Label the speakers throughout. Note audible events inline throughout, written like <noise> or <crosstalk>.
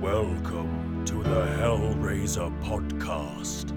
Speaker 1: Welcome to the Hellraiser podcast.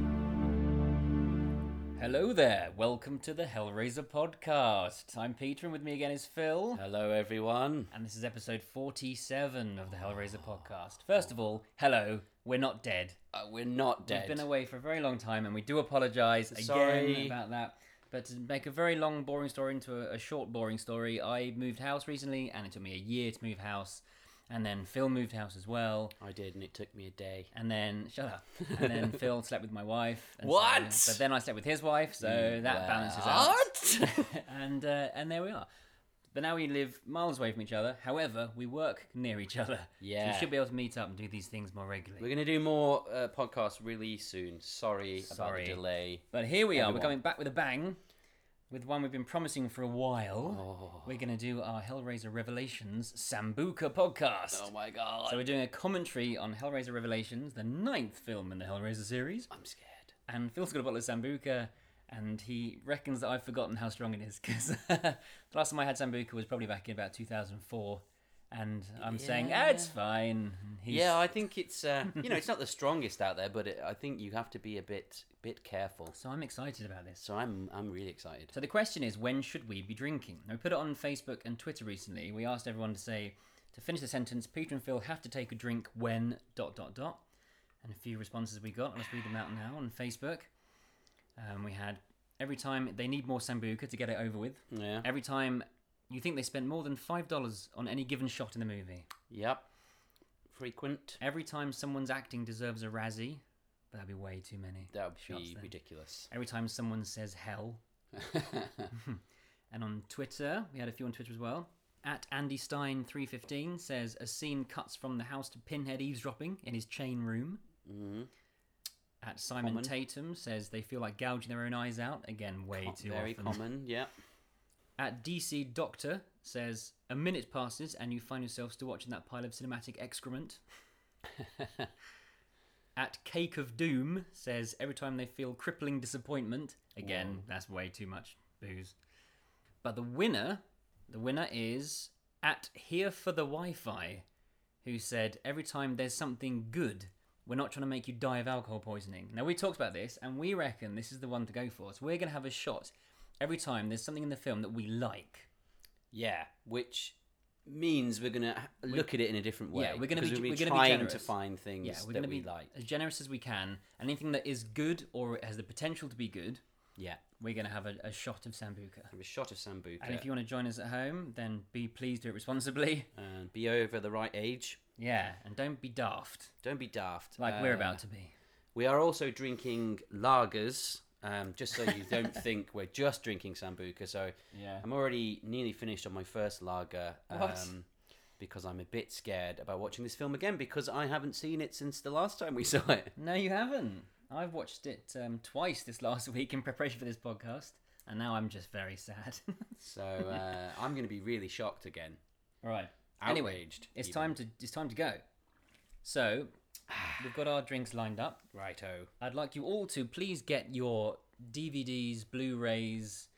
Speaker 2: Hello there. Welcome to the Hellraiser podcast. I'm Peter, and with me again is Phil.
Speaker 3: Hello, everyone.
Speaker 2: And this is episode 47 of the Hellraiser podcast. First of all, hello. We're not dead.
Speaker 3: Uh, we're not dead.
Speaker 2: We've been away for a very long time, and we do apologise again
Speaker 3: Sorry.
Speaker 2: about that. But to make a very long, boring story into a, a short, boring story, I moved house recently, and it took me a year to move house. And then Phil moved house as well.
Speaker 3: I did, and it took me a day.
Speaker 2: And then shut up. And
Speaker 3: <laughs>
Speaker 2: then Phil slept with my wife. And so-
Speaker 3: What?
Speaker 2: but then I slept with his wife, so that balances out.
Speaker 3: What?
Speaker 2: <laughs> and uh, and there we are. But now we live miles away from each other. However, we work near each other. so
Speaker 3: Yeah.
Speaker 2: we should be able to meet up and do these things more
Speaker 3: we're
Speaker 2: regularly.
Speaker 3: going to do more uh, podcasts really soon. Sorry,
Speaker 2: Sorry.
Speaker 3: about the delay.
Speaker 2: But here we are. We're
Speaker 3: Everyone.
Speaker 2: coming back with a bang, with one we've been promising for a while.
Speaker 3: Oh,
Speaker 2: We're going to do our Hellraiser Revelations Sambuca podcast.
Speaker 3: oh my god.
Speaker 2: so we're doing a commentary on Hellraiser Revelations, the ninth film in the Hellraiser series.
Speaker 3: I'm scared.
Speaker 2: And Phil's got a bottle of Sambuca, and he reckons that I've forgotten how strong it is because <laughs> the last time I had Sambuca was probably back in about 2004. And I'm saying, ah, it's fine. and He's,
Speaker 3: Yeah, I think
Speaker 2: <laughs>
Speaker 3: it's uh, you know it's not the strongest out there, but it, I think you have to be a bit bit careful.
Speaker 2: so I'm excited about this.
Speaker 3: So I'm I'm really excited.
Speaker 2: So the question is, when should we be drinking? Now, we put it on Facebook and Twitter recently. We asked everyone to say, to finish the sentence, Peter and Phil have to take a drink when dot dot dot. And a few responses we got. Let's read them out now on Facebook. Um, we had every time they need more Sambuca to get it over with.
Speaker 3: Yeah.
Speaker 2: Every time you think they spent more than five dollars on any given shot in the movie.
Speaker 3: Yep. Frequent.
Speaker 2: Every time someone's acting deserves a Razzie, but that'd be way too many.
Speaker 3: That would
Speaker 2: shots
Speaker 3: be
Speaker 2: then. <laughs>
Speaker 3: ridiculous.
Speaker 2: Every time someone says hell. and on Twitter, we had a few on Twitter as well. At Andy Stein three fifteen says a scene cuts from the house to Pinhead eavesdropping in his chain room.
Speaker 3: hmm
Speaker 2: At Simon
Speaker 3: Common.
Speaker 2: Tatum says they feel like gouging their own eyes out again, way too
Speaker 3: Very
Speaker 2: often.
Speaker 3: common. Yeah.
Speaker 2: At DC Doctor says, a minute passes and you find yourself still watching that pile of cinematic excrement. At Cake of Doom says, every time they feel crippling disappointment. Again, that's way too much booze. But the winner, the winner is at Here for the Wi Fi, who said, every time there's something good, we're not trying to make you die of alcohol poisoning. Now, we talked about this and we reckon this is the one to go for. So we're going to have a shot every time there's something in the film that we like.
Speaker 3: Yeah, which means we're gonna ha- look at it in a different way.
Speaker 2: Yeah, we're gonna be-
Speaker 3: because we'll
Speaker 2: we're gonna be
Speaker 3: trying to
Speaker 2: generous.
Speaker 3: find things
Speaker 2: Yeah, we're
Speaker 3: that
Speaker 2: going to
Speaker 3: we
Speaker 2: be
Speaker 3: like.
Speaker 2: as generous as we can. Anything that is good or has the potential to be good,
Speaker 3: Yeah,
Speaker 2: we're going to have a, a shot of sambuca.
Speaker 3: have a shot of sambuca
Speaker 2: And
Speaker 3: and,
Speaker 2: if you want to join us at home, then be please do it responsibly. <laughs>
Speaker 3: be over the right age.
Speaker 2: Yeah, and don't be daft
Speaker 3: Don't be daft.
Speaker 2: like we're
Speaker 3: Uh,
Speaker 2: about to be.
Speaker 3: We are also drinking lagers. Um, just so you
Speaker 2: <laughs>
Speaker 3: don't think we're just drinking sambuca. So
Speaker 2: Yeah.
Speaker 3: I'm already nearly finished on my first lager. um,
Speaker 2: What?
Speaker 3: because I'm a bit scared about watching this film again because I haven't seen it since the last time we saw it.
Speaker 2: No, you haven't. I've watched it um, twice this <laughs> last week in preparation for this podcast, and now I'm just very sad. <laughs>
Speaker 3: So uh, I'm going to be really shocked again.
Speaker 2: All right. Anyway,
Speaker 3: Outraged.
Speaker 2: it's
Speaker 3: even.
Speaker 2: time to it's time to go. So <sighs> we've got our drinks lined up.
Speaker 3: Righto.
Speaker 2: I'd like you all to please get your DVDs, Blu-rays,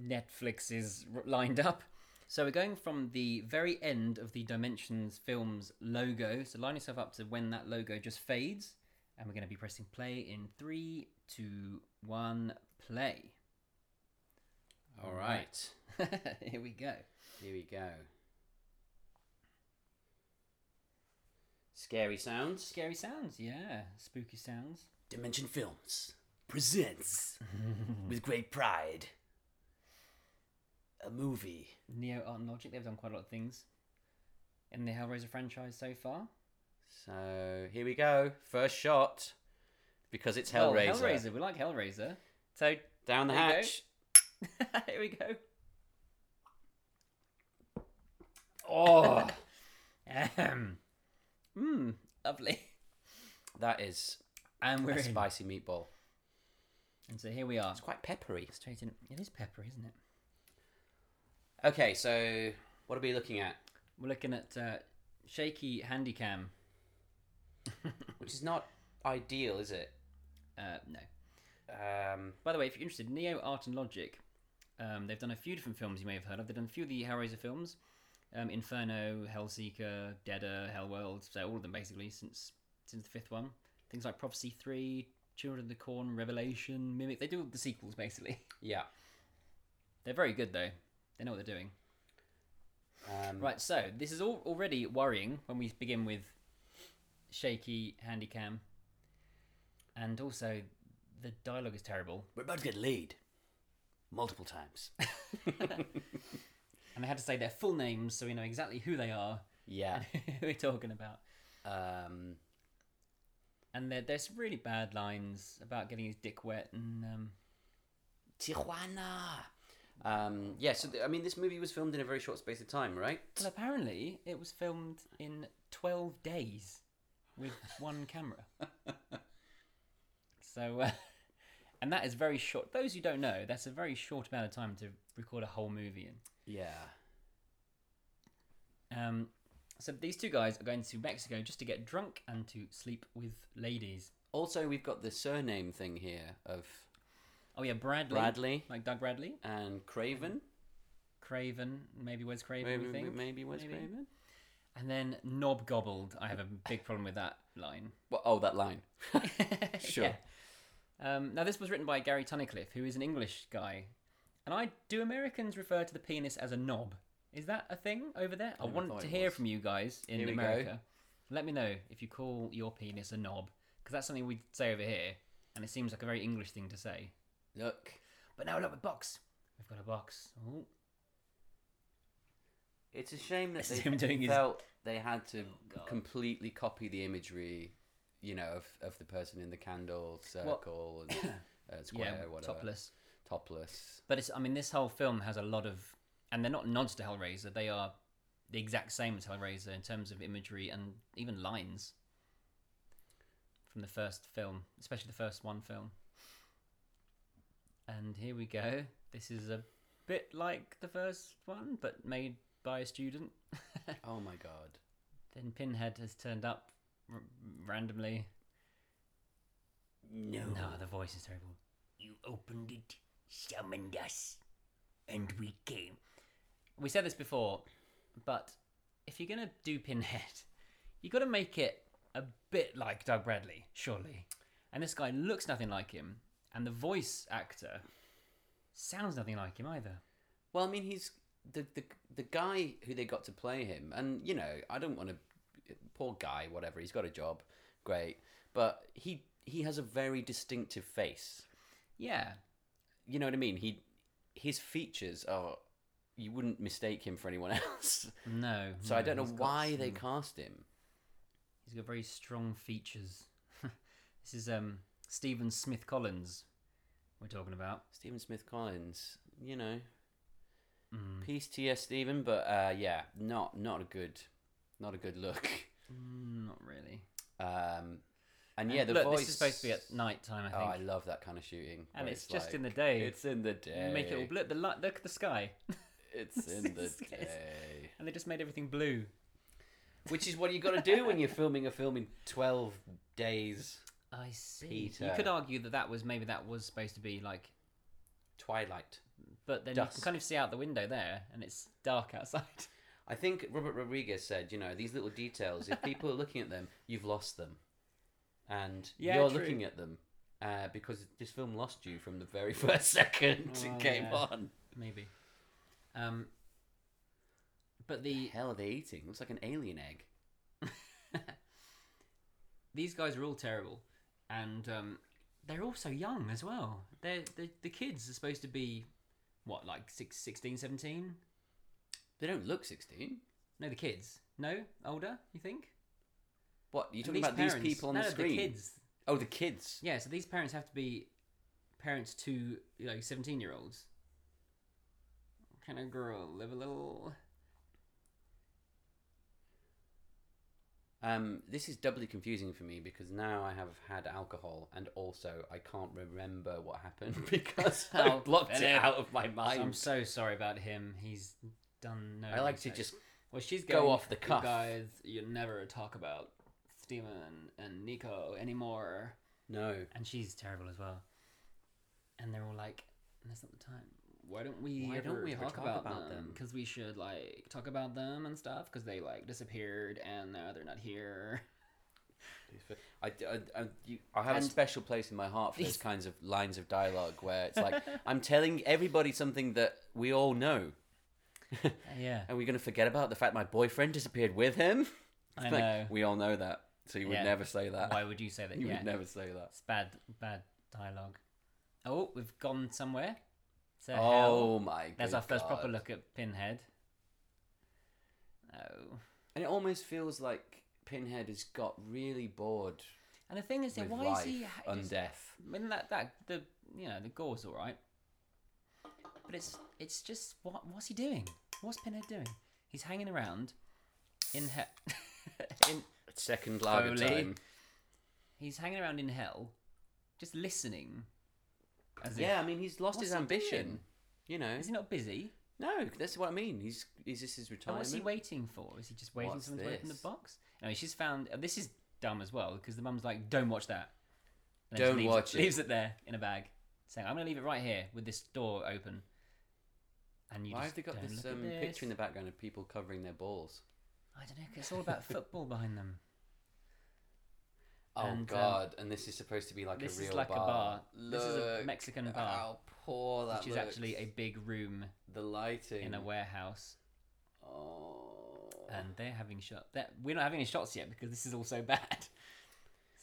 Speaker 2: Netflixes r- lined up. So we're going from the very end of the Dimensions Films logo. So line yourself up to when that logo just fades, and we're going to be pressing play in three, two, one, play. <laughs>
Speaker 3: All right.
Speaker 2: Here we go.
Speaker 3: Here we go. Scary sounds.
Speaker 2: Scary sounds, yeah, spooky sounds.
Speaker 3: Dimension Films <laughs> presents with great pride a movie.
Speaker 2: Neo Art and Logic, they've done quite a lot of things in the Hellraiser franchise so far.
Speaker 3: So here we go. First shot because it's
Speaker 2: Well,
Speaker 3: Oh,
Speaker 2: Oh,
Speaker 3: Hellraiser.
Speaker 2: Hellraiser, we like Hellraiser. So
Speaker 3: Down the
Speaker 2: There you go.
Speaker 3: hatch.
Speaker 2: <laughs> Here we go.
Speaker 3: Oh,
Speaker 2: <laughs> Ahem. Mmm, lovely.
Speaker 3: that is
Speaker 2: And we're
Speaker 3: a
Speaker 2: in.
Speaker 3: spicy meatball.
Speaker 2: And so here we are.
Speaker 3: It's quite peppery.
Speaker 2: Straight in. It is peppery, isn't it?
Speaker 3: Okay, so what are we looking at?
Speaker 2: We're looking at uh, shaky handycam.
Speaker 3: Which is not ideal, is it?
Speaker 2: Uh, no.
Speaker 3: Um,
Speaker 2: By the way, if you're interested, Neo Art and Logic, um, they've done a few different films you may have heard of. They've done a few of the Hellraiser films. um, Inferno, Hellseeker, Deader, Hellworld, so all of them basically since since the fifth one. Things like Prophecy Three, Children of the Corn, Revelation, Mimic. They do all the sequels basically. <laughs>
Speaker 3: Yeah.
Speaker 2: They're very good though. They know what they're doing.
Speaker 3: Um,
Speaker 2: Right, so this is all already worrying when we begin with shaky handycam, and also the dialogue is terrible.
Speaker 3: We're about to get laid multiple times.
Speaker 2: And I had to say their full names so we know exactly who they are
Speaker 3: <laughs> yeah.
Speaker 2: and who <laughs> we're talking about.
Speaker 3: Um,
Speaker 2: And there, there's some really bad lines about getting his dick wet and um,
Speaker 3: Tijuana. Um, yeah, so th- I mean, this movie was filmed in a very short space of time, right?
Speaker 2: Well, apparently it was filmed in 12 days
Speaker 3: <laughs>
Speaker 2: with one camera. So, uh, <laughs> and that is very short. Those who don't know, that's a very short amount of time to record a whole movie in.
Speaker 3: Yeah.
Speaker 2: Um, so these two guys are going to Mexico just to get drunk and to sleep with ladies.
Speaker 3: Also, we've got the surname thing here of
Speaker 2: Oh yeah, Bradley,
Speaker 3: Bradley
Speaker 2: like Doug Bradley,
Speaker 3: and Craven.
Speaker 2: Craven, maybe Wes Craven. we
Speaker 3: Maybe,
Speaker 2: think.
Speaker 3: maybe Wes
Speaker 2: Maybe.
Speaker 3: Craven?
Speaker 2: And then Knob Gobbled. I have a big problem with that <laughs> line.
Speaker 3: Well, oh, that line. <laughs> Sure.
Speaker 2: Yeah. Um, now, this was written by Gary Tunnicliffe, who is an English guy. And I do Americans refer to the penis as a knob? Is that a thing over there? I,
Speaker 3: never
Speaker 2: want
Speaker 3: thought
Speaker 2: to
Speaker 3: it
Speaker 2: hear
Speaker 3: was.
Speaker 2: from you guys in
Speaker 3: Here we go.
Speaker 2: America. Let me know if you call your penis a knob, because that's something we say over here, and it seems like a very English thing to say.
Speaker 3: Look.
Speaker 2: But now look at the box. We've got a box. Ooh.
Speaker 3: It's a shame that
Speaker 2: It's
Speaker 3: they
Speaker 2: him doing his-
Speaker 3: felt they had to completely copy the imagery, you know, of, of the person in the candle circle and
Speaker 2: <coughs>
Speaker 3: uh, square,
Speaker 2: yeah,
Speaker 3: whatever.
Speaker 2: topless.
Speaker 3: Topless.
Speaker 2: But it's, I mean, this whole film has a lot of, and they're not nods to Hellraiser. They are the exact same as Hellraiser in terms of imagery and even lines from the first film, especially the first one film. And here we go. This is a bit like the first one, but made by a student. <laughs>
Speaker 3: Oh my god.
Speaker 2: then Pinhead has turned up r- randomly.
Speaker 3: No.
Speaker 2: No, the voice is terrible. You opened it, summoned us, and we came. We said this before, but if you're gonna do Pinhead, <laughs> you gotta make it a bit like Doug Bradley, surely. And this guy looks nothing like him, and the voice actor sounds nothing like him either.
Speaker 3: Well, I mean, he's the, the the guy who they got to play him, and you know, I don't want to. Poor guy, whatever. He's got a job, great, but he he has a very distinctive face.
Speaker 2: Yeah,
Speaker 3: You know what I mean? He his features are you wouldn't mistake him for anyone <laughs> else.
Speaker 2: no.
Speaker 3: So I
Speaker 2: no,
Speaker 3: don't know
Speaker 2: he's got
Speaker 3: why they
Speaker 2: some-
Speaker 3: cast him.
Speaker 2: He's got very strong features. <laughs> this is um Stephen Smith Collins we're talking about.
Speaker 3: Stephen Smith Collins, you know,
Speaker 2: Mm.
Speaker 3: peace to you, Stephen, but uh, yeah, not not a good, not a good look. <laughs>
Speaker 2: Mm, not really.
Speaker 3: Um, and yeah, the
Speaker 2: Look,
Speaker 3: voice
Speaker 2: This is supposed to be at night time, I
Speaker 3: Oh, I
Speaker 2: think.
Speaker 3: love that kind of shooting.
Speaker 2: and
Speaker 3: where
Speaker 2: it's, just in the day.
Speaker 3: It's in the day.
Speaker 2: Make it all blue. The light, look at the sky,
Speaker 3: <laughs>
Speaker 2: <laughs>
Speaker 3: It's in the
Speaker 2: It's- it's-
Speaker 3: day.
Speaker 2: and they just made everything blue.
Speaker 3: Which is what you got to do when you're filming a film in twelve days.
Speaker 2: I see. You
Speaker 3: Peter.
Speaker 2: could argue that that was maybe that was supposed to be like,
Speaker 3: Twilight.
Speaker 2: but then you
Speaker 3: Dusk.
Speaker 2: can kind of see out the window there, and it's dark outside. <laughs>
Speaker 3: I think Robert Rodriguez said, you know, these little details. If people are looking at them, <laughs> you've lost them, and
Speaker 2: Yeah,
Speaker 3: you're
Speaker 2: true.
Speaker 3: looking at them uh, because this film lost you from the very <laughs> first second
Speaker 2: Oh,
Speaker 3: it came
Speaker 2: yeah.
Speaker 3: on.
Speaker 2: Maybe. Um. But the
Speaker 3: Hell, are they eating? Looks like an alien egg.
Speaker 2: these guys are all terrible, and um, they're all so young as well. They're, they the kids are supposed to be, what like six, 16, 17?
Speaker 3: They don't look sixteen.
Speaker 2: No, the kids. No, older. You think?
Speaker 3: What you
Speaker 2: At
Speaker 3: talking
Speaker 2: least
Speaker 3: about?
Speaker 2: parents-
Speaker 3: These people on
Speaker 2: no,
Speaker 3: the
Speaker 2: no,
Speaker 3: screen.
Speaker 2: kids.
Speaker 3: Oh, the kids.
Speaker 2: Yeah, so these parents have to be parents to you know seventeen year olds. Can a girl live a little?
Speaker 3: Um, this is doubly confusing for me because now I have had alcohol and also I can't remember what happened <laughs>
Speaker 2: <laughs>
Speaker 3: because I
Speaker 2: Oh,
Speaker 3: blocked it
Speaker 2: Philip.
Speaker 3: out of my
Speaker 2: I'm,
Speaker 3: mind.
Speaker 2: so sorry about him. He's done no.
Speaker 3: I like to
Speaker 2: research.
Speaker 3: just
Speaker 2: well, she's
Speaker 3: go
Speaker 2: going,
Speaker 3: off the
Speaker 2: "You
Speaker 3: cuff."
Speaker 2: guys. You never talk about Steven and Nico anymore,
Speaker 3: no.
Speaker 2: and she's terrible as well. And they're all like, "That's not the time.
Speaker 4: why don't we?
Speaker 2: Why
Speaker 4: ever-
Speaker 2: don't we
Speaker 4: ever
Speaker 2: talk, about, them?
Speaker 4: them?
Speaker 2: Because we should like talk about them and stuff. Because they like disappeared and now they're not here.
Speaker 3: I, I, I, you, I have
Speaker 2: And-
Speaker 3: a special place in my heart for
Speaker 2: <laughs>
Speaker 3: those kinds of lines of dialogue where it's like, I'm telling everybody something that we all know.
Speaker 2: Uh, Yeah, <laughs>
Speaker 3: Are we going to forget about the fact my boyfriend disappeared with him? <laughs>
Speaker 2: I know.
Speaker 3: We all know that. So you would
Speaker 2: Yeah.
Speaker 3: never say that.
Speaker 2: Why would you say that?
Speaker 3: <laughs> you
Speaker 2: yeah,
Speaker 3: would never say that.
Speaker 2: it's bad, bad dialogue. Oh, we've gone somewhere. To hell.
Speaker 3: Oh my god.
Speaker 2: There's our first proper look at Pinhead. Oh.
Speaker 3: And it almost feels like Pinhead has got really bored
Speaker 2: And the thing is, that
Speaker 3: with
Speaker 2: why
Speaker 3: life
Speaker 2: is he ha-
Speaker 3: and
Speaker 2: just-
Speaker 3: death.
Speaker 2: I mean that that the you know the gore's all right, but it's it's just what what's he doing? What's Pinhead doing? He's hanging around in he- <laughs> in
Speaker 3: Second lager
Speaker 2: Foley.
Speaker 3: time.
Speaker 2: he's hanging around in hell, just listening. As
Speaker 3: Yeah, I mean he's lost
Speaker 2: What's
Speaker 3: his
Speaker 2: he
Speaker 3: ambition.
Speaker 2: doing?
Speaker 3: You know.
Speaker 2: if, is he not busy?
Speaker 3: No, that's what I mean. He's is this his
Speaker 2: And
Speaker 3: retirement?
Speaker 2: what's he waiting for? Is he just waiting for
Speaker 3: What's
Speaker 2: someone to open the
Speaker 3: this?
Speaker 2: box? Anyway, she's found. uh, This is dumb as well because the mum's like, "Don't watch that." And then
Speaker 3: Don't
Speaker 2: just leaves
Speaker 3: watch it.
Speaker 2: Leaves it there in a bag, saying, "I'm going to leave it right here with this door open." And you
Speaker 3: Why have
Speaker 2: just
Speaker 3: they got
Speaker 2: don't
Speaker 3: this,
Speaker 2: look at
Speaker 3: um,
Speaker 2: this.
Speaker 3: picture in the background of people covering their balls?
Speaker 2: I don't know. 'cause it's all
Speaker 3: <laughs>
Speaker 2: about football behind them.
Speaker 3: Oh
Speaker 2: And, um,
Speaker 3: God! and this is supposed to be like
Speaker 2: this
Speaker 3: a real
Speaker 2: is like
Speaker 3: bar.
Speaker 2: a bar. This is a
Speaker 3: Look
Speaker 2: Mexican bar,
Speaker 3: How poor that
Speaker 2: which is
Speaker 3: looks.
Speaker 2: actually a big room
Speaker 3: the lighting
Speaker 2: in a warehouse,
Speaker 3: Oh.
Speaker 2: and they're having shots. We're not having any shots yet because this is all so <laughs> bad.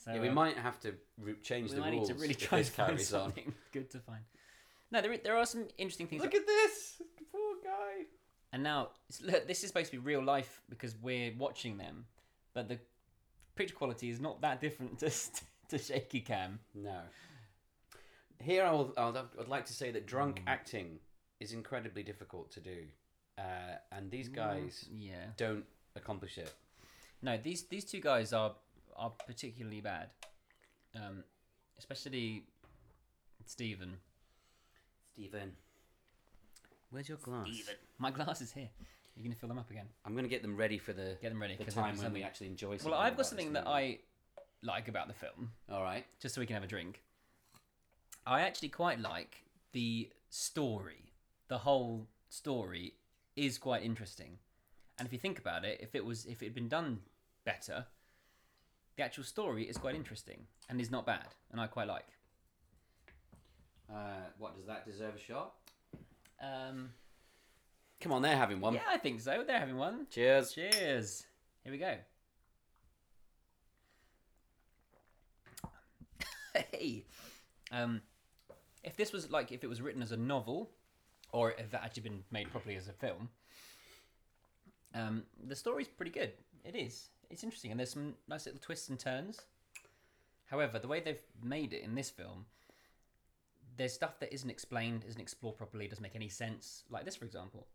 Speaker 2: So
Speaker 3: yeah, we
Speaker 2: um,
Speaker 3: might have to re- change
Speaker 2: we
Speaker 3: the
Speaker 2: might need
Speaker 3: rules
Speaker 2: to really
Speaker 3: if
Speaker 2: try and
Speaker 3: this
Speaker 2: find
Speaker 3: carries on.
Speaker 2: something <laughs> good to find. No, there, i- there are some interesting things.
Speaker 3: Look at this poor guy.
Speaker 2: and now, it's- look, this is supposed to be real life because we're watching them, but the picture quality is not that different <laughs> to, s- to shaky cam.
Speaker 3: No. Here, I will, I'll, I'd like to say that drunk
Speaker 2: Mm.
Speaker 3: acting is incredibly difficult to do, uh, and
Speaker 2: Mm.
Speaker 3: these guys
Speaker 2: Um, Yeah.
Speaker 3: don't accomplish it.
Speaker 2: No, these these two guys are are particularly bad, um, especially Stephen.
Speaker 3: Stephen, where's your glass?
Speaker 2: My glass is here. You're gonna fill them up again.
Speaker 3: I'm going to get them ready for the
Speaker 2: Get them ready.
Speaker 3: the
Speaker 2: 'cause I've got
Speaker 3: time when we
Speaker 2: something-
Speaker 3: actually enjoy. Something
Speaker 2: Well, I've got
Speaker 3: about this
Speaker 2: something that
Speaker 3: movie.
Speaker 2: I like about the film,
Speaker 3: All right.
Speaker 2: just so we can have a drink. I actually quite like the story. The whole story is quite interesting, and if you think about it, if it was if it had been done better, the actual story is quite interesting and is not bad, and I quite like.
Speaker 3: Uh, what does that deserve a shot?
Speaker 2: Um,
Speaker 3: Come on, they're having one.
Speaker 2: yeah, I think so. They're having one. <laughs>
Speaker 3: Cheers.
Speaker 2: Cheers. Here we go. <laughs> hey. Um, if this was like if it was written as a novel, or if that actually been made properly as a film, um, the story's pretty good. It is. It's interesting, and there's some nice little twists and turns. However, the way they've made it in this film, there's stuff that isn't explained, isn't explored properly, doesn't make any sense. Like this, for example.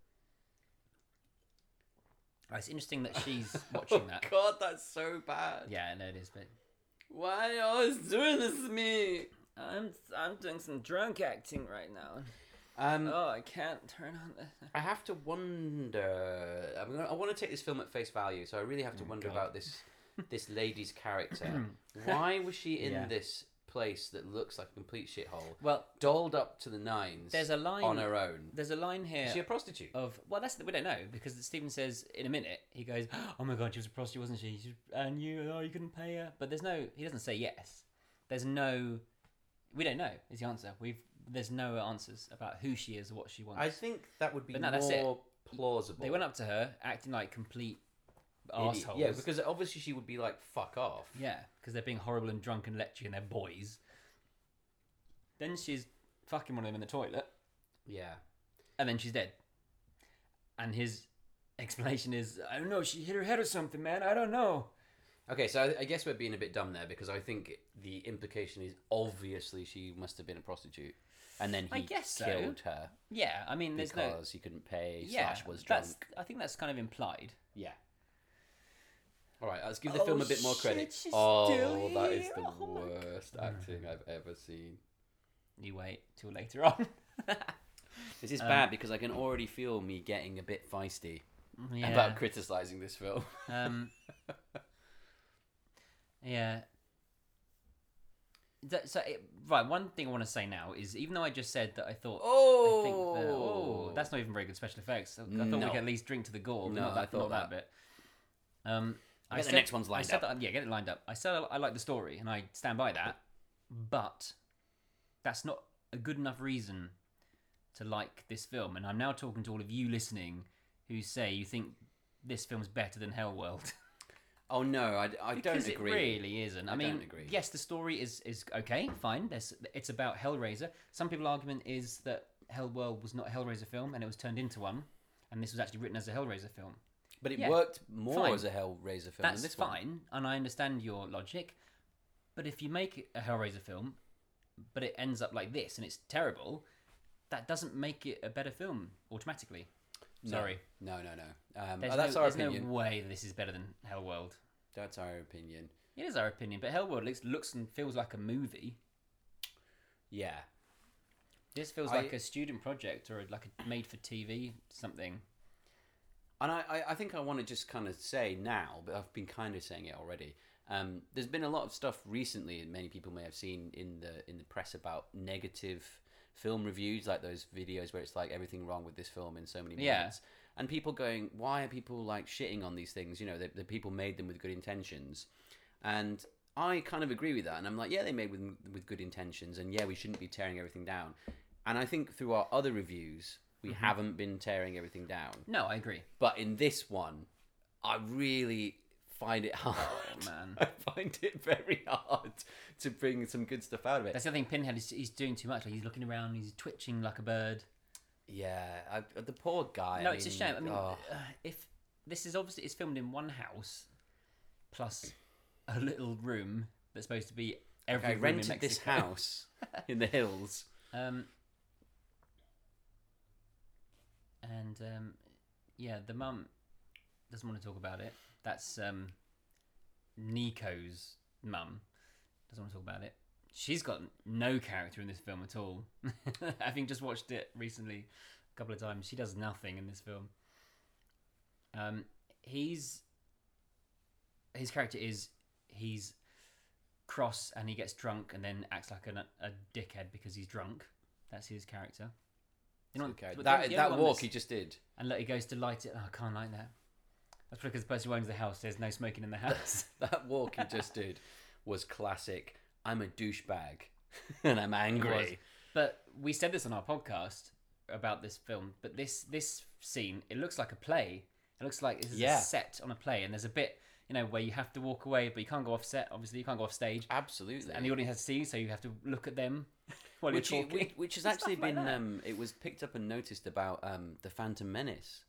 Speaker 2: Uh, It's interesting that <laughs> she's watching that.
Speaker 3: God, that's so bad.
Speaker 2: Yeah, I know it is, but
Speaker 3: Why are you always doing this to me?
Speaker 2: I'm I'm doing some drunk acting right now.
Speaker 3: Um,
Speaker 2: Oh, I can't turn on the.
Speaker 3: I have to wonder. I'm gonna, I want to take this film at face value, so I really have to
Speaker 2: Oh
Speaker 3: wonder
Speaker 2: <laughs>
Speaker 3: about this this lady's character.
Speaker 2: <coughs>
Speaker 3: Why was she in
Speaker 2: Yeah.
Speaker 3: this place that looks like a complete shithole,
Speaker 2: Well,
Speaker 3: dolled up to the nines?
Speaker 2: there's a line. Oh.
Speaker 3: on her own.
Speaker 2: There's a line here
Speaker 3: Is she a prostitute?
Speaker 2: of well, that's we don't know because Stephen says in a minute he goes, "Oh my god, she was a prostitute, wasn't she? she and you, oh, you couldn't pay her." But there's no. He doesn't say yes. There's no. We don't know is the answer. We've there's no answers about who she is or what she wants.
Speaker 3: I think that would be
Speaker 2: But no, that's it.
Speaker 3: more plausible.
Speaker 2: they went up to her acting like complete
Speaker 3: Idiot.
Speaker 2: assholes.
Speaker 3: Yeah, because obviously she would be like, "Fuck off."
Speaker 2: Yeah, because they're being horrible and drunk and lechery and they're boys. Then she's fucking one of them in the toilet,
Speaker 3: Yeah.
Speaker 2: and then she's dead. And his explanation is, I don't know, she hit her head or something, man. I don't know.
Speaker 3: Okay, so I, I guess we're being a bit dumb there because I think the implication is obviously she must have been a prostitute, and then
Speaker 2: I
Speaker 3: he
Speaker 2: guess so.
Speaker 3: killed her.
Speaker 2: Yeah, I mean, there's no.
Speaker 3: because he couldn't pay
Speaker 2: Yeah,
Speaker 3: slash was drunk.
Speaker 2: that's, I think that's kind of implied.
Speaker 3: Yeah. All right, let's give the film
Speaker 2: Oh,
Speaker 3: a bit more
Speaker 2: shit,
Speaker 3: credit.
Speaker 2: she's
Speaker 3: oh,
Speaker 2: still
Speaker 3: that is
Speaker 2: here.
Speaker 3: the
Speaker 2: Oh my God.
Speaker 3: worst acting I've ever seen.
Speaker 2: You wait till later on. <laughs>
Speaker 3: This
Speaker 2: Um,
Speaker 3: is bad because I can already feel me getting a bit feisty
Speaker 2: yeah.
Speaker 3: about criticizing this film.
Speaker 2: Um, yeah. That, so it, right, one thing I want to say now is even though I just said that I thought,
Speaker 3: <laughs>
Speaker 2: I think that,
Speaker 3: Oh,
Speaker 2: oh, that's not even very good special effects. I, I thought we
Speaker 3: No.
Speaker 2: could at least drink to the gore. but
Speaker 3: No,
Speaker 2: not that,
Speaker 3: I thought
Speaker 2: not that, bit. Um, I
Speaker 3: Get the
Speaker 2: said-
Speaker 3: next one's
Speaker 2: I
Speaker 3: lined
Speaker 2: said
Speaker 3: up.
Speaker 2: that- yeah, get it lined up. I said I, I like the story, and I stand by that, but that's not a good enough reason to like this film. And I'm now talking to all of you listening who say you think this film's better than Hellworld.
Speaker 3: oh no, I, I
Speaker 2: Because
Speaker 3: don't agree.
Speaker 2: It really isn't. I, mean,
Speaker 3: don't agree.
Speaker 2: yes, the story is is okay, fine. There's it's about Hellraiser. Some people argument is that Hellworld was not a Hellraiser film and it was turned into one, and this was actually written as a Hellraiser film.
Speaker 3: but it
Speaker 2: yeah,
Speaker 3: worked more
Speaker 2: fine.
Speaker 3: as a Hellraiser film
Speaker 2: That's
Speaker 3: than this one.
Speaker 2: fine, and I understand your logic. But if you make a Hellraiser film, but it ends up like this and it's terrible, that doesn't make it a better film automatically.
Speaker 3: No.
Speaker 2: Sorry.
Speaker 3: No, no, no. Um,
Speaker 2: There's,
Speaker 3: oh, that's
Speaker 2: no,
Speaker 3: our
Speaker 2: there's no
Speaker 3: opinion.
Speaker 2: way this is better than Hellworld.
Speaker 3: That's our opinion.
Speaker 2: It is our opinion, but Hellworld looks, looks and feels like a movie.
Speaker 3: Yeah.
Speaker 2: This feels
Speaker 3: I-
Speaker 2: like a student project or like a made for TV something.
Speaker 3: And I, I, I think I want to just kind of say now, but I've been kind of saying it already. Um, there's been a lot of stuff recently, and many people may have seen in the in the press about negative film reviews, like those videos where it's like everything wrong with this film in so many minutes.
Speaker 2: Yeah.
Speaker 3: And people going, why are people like shitting on these things? You know, the, the people made them with good intentions, and I kind of agree with that. And I'm like, yeah, they made with with good intentions, and yeah, we shouldn't be tearing everything down. And I think through our other reviews, we haven't been tearing everything down.
Speaker 2: No, I agree.
Speaker 3: But in this one, I really find it hard.
Speaker 2: Oh,
Speaker 3: <laughs>
Speaker 2: man.
Speaker 3: I find it very hard to bring some good stuff out of it.
Speaker 2: That's the other thing. Pinhead is he's doing too much. Like he's looking around, he's twitching like a bird.
Speaker 3: yeah, I, the poor guy.
Speaker 2: no,
Speaker 3: I
Speaker 2: it's a
Speaker 3: mean,
Speaker 2: shame. I mean,
Speaker 3: oh,
Speaker 2: uh, if this is obviously it's filmed in one house, plus a little room that's supposed to be every
Speaker 3: I
Speaker 2: room in
Speaker 3: rented this
Speaker 2: Mexico.
Speaker 3: house in
Speaker 2: <laughs>
Speaker 3: the hills.
Speaker 2: Um, and um, yeah, the mum doesn't want to talk about it. That's um, Nico's mum. Doesn't want to talk about it. She's got no character in this film at all. <laughs> Having just watched it recently a couple of times, she does nothing in this film. Um, he's his character is he's cross and he gets drunk and then acts like an, a dickhead because he's drunk. That's his character. You know,
Speaker 3: Okay,
Speaker 2: but the-
Speaker 3: that
Speaker 2: the other
Speaker 3: that
Speaker 2: one
Speaker 3: walk
Speaker 2: that's-
Speaker 3: he just did. <laughs>
Speaker 2: and look, he goes to light it. Oh, I can't light that. That's because the person who owns the house says no smoking in the house. <laughs>
Speaker 3: That walk he just did was classic. I'm a douchebag, <laughs> and I'm angry.
Speaker 2: But we said this on our podcast about this film. But this this scene, it looks like a play. It looks like this is
Speaker 3: Yeah.
Speaker 2: a set on a play, and there's a bit you know where you have to walk away, but you can't go off set. Obviously, you can't go off stage,
Speaker 3: Absolutely.
Speaker 2: and the audience has to see you, so you have to look at them <laughs> while
Speaker 3: which,
Speaker 2: you're
Speaker 3: you,
Speaker 2: talking.
Speaker 3: which, which has
Speaker 2: Stuff
Speaker 3: actually
Speaker 2: like
Speaker 3: been
Speaker 2: that.
Speaker 3: um, it was picked up and noticed about um, the Phantom Menace.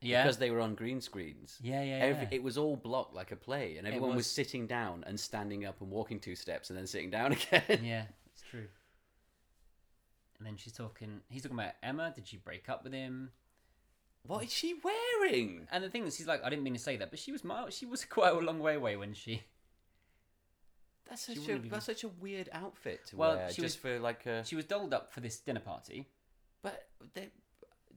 Speaker 2: yeah,
Speaker 3: because they were on green screens.
Speaker 2: yeah, yeah, yeah.
Speaker 3: Every, it was all blocked like a play, and everyone was...
Speaker 2: was.
Speaker 3: sitting down and standing up and walking two steps and then sitting down <laughs> again.
Speaker 2: yeah, it's true. And then she's talking. He's talking about Emma. Did she break up with him?
Speaker 3: what is she wearing?
Speaker 2: And the thing is, she's like, I didn't mean to say that, but she was mild, she was <laughs> quite a long way away when she.
Speaker 3: That's such a
Speaker 2: wouldn't have
Speaker 3: that's such a weird outfit to
Speaker 2: Well,
Speaker 3: wear
Speaker 2: she
Speaker 3: just
Speaker 2: was-
Speaker 3: for like a.
Speaker 2: She was dolled up for this dinner party.
Speaker 3: But they,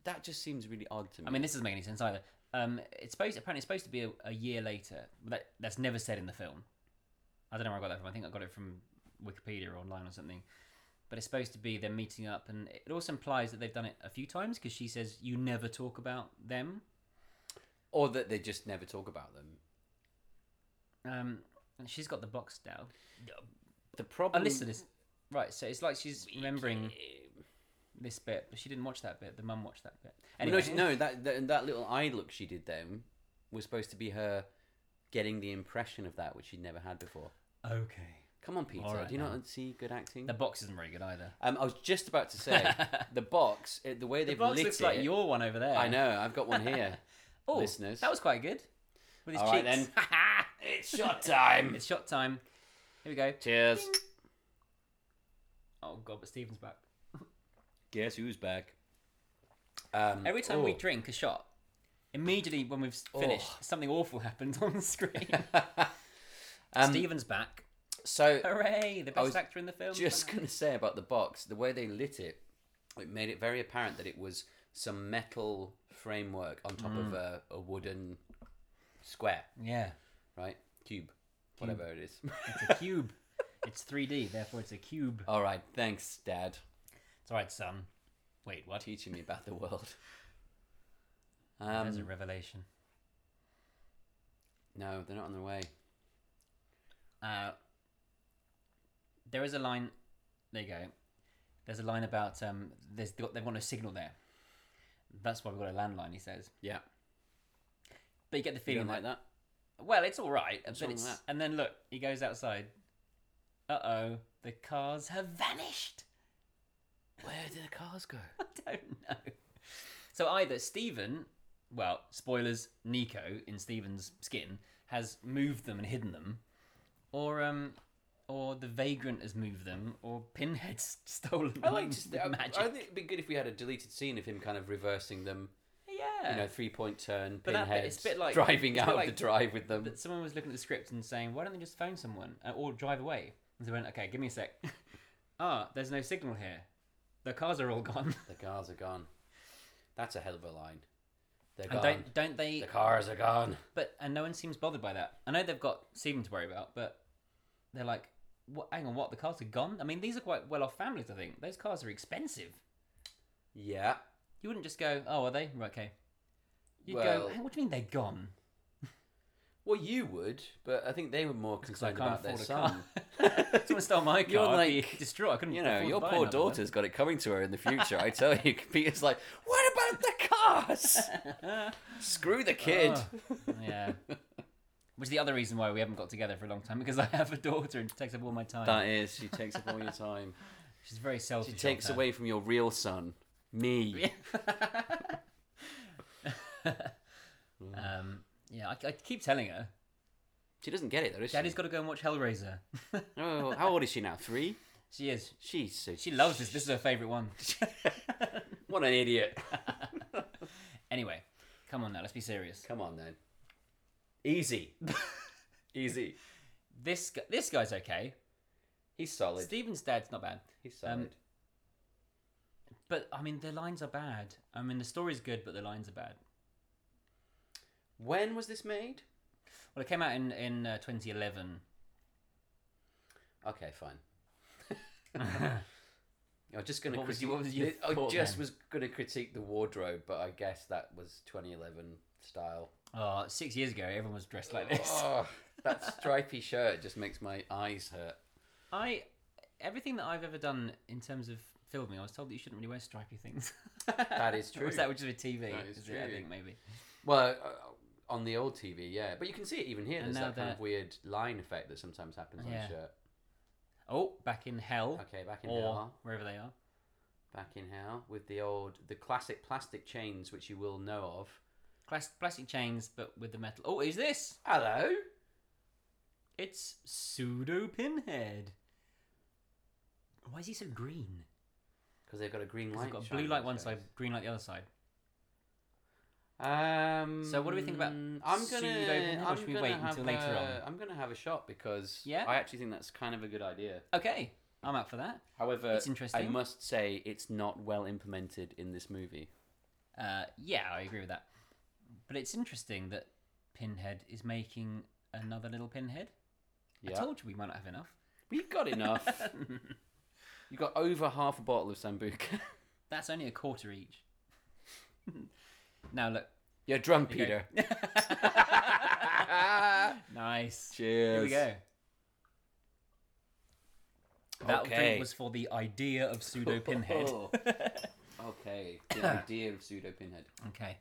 Speaker 3: that just seems really odd to me.
Speaker 2: I mean, this doesn't make any sense either. Um, it's supposed apparently it's supposed to be a, a year later. but That that's never said in the film. I don't know where I got that from. I think I got it from Wikipedia or online or something. But it's supposed to be them meeting up, and it also implies that they've done it a few times because she says you never talk about them.
Speaker 3: or that they just never talk about them.
Speaker 2: Um, and she's got the box down.
Speaker 3: The
Speaker 2: I
Speaker 3: problem.
Speaker 2: listened to this. Right, so it's like she's remembering this bit, but she didn't watch that bit. The mum watched that bit.
Speaker 3: Anyway. No, she- no, that, that that little eye look she did then was supposed to be her getting the impression of that which she'd never had before.
Speaker 2: Okay.
Speaker 3: Come on, Peter.
Speaker 2: All right
Speaker 3: do you
Speaker 2: then.
Speaker 3: not see good acting?
Speaker 2: The box isn't very good either.
Speaker 3: Um, I was just about to
Speaker 2: <laughs>
Speaker 3: say the box, uh, the way
Speaker 2: The
Speaker 3: they've
Speaker 2: box
Speaker 3: lit
Speaker 2: looks
Speaker 3: it.
Speaker 2: like your one over there.
Speaker 3: I know. I've got one
Speaker 2: <laughs>
Speaker 3: here.
Speaker 2: Oh,
Speaker 3: listeners.
Speaker 2: that was quite good. With his
Speaker 3: All right,
Speaker 2: cheeks. <laughs>
Speaker 3: it's shot time.
Speaker 2: it's shot time. Here we go.
Speaker 3: Cheers.
Speaker 2: Oh god, but Steven's back.
Speaker 3: Guess who's back? Um,
Speaker 2: Every time we
Speaker 3: oh.
Speaker 2: drink a shot, immediately when we've finished, something awful <laughs> happens on the screen.
Speaker 3: <laughs> Um,
Speaker 2: Steven's back. <laughs>
Speaker 3: so
Speaker 2: Hooray! The best
Speaker 3: was
Speaker 2: actor in the film.
Speaker 3: just gonna say about the box, the way they lit it, it made it very apparent that it was some metal framework on top
Speaker 2: Mm.
Speaker 3: of a, a wooden square,
Speaker 2: yeah,
Speaker 3: right? Cube, whatever it is. <laughs>
Speaker 2: it's a cube. It's 3D, therefore it's a cube.
Speaker 3: All right, thanks, Dad,
Speaker 2: It's all right, son. Wait, what?
Speaker 3: teaching me about the world.
Speaker 2: There's a
Speaker 3: Um,
Speaker 2: revelation.
Speaker 3: no, they're not on their way.
Speaker 2: Uh, there is a line. There you go. There's a line about um. There's they got- they want a signal there. That's why we got a landline. He says.
Speaker 3: Yeah,
Speaker 2: But you get the
Speaker 3: you
Speaker 2: feeling
Speaker 3: don't like
Speaker 2: that,
Speaker 3: that?
Speaker 2: well, it's all right. But
Speaker 3: wrong
Speaker 2: it's,
Speaker 3: with that?
Speaker 2: and then look, he goes outside. Uh oh, the cars have vanished.
Speaker 3: Where did the cars go?
Speaker 2: <laughs> I don't know. So either Stephen, well, spoilers, Nico in Stephen's skin has moved them and hidden them, or um, or the vagrant has moved them, or Pinhead's <laughs> stolen
Speaker 3: I
Speaker 2: them
Speaker 3: like just
Speaker 2: with
Speaker 3: I,
Speaker 2: magic.
Speaker 3: I think it'd be good if we had a deleted scene of him kind of reversing them.
Speaker 2: yeah,
Speaker 3: You know, three point turn,
Speaker 2: But that bit-
Speaker 3: pinheads,
Speaker 2: it's a bit like-
Speaker 3: driving
Speaker 2: it's a
Speaker 3: out
Speaker 2: bit
Speaker 3: of
Speaker 2: like-
Speaker 3: the drive with them.
Speaker 2: that someone was looking at the script and saying, "Why don't they just phone someone uh, or drive away?" And they went, "Okay, give me a sec." <laughs> ah, there's no signal here. The cars are all
Speaker 3: <laughs>
Speaker 2: gone.
Speaker 3: The cars are gone. That's a hell of a line. They're
Speaker 2: And
Speaker 3: gone.
Speaker 2: don't don't they?
Speaker 3: The cars are gone.
Speaker 2: But and no one seems bothered by that. I know they've got Stephen to worry about, but they're like, "What? Hang on, what? The cars are gone." I mean, these are quite well-off families. I think those cars are expensive.
Speaker 3: Yeah.
Speaker 2: You wouldn't just go, "Oh, are they? Right, okay." You would go,
Speaker 3: Well-
Speaker 2: "Hey, "What do you mean they're gone?"
Speaker 3: Well, you would, but I think they were more
Speaker 2: 'Cause I
Speaker 3: concerned
Speaker 2: can't
Speaker 3: about their
Speaker 2: afford a car.
Speaker 3: son.
Speaker 2: <laughs> Someone stole my car.
Speaker 3: You're
Speaker 2: I'd be
Speaker 3: like-
Speaker 2: distraught. I couldn't.
Speaker 3: <laughs> You know,
Speaker 2: afford to
Speaker 3: your
Speaker 2: buy
Speaker 3: poor
Speaker 2: another one.
Speaker 3: daughter's got it coming to
Speaker 2: <laughs>
Speaker 3: her in the future. I tell you, <laughs> Peter's like, what about the cars?
Speaker 2: <laughs>
Speaker 3: Screw the kid.
Speaker 2: Uh. yeah. <laughs> Which is the other reason why we haven't got together for a long time because I have a daughter and she takes up all my time.
Speaker 3: That is, she takes up all
Speaker 2: <laughs>
Speaker 3: your time.
Speaker 2: She's very
Speaker 3: She
Speaker 2: selfish. of
Speaker 3: takes
Speaker 2: her. <laughs>
Speaker 3: away from your real son, me. <laughs>
Speaker 2: um, yeah, I, I keep telling her,
Speaker 3: She doesn't get it though, does she?
Speaker 2: Daddy's got to go and watch Hellraiser. <laughs>
Speaker 3: Oh, how old is she now? Three?
Speaker 2: she is.
Speaker 3: She's so...
Speaker 2: She loves this. This is her favorite one. <laughs>
Speaker 3: What an idiot.
Speaker 2: Anyway, come on now, let's be serious.
Speaker 3: Come on then.
Speaker 2: <laughs>
Speaker 3: Easy. Easy.
Speaker 2: This gu- this guy's okay.
Speaker 3: He's solid.
Speaker 2: Steven's dad's not bad,
Speaker 3: He's
Speaker 2: um,
Speaker 3: solid.
Speaker 2: but I mean the lines are bad. I mean the story's good, but the lines are bad.
Speaker 3: when was this made?
Speaker 2: Well, it came out in in uh, 2011.
Speaker 3: Okay,
Speaker 2: <laughs>
Speaker 3: fine. I was just going to
Speaker 2: What was your- what was your
Speaker 3: I
Speaker 2: thought
Speaker 3: just
Speaker 2: then?
Speaker 3: was going to critique the wardrobe, but I guess that was 2011 style.
Speaker 2: Oh, six years ago, everyone was dressed like this.
Speaker 3: Oh, <laughs> that stripy shirt just makes my eyes hurt.
Speaker 2: <laughs> I everything that I've ever done in terms of filming, I was told that you shouldn't really wear stripy things.
Speaker 3: <laughs> That is
Speaker 2: <laughs> Or
Speaker 3: true.
Speaker 2: is that just with TV?
Speaker 3: That is
Speaker 2: it, I
Speaker 3: true.
Speaker 2: think maybe.
Speaker 3: Well, uh, on the old TV, yeah, but you can see it even here.
Speaker 2: And
Speaker 3: There's
Speaker 2: now
Speaker 3: that kind
Speaker 2: that-
Speaker 3: of weird line effect that sometimes happens on
Speaker 2: Yeah.
Speaker 3: a shirt.
Speaker 2: Oh, back in hell.
Speaker 3: Okay, back in
Speaker 2: or
Speaker 3: hell,
Speaker 2: wherever they are.
Speaker 3: back in hell with the old, the classic plastic chains, which you will know of.
Speaker 2: Plas- plastic chains, but with the metal. Oh, is this?
Speaker 3: Hello,
Speaker 2: It's pseudo pinhead. Why is he so green?
Speaker 3: because they've got a green
Speaker 2: 'Cause
Speaker 3: light.
Speaker 2: I've got a blue
Speaker 3: shining
Speaker 2: light
Speaker 3: on
Speaker 2: one
Speaker 3: his
Speaker 2: side,
Speaker 3: face.
Speaker 2: green light the other side.
Speaker 3: Um.
Speaker 2: So what do we think about
Speaker 3: I'm gonna.
Speaker 2: pseudo-pinhead, or
Speaker 3: I'm
Speaker 2: should we
Speaker 3: gonna
Speaker 2: wait
Speaker 3: have
Speaker 2: until later on?
Speaker 3: a- I'm gonna have a shot because
Speaker 2: Yeah?
Speaker 3: I actually think that's kind of a good idea.
Speaker 2: Okay, I'm up for that.
Speaker 3: However,
Speaker 2: It's interesting.
Speaker 3: I must say it's not well implemented in this movie.
Speaker 2: Uh, yeah, I agree with that. But it's interesting that Pinhead is making another little Pinhead.
Speaker 3: Yeah,
Speaker 2: I told you we might not have enough.
Speaker 3: we've got <laughs> enough. you got over half a bottle of sambuca. <laughs>
Speaker 2: That's only a quarter each. <laughs> now look.
Speaker 3: You're drunk,
Speaker 2: you go.
Speaker 3: Peter. <laughs>
Speaker 2: nice.
Speaker 3: Cheers.
Speaker 2: Here we go. That
Speaker 3: Okay.
Speaker 2: drink was for the idea of pseudo
Speaker 3: <laughs>
Speaker 2: pinhead.
Speaker 3: Oh. okay, <coughs> the idea of pseudo pinhead
Speaker 2: okay.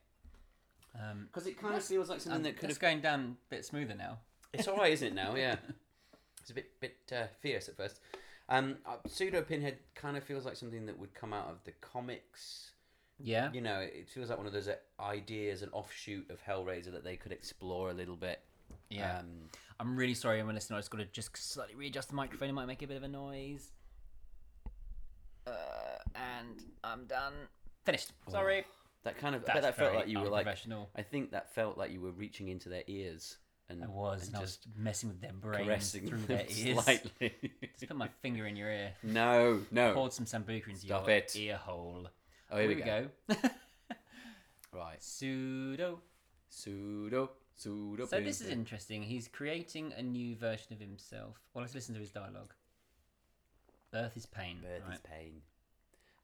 Speaker 2: Um,
Speaker 3: because it kind of feels like something that could
Speaker 2: it's
Speaker 3: have.
Speaker 2: going down a bit smoother now.
Speaker 3: It's all right, isn't it? Now, yeah. <laughs> It's a bit bit uh, fierce at first. Um, uh, pseudo pinhead kind of feels like something that would come out of the comics.
Speaker 2: Yeah.
Speaker 3: You know, it feels like one of those uh, ideas, an offshoot of Hellraiser that they could explore a little bit.
Speaker 2: Yeah.
Speaker 3: Um,
Speaker 2: I'm really sorry, I'm a listener. I just got to just slightly readjust the microphone. It might make a bit of a noise. Uh, and I'm done. Finished. Sorry.
Speaker 3: that kind of. I
Speaker 2: That's
Speaker 3: bet that felt
Speaker 2: very
Speaker 3: like you were like.
Speaker 2: unprofessional.
Speaker 3: I think that felt like you were reaching into their ears and
Speaker 2: I was,
Speaker 3: and
Speaker 2: and I was
Speaker 3: just
Speaker 2: messing with their brains
Speaker 3: caressing
Speaker 2: through
Speaker 3: them <laughs>
Speaker 2: their ears.
Speaker 3: slightly.
Speaker 2: <laughs> Just put my finger in your ear.
Speaker 3: no, <laughs> no.
Speaker 2: poured some sambuca into
Speaker 3: Stop
Speaker 2: your
Speaker 3: it.
Speaker 2: ear hole.
Speaker 3: Oh, here
Speaker 2: we
Speaker 3: we go. <laughs>
Speaker 2: go.
Speaker 3: Right.
Speaker 2: Pseudo.
Speaker 3: Pseudo. Pseudo.
Speaker 2: So this is
Speaker 3: pinhead.
Speaker 2: interesting. He's creating a new version of himself. Well, let's listen to his dialogue. Birth is pain.
Speaker 3: Birth is
Speaker 2: right.
Speaker 3: pain.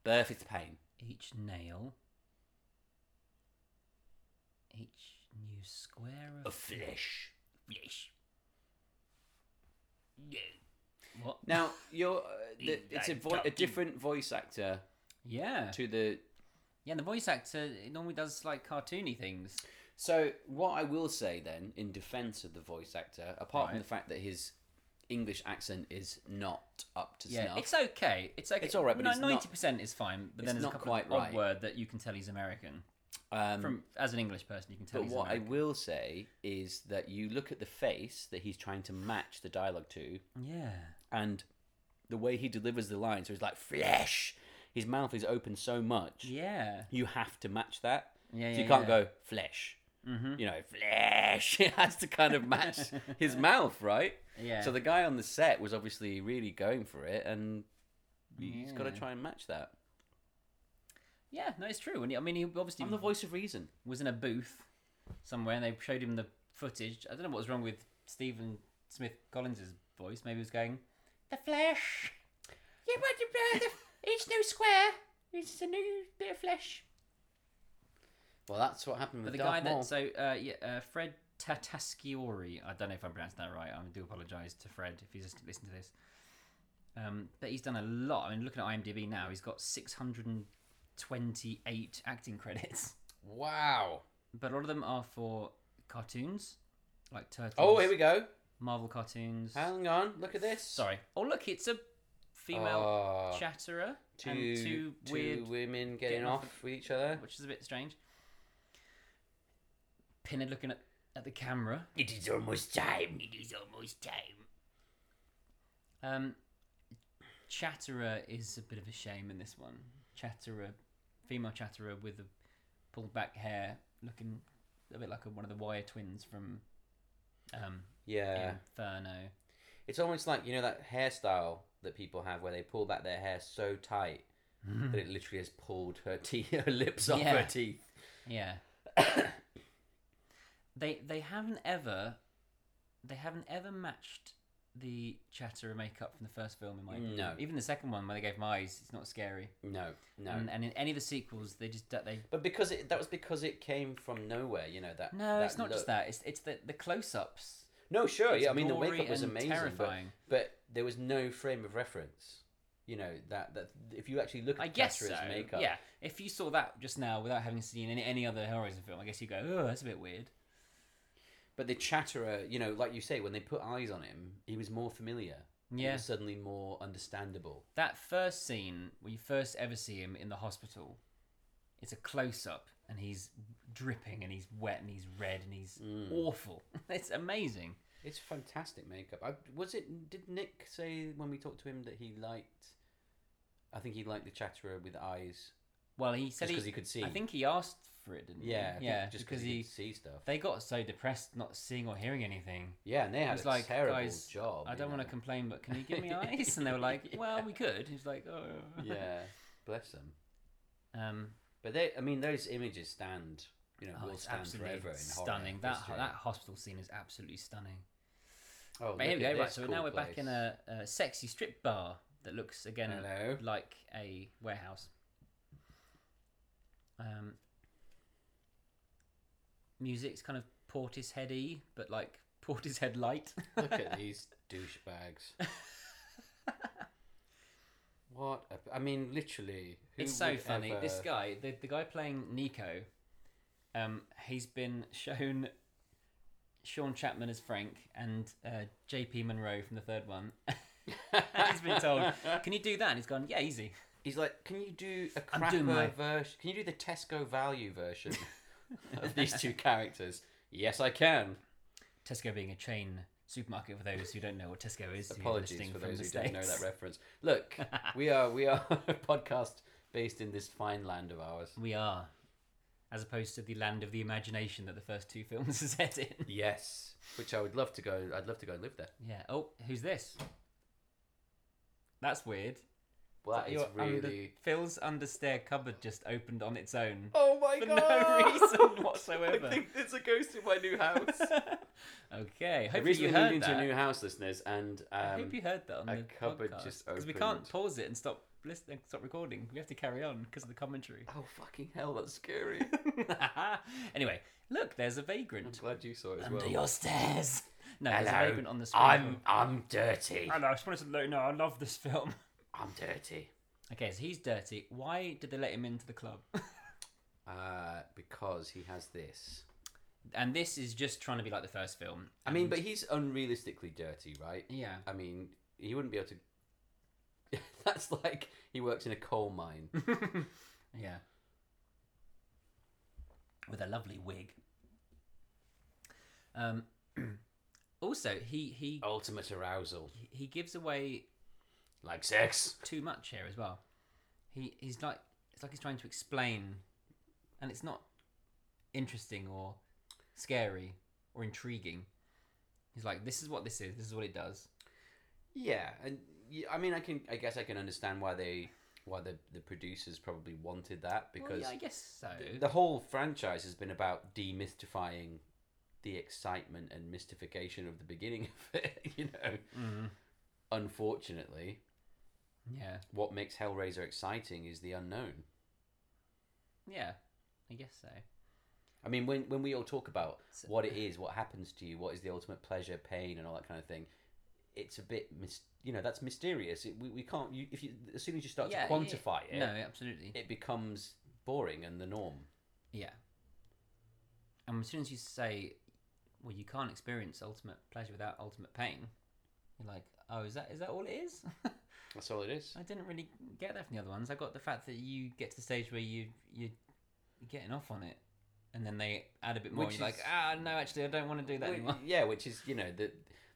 Speaker 3: Birth is pain.
Speaker 2: Each nail. Each new square of
Speaker 3: Of flesh.
Speaker 2: flesh. Yeah. What?
Speaker 3: Now you're. Uh,
Speaker 2: <laughs>
Speaker 3: the, it's a, vo- a
Speaker 2: Exactly.
Speaker 3: different voice actor
Speaker 2: Yeah.
Speaker 3: to the
Speaker 2: Yeah, the voice actor normally does like cartoony things.
Speaker 3: So what I will say then, in defence of the voice actor, apart from
Speaker 2: Right.
Speaker 3: the fact that his English accent is not up to
Speaker 2: Yeah,
Speaker 3: snuff,
Speaker 2: it's okay. It's okay.
Speaker 3: It's all right, but it's not-
Speaker 2: ninety percent is fine. But then
Speaker 3: it's
Speaker 2: there's a
Speaker 3: not
Speaker 2: couple
Speaker 3: quite
Speaker 2: of odd
Speaker 3: right.
Speaker 2: word that you can tell he's American.
Speaker 3: um,
Speaker 2: From as an English person, you can tell
Speaker 3: but
Speaker 2: he's
Speaker 3: what I
Speaker 2: American.
Speaker 3: will say is that you look at the face that he's trying to match the dialogue to,
Speaker 2: yeah,
Speaker 3: and the way he delivers the lines, so he's like flesh. His mouth is open so much,
Speaker 2: yeah,
Speaker 3: you have to match that.
Speaker 2: yeah.
Speaker 3: so you
Speaker 2: yeah,
Speaker 3: can't
Speaker 2: yeah. Mm-hmm.
Speaker 3: go flesh. You know, flesh. <laughs> It has to kind of match
Speaker 2: <laughs>
Speaker 3: his mouth, right?
Speaker 2: Yeah.
Speaker 3: So the guy on the set was obviously really going for it, and he's got to
Speaker 2: Yeah.
Speaker 3: try and match that.
Speaker 2: yeah, no, it's true. And he- I mean, he obviously
Speaker 3: I'm the voice of reason.
Speaker 2: was in a booth somewhere, and they showed him the footage. I don't know what was wrong with Stephen Smith Collins's voice. Maybe he was going the flesh. Yeah, but the, the, each new square is a new bit of flesh.
Speaker 3: Well, that's what happened
Speaker 2: But
Speaker 3: with
Speaker 2: the
Speaker 3: Darth
Speaker 2: guy
Speaker 3: Maul.
Speaker 2: that so uh, yeah, uh, Fred Tatasciore. I don't know if I'm pronouncing that right. I do apologise to Fred if he's just listened to this. Um, but he's done a lot. I mean, looking at IMDb now, he's got 628 acting credits,
Speaker 3: Wow.
Speaker 2: but a lot of them are for cartoons, like Turtles.
Speaker 3: Oh, here we go.
Speaker 2: Marvel cartoons.
Speaker 3: Hang on. Look at this.
Speaker 2: Sorry. Oh look, it's a female
Speaker 3: Oh,
Speaker 2: chatterer
Speaker 3: two,
Speaker 2: and two,
Speaker 3: two
Speaker 2: weird,
Speaker 3: women getting,
Speaker 2: getting
Speaker 3: off,
Speaker 2: off
Speaker 3: with each other.
Speaker 2: which is a bit strange. Pinhead looking at, at the camera.
Speaker 3: It is almost time.
Speaker 2: It is almost time. Um, Chatterer is a bit of a shame in this one. Chatterer, female Chatterer with the pulled back hair, looking a bit like a, one of the Wire twins from um,
Speaker 3: Yeah.
Speaker 2: Inferno.
Speaker 3: It's almost like, you know, that hairstyle that people have where they pull back their hair so tight that it literally has pulled her, <laughs> teeth, her lips off
Speaker 2: Yeah.
Speaker 3: her teeth.
Speaker 2: Yeah. <coughs> they they haven't ever they haven't ever matched the Chatterer makeup from the first film in my opinion.
Speaker 3: No.
Speaker 2: Even the second one where they gave him eyes, it's not scary.
Speaker 3: No, no.
Speaker 2: And, and in any of the sequels, they just don't- they
Speaker 3: But because it, that was because it came from nowhere, you know that.
Speaker 2: No,
Speaker 3: that
Speaker 2: it's not just
Speaker 3: look.
Speaker 2: that. It's it's the the close-ups.
Speaker 3: No, sure,
Speaker 2: It's
Speaker 3: yeah. I mean, the
Speaker 2: gory
Speaker 3: makeup was
Speaker 2: and
Speaker 3: amazing, but,
Speaker 2: terrifying.
Speaker 3: but there was no frame of reference. You know that that if you actually look
Speaker 2: I
Speaker 3: at
Speaker 2: guess
Speaker 3: Catherine's
Speaker 2: so.
Speaker 3: makeup,
Speaker 2: Yeah. If you saw that just now without having seen any, any other Horizon film, I guess you go, oh, that's a bit weird.
Speaker 3: But the Chatterer, you know, like you say, when they put eyes on him, he was more familiar. He
Speaker 2: Yeah.
Speaker 3: was suddenly more understandable.
Speaker 2: That first scene when you first ever see him in the hospital, it's a close-up and he's dripping and he's wet and he's red and he's
Speaker 3: Mm.
Speaker 2: awful. <laughs> It's amazing.
Speaker 3: It's fantastic makeup. I, was it? Did Nick say when we talked to him that he liked? I think he liked the Chatterer with eyes.
Speaker 2: Well, he said
Speaker 3: Just 'cause
Speaker 2: he
Speaker 3: he could see.
Speaker 2: I think he asked for it, didn't
Speaker 3: Yeah, I think
Speaker 2: he? Yeah.
Speaker 3: just
Speaker 2: because
Speaker 3: he,
Speaker 2: he
Speaker 3: could see stuff.
Speaker 2: they got so depressed not seeing or hearing anything.
Speaker 3: Yeah, and they
Speaker 2: I
Speaker 3: had
Speaker 2: was
Speaker 3: a
Speaker 2: like,
Speaker 3: terrible
Speaker 2: guys,
Speaker 3: job.
Speaker 2: I
Speaker 3: you
Speaker 2: don't want
Speaker 3: know.
Speaker 2: to complain, but can you
Speaker 3: <laughs>
Speaker 2: give me ice? And they were like, well, we could. He's like, oh.
Speaker 3: yeah, bless them.
Speaker 2: <laughs> Um,
Speaker 3: But they, I mean, those images stand, you know,
Speaker 2: oh,
Speaker 3: will
Speaker 2: it's
Speaker 3: stand
Speaker 2: absolutely
Speaker 3: forever in horror.
Speaker 2: stunning. That
Speaker 3: history.
Speaker 2: that hospital scene is absolutely stunning.
Speaker 3: Oh,
Speaker 2: but here
Speaker 3: look
Speaker 2: we go.
Speaker 3: at
Speaker 2: Right,
Speaker 3: this
Speaker 2: so
Speaker 3: cool
Speaker 2: now we're back in
Speaker 3: place.
Speaker 2: a, a sexy strip bar that looks again
Speaker 3: Hello.
Speaker 2: like a warehouse. Um, music's kind of Portisheady, but like <laughs> Portishead light.
Speaker 3: Look at these douchebags. What? A, I mean, literally.
Speaker 2: <laughs>
Speaker 3: who
Speaker 2: it's so
Speaker 3: would
Speaker 2: funny.
Speaker 3: ever-
Speaker 2: This guy, the, the guy playing Nico, um, he's been shown Sean Chapman as Frank and uh, J.P. Monroe from the third one. <laughs> he's been
Speaker 3: <laughs>
Speaker 2: told, "Can you do that?" And he's gone, "Yeah, easy."
Speaker 3: He's like, can you do a
Speaker 2: I'm doing my-
Speaker 3: crapper version? Can you do the Tesco value version <laughs> of these two characters? Yes, I can.
Speaker 2: Tesco being a chain supermarket for those who don't know what Tesco is. who are
Speaker 3: Apologies
Speaker 2: listening
Speaker 3: for
Speaker 2: from
Speaker 3: those
Speaker 2: the
Speaker 3: who don't know that
Speaker 2: States.
Speaker 3: reference. Look, we are we are <laughs> a podcast based in this fine land of ours.
Speaker 2: We are, as opposed to the land of the imagination that the first two films <laughs> are set in.
Speaker 3: Yes, which I would love to go. I'd love to go and live there.
Speaker 2: Yeah. Oh, who's this? That's weird.
Speaker 3: Well, that is
Speaker 2: Your under-
Speaker 3: really.
Speaker 2: Phil's understair cupboard just opened on its own
Speaker 3: <laughs> Oh my
Speaker 2: for
Speaker 3: god!
Speaker 2: no
Speaker 3: <laughs>
Speaker 2: reason whatsoever.
Speaker 3: I think there's a ghost in my
Speaker 2: <laughs>
Speaker 3: new house.
Speaker 2: okay,
Speaker 3: I
Speaker 2: hopefully
Speaker 3: recently
Speaker 2: you
Speaker 3: moved
Speaker 2: heard
Speaker 3: into a new
Speaker 2: that.
Speaker 3: house, listeners, and
Speaker 2: I
Speaker 3: um,
Speaker 2: hope you heard that on
Speaker 3: a
Speaker 2: the
Speaker 3: cupboard
Speaker 2: podcast.
Speaker 3: just
Speaker 2: we can't
Speaker 3: opened.
Speaker 2: pause it and stop listening, stop recording. We have to carry on because of the commentary.
Speaker 3: <laughs> oh fucking hell,
Speaker 2: <laughs>
Speaker 3: that's scary.
Speaker 2: anyway, look, there's a
Speaker 3: I'm
Speaker 2: vagrant
Speaker 3: glad you saw it as
Speaker 2: under
Speaker 3: well.
Speaker 2: your stairs. No, there's a
Speaker 3: Hello,
Speaker 2: vagrant on the screen.
Speaker 3: I'm I'm dirty.
Speaker 2: I know. I just wanted to let you know I love this film. <laughs>
Speaker 3: I'm dirty.
Speaker 2: Okay, so he's dirty. Why did they let him into the club?
Speaker 3: Uh, because he has this.
Speaker 2: and this is just trying to be like the first film.
Speaker 3: I mean, but he's unrealistically dirty, right?
Speaker 2: <laughs> yeah,
Speaker 3: I mean, he wouldn't be able to. <laughs> That's like he works in a
Speaker 2: <laughs>
Speaker 3: coal mine.
Speaker 2: yeah, with a lovely wig. Um. <clears throat> also, he he
Speaker 3: Ultimate arousal,
Speaker 2: he gives away
Speaker 3: like sex.
Speaker 2: too much here as well. He he's like it's like he's trying to explain, and it's not interesting or scary or intriguing. He's like, this is what this is. This is what it does.
Speaker 3: Yeah, and y- I mean, I can. I guess I can understand why they, why the the producers probably wanted that because
Speaker 2: well, yeah, I guess so.
Speaker 3: the whole franchise has been about demystifying the excitement and mystification of the beginning <laughs> of it. You know,
Speaker 2: Mm,
Speaker 3: unfortunately,
Speaker 2: yeah,
Speaker 3: what makes Hellraiser exciting is the unknown.
Speaker 2: yeah, I guess so.
Speaker 3: I mean, when when we all talk about
Speaker 2: So-
Speaker 3: what it is, what happens to you, what is the ultimate pleasure, pain, and all that kind of thing, it's a bit, mis- you know, that's mysterious. It, we, we can't. You, if you as soon as you start
Speaker 2: Yeah,
Speaker 3: to quantify it,
Speaker 2: No, absolutely.
Speaker 3: it becomes boring and the norm.
Speaker 2: Yeah. And as soon as you say, well, you can't experience ultimate pleasure without ultimate pain, you're like, oh, is that is that all it is? <laughs>
Speaker 3: That's all it is.
Speaker 2: I didn't really get that from the other ones. I got the fact that you get to the stage where you you you're getting off on it, and then they add a bit more.
Speaker 3: Which
Speaker 2: and you're like,
Speaker 3: is-
Speaker 2: ah, no, actually, I don't want to do that anymore. <laughs>
Speaker 3: yeah, which is you know the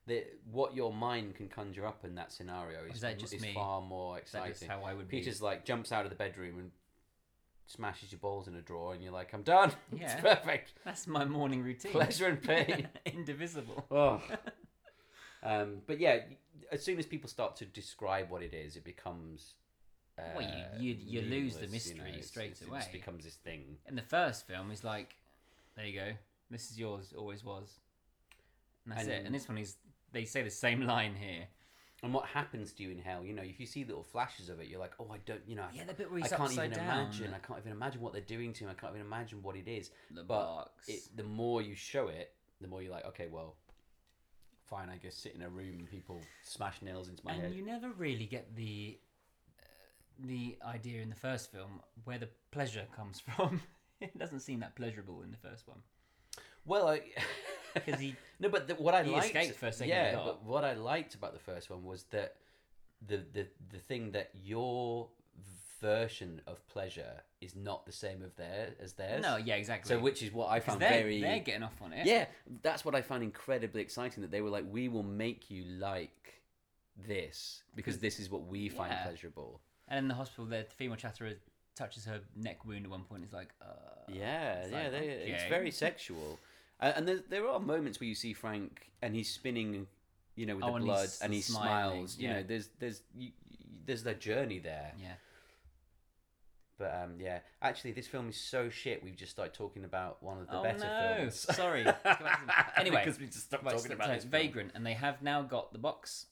Speaker 3: the what your mind can conjure up in that scenario is,
Speaker 2: Is that just
Speaker 3: is
Speaker 2: me?
Speaker 3: far more
Speaker 2: <laughs> That's just
Speaker 3: exciting.
Speaker 2: how I would
Speaker 3: Peter's like jumps out of the bedroom and smashes your balls in a drawer, and you're like, I'm done. <laughs>
Speaker 2: Yeah.
Speaker 3: it's perfect.
Speaker 2: be. That's my morning routine.
Speaker 3: Pleasure and pain.
Speaker 2: <laughs> Indivisible. <laughs>
Speaker 3: Oh. um, but yeah, as soon as people start to describe what it is, it becomes. Uh,
Speaker 2: Well, you- you- you lose the
Speaker 3: meaningless, you know,
Speaker 2: mystery
Speaker 3: it's-
Speaker 2: straight
Speaker 3: it's- It
Speaker 2: away.
Speaker 3: just becomes this thing.
Speaker 2: And the first film is like, there you go. This is yours. Always was. And that's it.
Speaker 3: And-
Speaker 2: And this one is. They say the same line here.
Speaker 3: And what happens to you in hell? You know, if you see little flashes of it, you're like, oh, I don't, you know, I,
Speaker 2: Yeah, the bit where
Speaker 3: I
Speaker 2: he's
Speaker 3: can't
Speaker 2: upside
Speaker 3: even
Speaker 2: down.
Speaker 3: imagine. I can't even imagine what they're doing to him. I can't even imagine what it is.
Speaker 2: The
Speaker 3: but
Speaker 2: box.
Speaker 3: it, the more you show it, the more you're like, okay, well, fine. I guess sit in a room and people smash nails into my
Speaker 2: and
Speaker 3: head.
Speaker 2: you never really get the uh, the idea in the first film where the pleasure comes <laughs> from. it doesn't seem that pleasurable in the first one
Speaker 3: Well, I. <laughs>
Speaker 2: because he
Speaker 3: No, but the, what I
Speaker 2: He
Speaker 3: liked,
Speaker 2: escaped for a second
Speaker 3: yeah,
Speaker 2: and got
Speaker 3: but what I liked about the first one was that the the the thing that your version of pleasure is not the same of their as theirs.
Speaker 2: no, yeah, exactly.
Speaker 3: So which is what I
Speaker 2: 'Cause
Speaker 3: found
Speaker 2: they're,
Speaker 3: very
Speaker 2: they're getting off on it.
Speaker 3: yeah, that's what I found incredibly exciting. That they were like, we will make you like this because this is what we find
Speaker 2: Yeah.
Speaker 3: pleasurable.
Speaker 2: and in the hospital, the female chatterer touches her neck wound at one point. It's like, uh,
Speaker 3: Yeah,
Speaker 2: It's
Speaker 3: yeah,
Speaker 2: like,
Speaker 3: they, it's
Speaker 2: okay.
Speaker 3: very sexual, uh, and there, there are moments where you see Frank and he's spinning, you know, with
Speaker 2: Oh,
Speaker 3: the
Speaker 2: and
Speaker 3: blood,
Speaker 2: he's
Speaker 3: and he
Speaker 2: smiling,
Speaker 3: smiles. You
Speaker 2: yeah.
Speaker 3: know, there's there's you, you- there's that journey there.
Speaker 2: yeah,
Speaker 3: But um, yeah, actually, this film is so shit. We've just started talking about one of the
Speaker 2: oh
Speaker 3: better
Speaker 2: no,
Speaker 3: films.
Speaker 2: <laughs>
Speaker 3: <laughs>
Speaker 2: sorry. Let's go back to the- anyway,
Speaker 3: because we just stopped
Speaker 2: Right,
Speaker 3: talking
Speaker 2: so-
Speaker 3: about
Speaker 2: so
Speaker 3: this. film.
Speaker 2: Vagrant, and they have now got the box.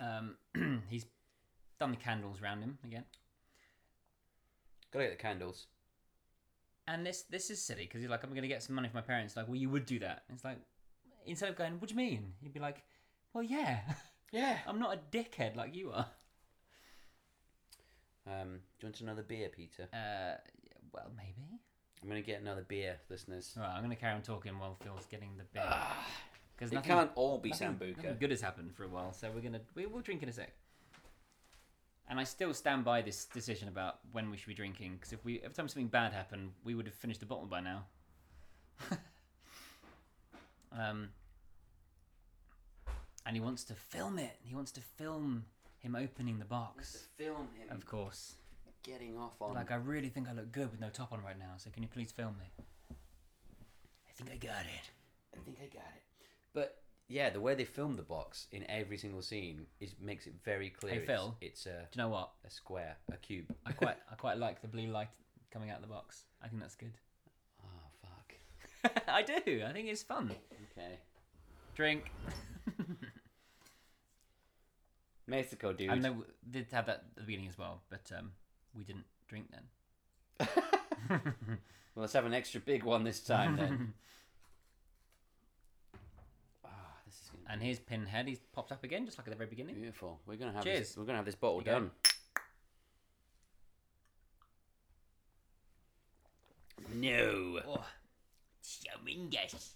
Speaker 2: Um, <clears throat> he's done the candles round him again.
Speaker 3: Gotta get the candles.
Speaker 2: And this this is silly because he's like, I'm going to get some money from my parents. Like, well, you would do that. And it's like, instead of going, what do you mean? He'd be like, well, yeah, <laughs>
Speaker 3: Yeah.
Speaker 2: I'm not a dickhead like you are.
Speaker 3: Um, do you want another beer, Peter?
Speaker 2: Uh, well, maybe.
Speaker 3: I'm gonna get another beer, listeners.
Speaker 2: All right, I'm going to carry on talking while Phil's getting the beer because
Speaker 3: It
Speaker 2: nothing,
Speaker 3: can't all be
Speaker 2: nothing, nothing
Speaker 3: sambuca.
Speaker 2: good has happened for a while. So we're gonna we, we'll drink in a sec. And I still stand by this decision about when we should be drinking because if we every time something bad happened, we would have finished the bottle by now. <laughs> um, and he wants to film it. He wants to film him opening the box.
Speaker 3: Film him
Speaker 2: Of course.
Speaker 3: getting off on
Speaker 2: Like uh, I really think I look good with no top on right now. So can you please film me? I think I got it.
Speaker 3: I think I got it. But yeah, the way they film the box in every single scene is makes it very clear.
Speaker 2: Hey,
Speaker 3: it's,
Speaker 2: Phil.
Speaker 3: it's a
Speaker 2: Do you know what?
Speaker 3: a square, a cube.
Speaker 2: I quite I quite like the blue light coming out of the box. I think that's good.
Speaker 3: Oh fuck.
Speaker 2: <laughs> I do. I think it's fun.
Speaker 3: Okay.
Speaker 2: Drink.
Speaker 3: Mexico, dude.
Speaker 2: I know we did have that at the beginning as well, but um, we didn't drink then.
Speaker 3: Well, let's have an extra big one this
Speaker 2: <laughs>
Speaker 3: time then. Ah, this is gonna
Speaker 2: And here's Pinhead. He's popped up again, just like at the very
Speaker 3: be
Speaker 2: beginning.
Speaker 3: beautiful. We're gonna have
Speaker 2: Cheers.
Speaker 3: this. We're gonna have this bottle
Speaker 2: Here you
Speaker 3: done.
Speaker 2: go.
Speaker 3: No.
Speaker 2: Oh, it's humongous.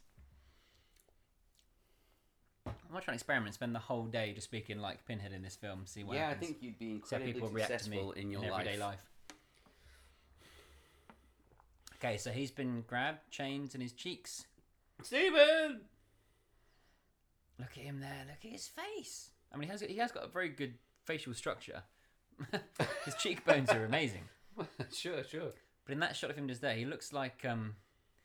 Speaker 2: I might try and experiment. Spend the whole day just speaking like Pinhead in this film. See what
Speaker 3: yeah, I
Speaker 2: happens.
Speaker 3: think you'd be
Speaker 2: See how
Speaker 3: incredibly
Speaker 2: people react to me
Speaker 3: successful in your
Speaker 2: everyday life. Okay, so he's been grabbed, chains in his cheeks. <laughs>
Speaker 3: Steven.
Speaker 2: Look at him there. Look at his face. I mean, he has he has got a very good facial structure. <laughs> his cheekbones are amazing.
Speaker 3: sure, sure.
Speaker 2: But in that shot of him just there, he looks like um,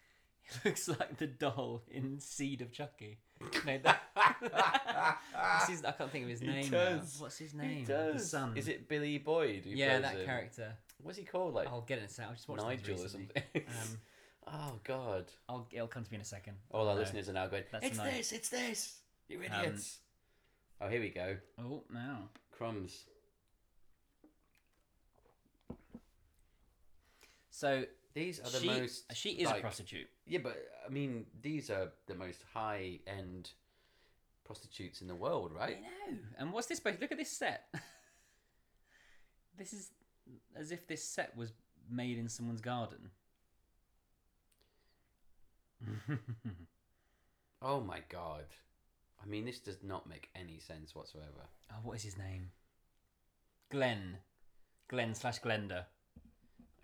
Speaker 2: <laughs> he looks like the doll in Seed of Chucky. No, that, <laughs> What's his- I can't think of his name. now.
Speaker 3: does.
Speaker 2: What's his
Speaker 3: He
Speaker 2: name?
Speaker 3: does.
Speaker 2: The son.
Speaker 3: Is it Billy Boyd? Who
Speaker 2: Yeah,
Speaker 3: plays
Speaker 2: that
Speaker 3: him?
Speaker 2: character.
Speaker 3: What's he called? Like
Speaker 2: I'll get it in a sec. I just watched things
Speaker 3: Nigel or
Speaker 2: recently.
Speaker 3: something. <laughs>
Speaker 2: Um,
Speaker 3: oh God.
Speaker 2: I'll, it'll come to me in a second.
Speaker 3: All our
Speaker 2: No.
Speaker 3: listeners are now going.
Speaker 2: That's
Speaker 3: it's
Speaker 2: annoying.
Speaker 3: this. It's this. You
Speaker 2: Um,
Speaker 3: idiots. oh, here we go.
Speaker 2: Oh, no.
Speaker 3: Crumbs.
Speaker 2: So
Speaker 3: These are the
Speaker 2: she,
Speaker 3: most.
Speaker 2: she is a
Speaker 3: like-
Speaker 2: prostitute.
Speaker 3: Yeah, but I mean, these are the most high end prostitutes in the world,
Speaker 2: I
Speaker 3: right?
Speaker 2: know. And what's this? supposed- Look at this set. <laughs> this is as if this set was made in someone's
Speaker 3: <laughs>
Speaker 2: garden.
Speaker 3: Oh my God. I mean, this does not make any sense whatsoever.
Speaker 2: Oh, what is his name? Glenn. Glenn slash Glenda.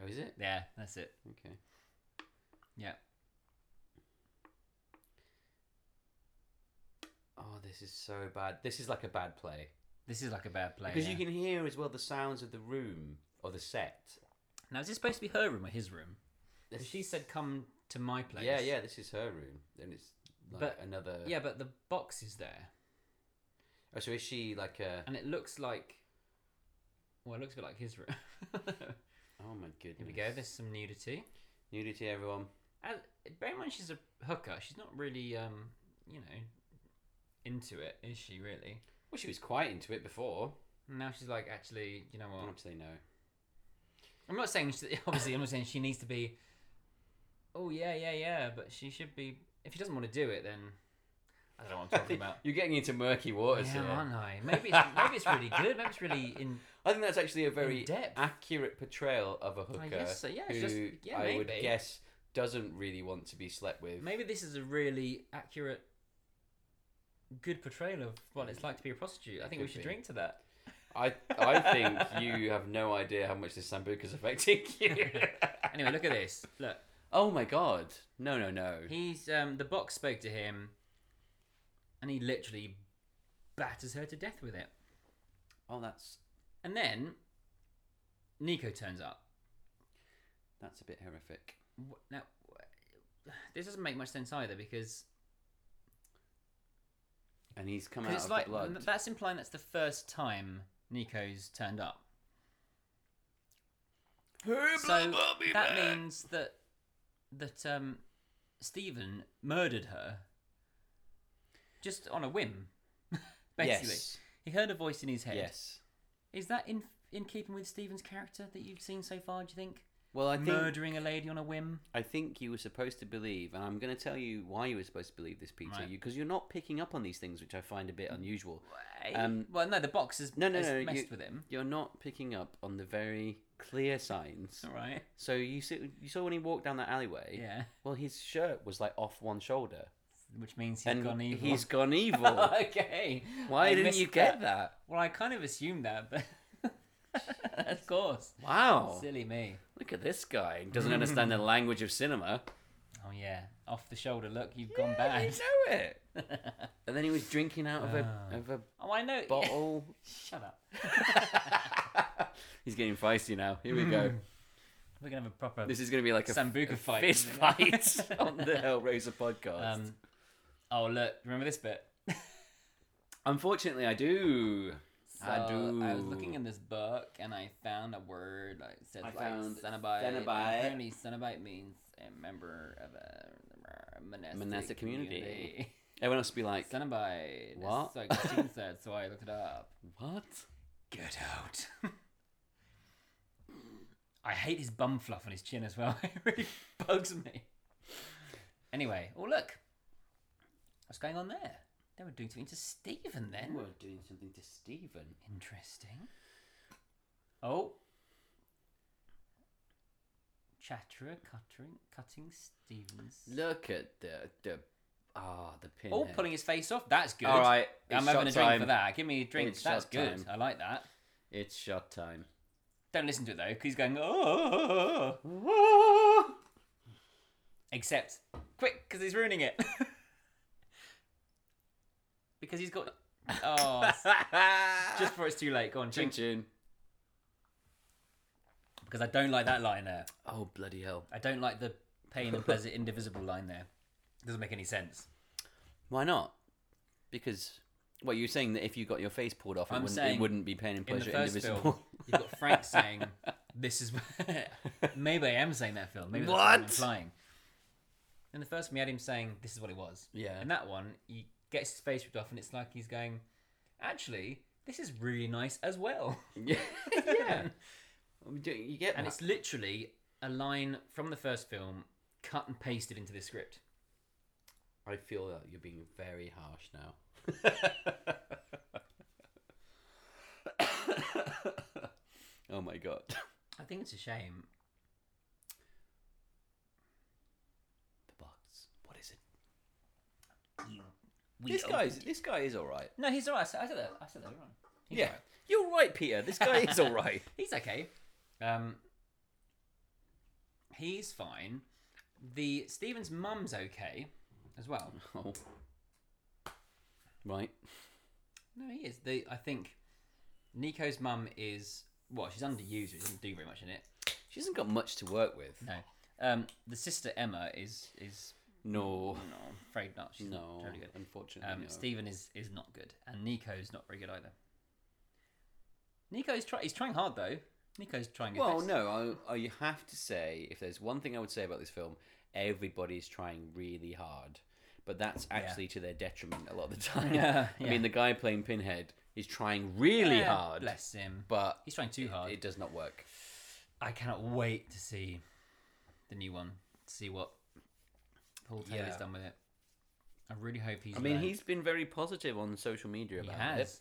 Speaker 3: Oh, is it?
Speaker 2: Yeah, that's it.
Speaker 3: Okay.
Speaker 2: Yeah.
Speaker 3: Oh, this is so bad. This is like a bad play.
Speaker 2: This is like a bad play.
Speaker 3: Because
Speaker 2: yeah.
Speaker 3: you can hear as well the sounds of the room or the set.
Speaker 2: Now, is this supposed to be her room or his room? 'Cause
Speaker 3: This-
Speaker 2: She said, come to my place.
Speaker 3: Yeah, yeah, this is her room. And it's like
Speaker 2: But-
Speaker 3: another.
Speaker 2: Yeah, but the box is there.
Speaker 3: Oh, so is she like a.
Speaker 2: And it looks like. Well, it looks a bit like his room. <laughs> Here
Speaker 3: Oh my goodness.
Speaker 2: we go. There's some nudity.
Speaker 3: Nudity, everyone.
Speaker 2: And bear in mind, she's a hooker. She's not really, um, you know, into it, is she? Really?
Speaker 3: Well, she was quite into it before.
Speaker 2: And now she's like, actually, you know what?
Speaker 3: Not to they know.
Speaker 2: I'm not saying she, <laughs> obviously. I'm not saying she needs to be. Oh yeah, yeah, yeah. But she should be. If she doesn't want to do it, then I don't know what I'm talking
Speaker 3: <laughs>
Speaker 2: about.
Speaker 3: You're getting into murky waters
Speaker 2: Yeah,
Speaker 3: here.
Speaker 2: aren't I? Maybe it's, maybe it's really good. Maybe it's really in.
Speaker 3: I think that's actually a very
Speaker 2: depth.
Speaker 3: accurate portrayal of a hooker
Speaker 2: guess so, yeah,
Speaker 3: who
Speaker 2: it's just- yeah,
Speaker 3: I would
Speaker 2: maybe.
Speaker 3: guess doesn't really want to be slept with.
Speaker 2: Maybe this is a really accurate, good portrayal of what it's like to be a prostitute. I think we
Speaker 3: could
Speaker 2: should
Speaker 3: be.
Speaker 2: drink to that.
Speaker 3: I I think you have no idea how much this sambuca's affecting <laughs> you.
Speaker 2: Anyway, look at this. Look.
Speaker 3: oh my god! No, no, no.
Speaker 2: He's um, the box spoke to him, and he literally batters her to death with it.
Speaker 3: Oh, that's
Speaker 2: And then Nico turns up.
Speaker 3: that's a bit horrific.
Speaker 2: Wh- Now, wh- this doesn't make much sense either because
Speaker 3: And he's come
Speaker 2: 'cause
Speaker 3: out
Speaker 2: it's
Speaker 3: of
Speaker 2: like
Speaker 3: the blood.
Speaker 2: that's implying that's the first time Nico's turned up. So that means that that um, Stephen murdered her just on a whim, <laughs> basically.
Speaker 3: Yes.
Speaker 2: He heard a voice in his head.
Speaker 3: Yes.
Speaker 2: Is that in in keeping with Stephen's character that you've seen so far? Do you think
Speaker 3: Well, I think
Speaker 2: murdering a lady on a whim?
Speaker 3: I think you were supposed to believe, and I'm going to tell you why you were supposed to believe this, Peter,
Speaker 2: Right. Mm.
Speaker 3: because you're not picking up on these things, which I find a bit unusual.
Speaker 2: Um,
Speaker 3: Um,
Speaker 2: well, no, the box has,
Speaker 3: No, no,
Speaker 2: has
Speaker 3: no.
Speaker 2: messed
Speaker 3: you,
Speaker 2: with him.
Speaker 3: You're not picking up on the very clear signs.
Speaker 2: All right.
Speaker 3: So you see, you saw when he walked down that alleyway.
Speaker 2: Yeah,
Speaker 3: Well, his shirt was like off one shoulder,
Speaker 2: which means he's
Speaker 3: and
Speaker 2: gone evil.
Speaker 3: he's
Speaker 2: <laughs>
Speaker 3: gone evil.
Speaker 2: okay.
Speaker 3: Why
Speaker 2: I
Speaker 3: didn't
Speaker 2: missed
Speaker 3: you get that?
Speaker 2: Well, I kind of assumed that, but <laughs> of course,
Speaker 3: Wow!
Speaker 2: silly me.
Speaker 3: Look at this guy. He Doesn't
Speaker 2: <laughs>
Speaker 3: understand the language of cinema.
Speaker 2: Oh yeah, off the shoulder look. You've gone bad.
Speaker 3: know it. and then he was drinking out of a of a
Speaker 2: <laughs> Oh, I know.
Speaker 3: bottle.
Speaker 2: <laughs> Shut up.
Speaker 3: He's getting feisty now. Here we go.
Speaker 2: We're gonna have a proper
Speaker 3: This is going to be like a
Speaker 2: sambuca Hmm. fight.
Speaker 3: fist Oh,
Speaker 2: isn't it?
Speaker 3: <laughs>
Speaker 2: <laughs>
Speaker 3: fight on the Hellraiser podcast.
Speaker 2: Um, oh look, remember this bit?
Speaker 3: Unfortunately, I do.
Speaker 4: So
Speaker 3: I do.
Speaker 4: I was looking in this book and I found a word like says
Speaker 3: I
Speaker 4: like
Speaker 3: found
Speaker 4: Cenobite. and
Speaker 3: Cenobite.
Speaker 4: Apparently, Cenobite means a member of a monastic,
Speaker 3: Monastic community. Everyone else would be like,
Speaker 4: Cenobite. It's
Speaker 3: What?
Speaker 4: like Christine said, so I looked
Speaker 3: <laughs>
Speaker 4: it up.
Speaker 3: what?
Speaker 2: Get
Speaker 4: <laughs>
Speaker 2: out. I hate his bum fluff on his chin as
Speaker 4: <laughs>
Speaker 2: well. it really bugs me. Anyway, oh look. What's going on there? They were doing something to Stephen then.
Speaker 3: We're doing something to Stephen.
Speaker 2: Interesting. Oh. Chatterer cutting, cutting Stevens.
Speaker 3: Look at the the ah the pin.
Speaker 2: Oh, pulling his face off. That's good.
Speaker 3: All right,
Speaker 2: I'm
Speaker 3: it's
Speaker 2: having a
Speaker 3: shot
Speaker 2: drink
Speaker 3: time.
Speaker 2: for that. Give me a drink.
Speaker 3: It's
Speaker 2: That's
Speaker 3: shot
Speaker 2: good.
Speaker 3: time.
Speaker 2: I like that.
Speaker 3: It's shot <laughs> time.
Speaker 2: Don't listen to it though, 'cause he's going, oh, oh." Except, quick, because he's ruining it. <laughs> because he's got. Oh, s- just before it's too late. Go on,
Speaker 3: Ching
Speaker 2: drink.
Speaker 3: chin.
Speaker 2: Because I don't like that line there.
Speaker 3: Oh bloody hell!
Speaker 2: I don't like the pain and pleasure indivisible line there. doesn't make any sense.
Speaker 3: Why not? Because well, you're saying that if you got your face pulled off, it,
Speaker 2: I'm
Speaker 3: wouldn't,
Speaker 2: saying
Speaker 3: it wouldn't be pain and
Speaker 2: In the
Speaker 3: pleasure
Speaker 2: first
Speaker 3: indivisible.
Speaker 2: film, you've got Frank saying, "This is." <laughs> Maybe I am saying that film. Maybe that's what I'm
Speaker 3: What?
Speaker 2: implying. In the first one, you had him saying, "This is what it was."
Speaker 3: Yeah.
Speaker 2: In that one, he gets his face ripped off, and it's like he's going, "Actually, this is really nice as well."
Speaker 3: <laughs>
Speaker 2: <laughs>
Speaker 3: yeah, <laughs> yeah. You- You get
Speaker 2: And
Speaker 3: that.
Speaker 2: it's literally a line from the first film, cut and pasted into the script.
Speaker 3: I feel that you're being very harsh now. <laughs> <coughs> oh my <laughs> god.
Speaker 2: I think it's a shame.
Speaker 3: The box. What is it?
Speaker 2: We
Speaker 3: This
Speaker 2: are-
Speaker 3: guy's this guy is alright.
Speaker 2: No, he's alright. I said I said that. I said that. Wrong. He's
Speaker 3: Yeah.
Speaker 2: alright.
Speaker 3: You're right, Peter. This guy
Speaker 2: <laughs>
Speaker 3: is alright.
Speaker 2: He's okay. Um, he's fine. The Stephen's mum's okay as well.
Speaker 3: Oh. Right.
Speaker 2: No, he is. The I think Nico's mum is well, she's underused. She doesn't do very much in it.
Speaker 3: She hasn't got much to work with.
Speaker 2: No. Um, the sister Emma is is
Speaker 3: No.
Speaker 2: no, I'm afraid not. She's
Speaker 3: No.
Speaker 2: not terribly good.
Speaker 3: Unfortunately.
Speaker 2: Um,
Speaker 3: no.
Speaker 2: Stephen is is not good, and Nico's not very good either. Nico is try- he's trying hard though. Nico's trying. His
Speaker 3: Well,
Speaker 2: best.
Speaker 3: no, I, I have to say, if there's one thing I would say about this film, everybody's trying really hard, but that's actually to their detriment
Speaker 2: <laughs>
Speaker 3: a lot of the time.
Speaker 2: Yeah,
Speaker 3: I
Speaker 2: yeah.
Speaker 3: mean, the guy playing Pinhead is trying really
Speaker 2: Yeah,
Speaker 3: hard,
Speaker 2: Bless him.
Speaker 3: but
Speaker 2: He's trying too hard.
Speaker 3: it does not work.
Speaker 2: I cannot wait to see the new one. See what Paul Taylor's
Speaker 3: Yeah.
Speaker 2: done with it. I really hope he's.
Speaker 3: I mean,
Speaker 2: learned.
Speaker 3: he's been very positive on social media
Speaker 2: he
Speaker 3: about
Speaker 2: has.
Speaker 3: it.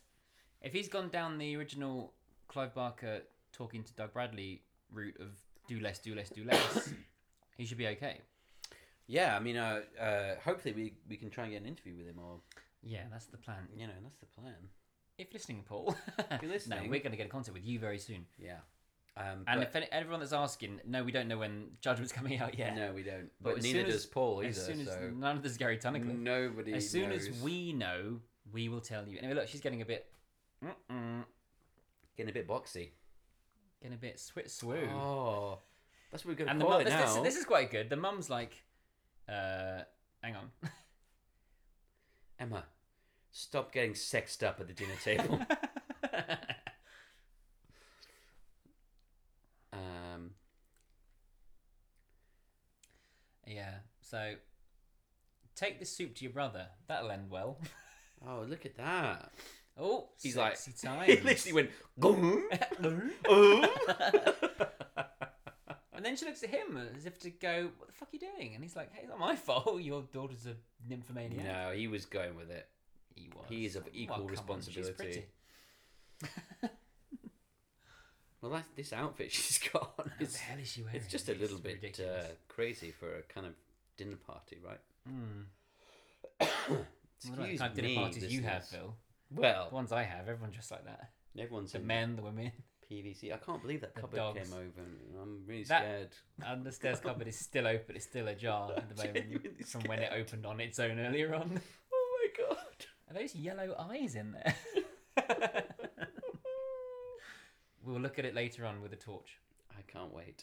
Speaker 2: If he's gone down the original Clive Barker talking to Doug Bradley route of do less, do less, do less, <coughs> he should be okay.
Speaker 3: Yeah, I mean, uh, uh, hopefully we, we can try and get an interview with him, or
Speaker 2: Yeah, that's the plan.
Speaker 3: you know, that's the plan.
Speaker 2: If listening, Paul, <laughs>
Speaker 3: you're listening-
Speaker 2: no, we're going to get a contact with you very soon.
Speaker 3: Yeah, um,
Speaker 2: And
Speaker 3: but-
Speaker 2: if any, everyone that's asking, no, we don't know when Judgment's coming out yet.
Speaker 3: no, we don't.
Speaker 2: But
Speaker 3: But,
Speaker 2: as
Speaker 3: neither
Speaker 2: soon as-
Speaker 3: does Paul either.
Speaker 2: as soon as
Speaker 3: so
Speaker 2: none of this is Gary Tunnicliffe.
Speaker 3: nobody.
Speaker 2: As soon as
Speaker 3: knows.
Speaker 2: we know, we will tell you. Anyway, look, she's getting a bit, mm-mm,
Speaker 3: getting a bit boxy.
Speaker 2: getting a bit swit swoo.
Speaker 3: Oh, that's what we're going
Speaker 2: and
Speaker 3: to
Speaker 2: the
Speaker 3: call
Speaker 2: mum,
Speaker 3: it
Speaker 2: this, this,
Speaker 3: now.
Speaker 2: this is quite good. The mum's like, uh, hang
Speaker 3: <laughs>
Speaker 2: on.
Speaker 3: Emma, stop getting sexed up at the dinner
Speaker 2: <laughs>
Speaker 3: table. um,
Speaker 2: yeah. So, take this soup to your brother. That'll end
Speaker 3: <laughs>
Speaker 2: well.
Speaker 3: oh, look
Speaker 2: <laughs>
Speaker 3: at that.
Speaker 2: Oh,
Speaker 3: He's
Speaker 2: sexy
Speaker 3: like,
Speaker 2: times.
Speaker 3: <laughs> he literally went, <laughs> "Gong."
Speaker 2: oh." and then she looks at him as if to go, "What the fuck are you doing?" And he's like, "Hey, it's not my fault. <laughs> Your daughter's a nymphomaniac."
Speaker 3: no, he was going with it.
Speaker 2: He was.
Speaker 3: He is of equal
Speaker 2: come on, she's
Speaker 3: responsibility.
Speaker 2: pretty.
Speaker 3: Well, that's, this outfit <laughs> she's got on
Speaker 2: What the
Speaker 3: is
Speaker 2: hell is she wearing?
Speaker 3: it's just a little bit
Speaker 2: ridiculous.
Speaker 3: uh, crazy for a kind of dinner party, right? <coughs>
Speaker 2: Mm. What about the
Speaker 3: Excuse
Speaker 2: kind of dinner
Speaker 3: me,
Speaker 2: parties you have,
Speaker 3: listeners.
Speaker 2: Phil.
Speaker 3: Well,
Speaker 2: The ones I have, everyone just like that.
Speaker 3: everyone's
Speaker 2: The
Speaker 3: in
Speaker 2: men, the women.
Speaker 3: <laughs> PVC. I can't believe that
Speaker 2: The
Speaker 3: cupboard
Speaker 2: dogs.
Speaker 3: came over. and I'm really
Speaker 2: That-
Speaker 3: scared.
Speaker 2: And the stairs cupboard is still open. It's still ajar at the
Speaker 3: <laughs> Genuinely
Speaker 2: moment from when it opened on its own earlier
Speaker 3: <laughs>
Speaker 2: on.
Speaker 3: Oh my god.
Speaker 2: Are those yellow eyes in there?
Speaker 3: <laughs>
Speaker 2: <laughs> we'll look at it later on with a torch. <coughs>
Speaker 3: I can't wait.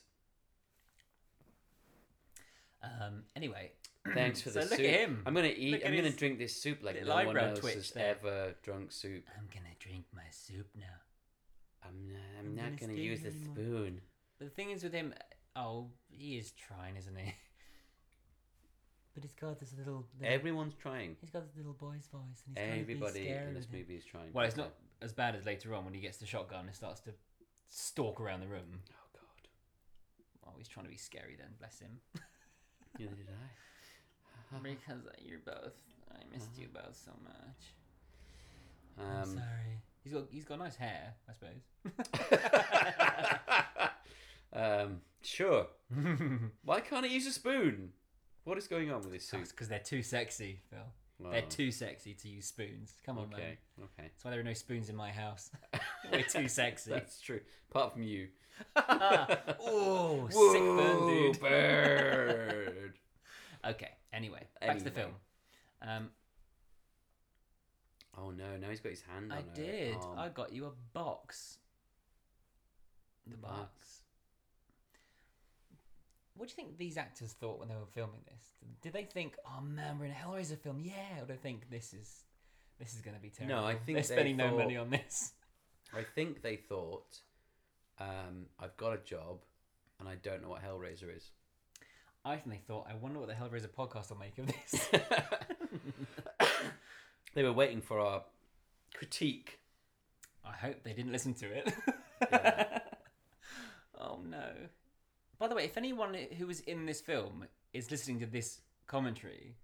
Speaker 2: Um, anyway,
Speaker 3: Thanks for
Speaker 2: So
Speaker 3: the
Speaker 2: look at
Speaker 3: soup.
Speaker 2: him.
Speaker 3: I'm gonna eat.
Speaker 2: Look at
Speaker 3: I'm gonna
Speaker 2: his
Speaker 3: drink this soup like
Speaker 2: little
Speaker 3: no one
Speaker 2: eyebrow
Speaker 3: else
Speaker 2: twitch
Speaker 3: has
Speaker 2: there.
Speaker 3: ever drunk soup.
Speaker 2: I'm gonna drink my soup now.
Speaker 3: I'm not, I'm,
Speaker 2: I'm
Speaker 3: not
Speaker 2: gonna
Speaker 3: gonna
Speaker 2: steal
Speaker 3: use
Speaker 2: your
Speaker 3: the
Speaker 2: money.
Speaker 3: spoon.
Speaker 2: But the thing is with him, oh, he is trying, isn't he? <laughs> But he's got this little. little-
Speaker 3: Everyone's trying.
Speaker 2: he's got this little boy's voice, and he's trying to be
Speaker 3: Everybody
Speaker 2: scary
Speaker 3: in this
Speaker 2: with him.
Speaker 3: movie is trying.
Speaker 2: Well, it's not as bad as later on when he gets the shotgun and starts to stalk around the room.
Speaker 3: Oh God,
Speaker 2: Oh, he's trying to be scary then, bless
Speaker 3: <laughs>
Speaker 2: him. <laughs>
Speaker 3: neither did I.
Speaker 4: Because you're both. I missed you both so much.
Speaker 2: I'm
Speaker 3: Uh-huh. Um,
Speaker 2: sorry. He's got he's got nice hair, I <laughs> suppose.
Speaker 3: <laughs> um, sure. Why can't I use a spoon? What is going on with this soup?
Speaker 2: That's because they're too sexy, Phil. They're
Speaker 3: Wow.
Speaker 2: too sexy to use spoons. Come on, man.
Speaker 3: Okay,
Speaker 2: <laughs>
Speaker 3: okay.
Speaker 2: That's why there are no spoons in my house. <laughs> We're
Speaker 3: <laughs>
Speaker 2: too sexy.
Speaker 3: That's true. Apart
Speaker 2: <laughs>
Speaker 3: from you.
Speaker 2: oh, sick burn, dude.
Speaker 3: Whoa, bird.
Speaker 2: <laughs>
Speaker 3: <laughs>
Speaker 2: Okay. Anyway, back to the
Speaker 3: Anyway.
Speaker 2: film. Um,
Speaker 3: oh no! Now he's got his hand
Speaker 2: I
Speaker 3: on her
Speaker 2: did.
Speaker 3: arm.
Speaker 2: I got you a box. The box. What do you think these actors thought when they were filming this? Did they think, "Oh man, we're in a Hellraiser film, yeah," or do they think this is this is going to be terrible?
Speaker 3: I think
Speaker 2: they're
Speaker 3: they
Speaker 2: spending no
Speaker 3: thought-
Speaker 2: money on this.
Speaker 3: I think they thought, um, I've got a job, and I don't know what Hellraiser
Speaker 2: <laughs>
Speaker 3: is. <laughs>
Speaker 2: I think they thought, "I wonder what the Hellraiser podcast will make of <laughs> this."
Speaker 3: They were waiting for our critique.
Speaker 2: I hope they didn't listen to it. <laughs> oh no. By the way, if anyone who was in this film is listening to this commentary,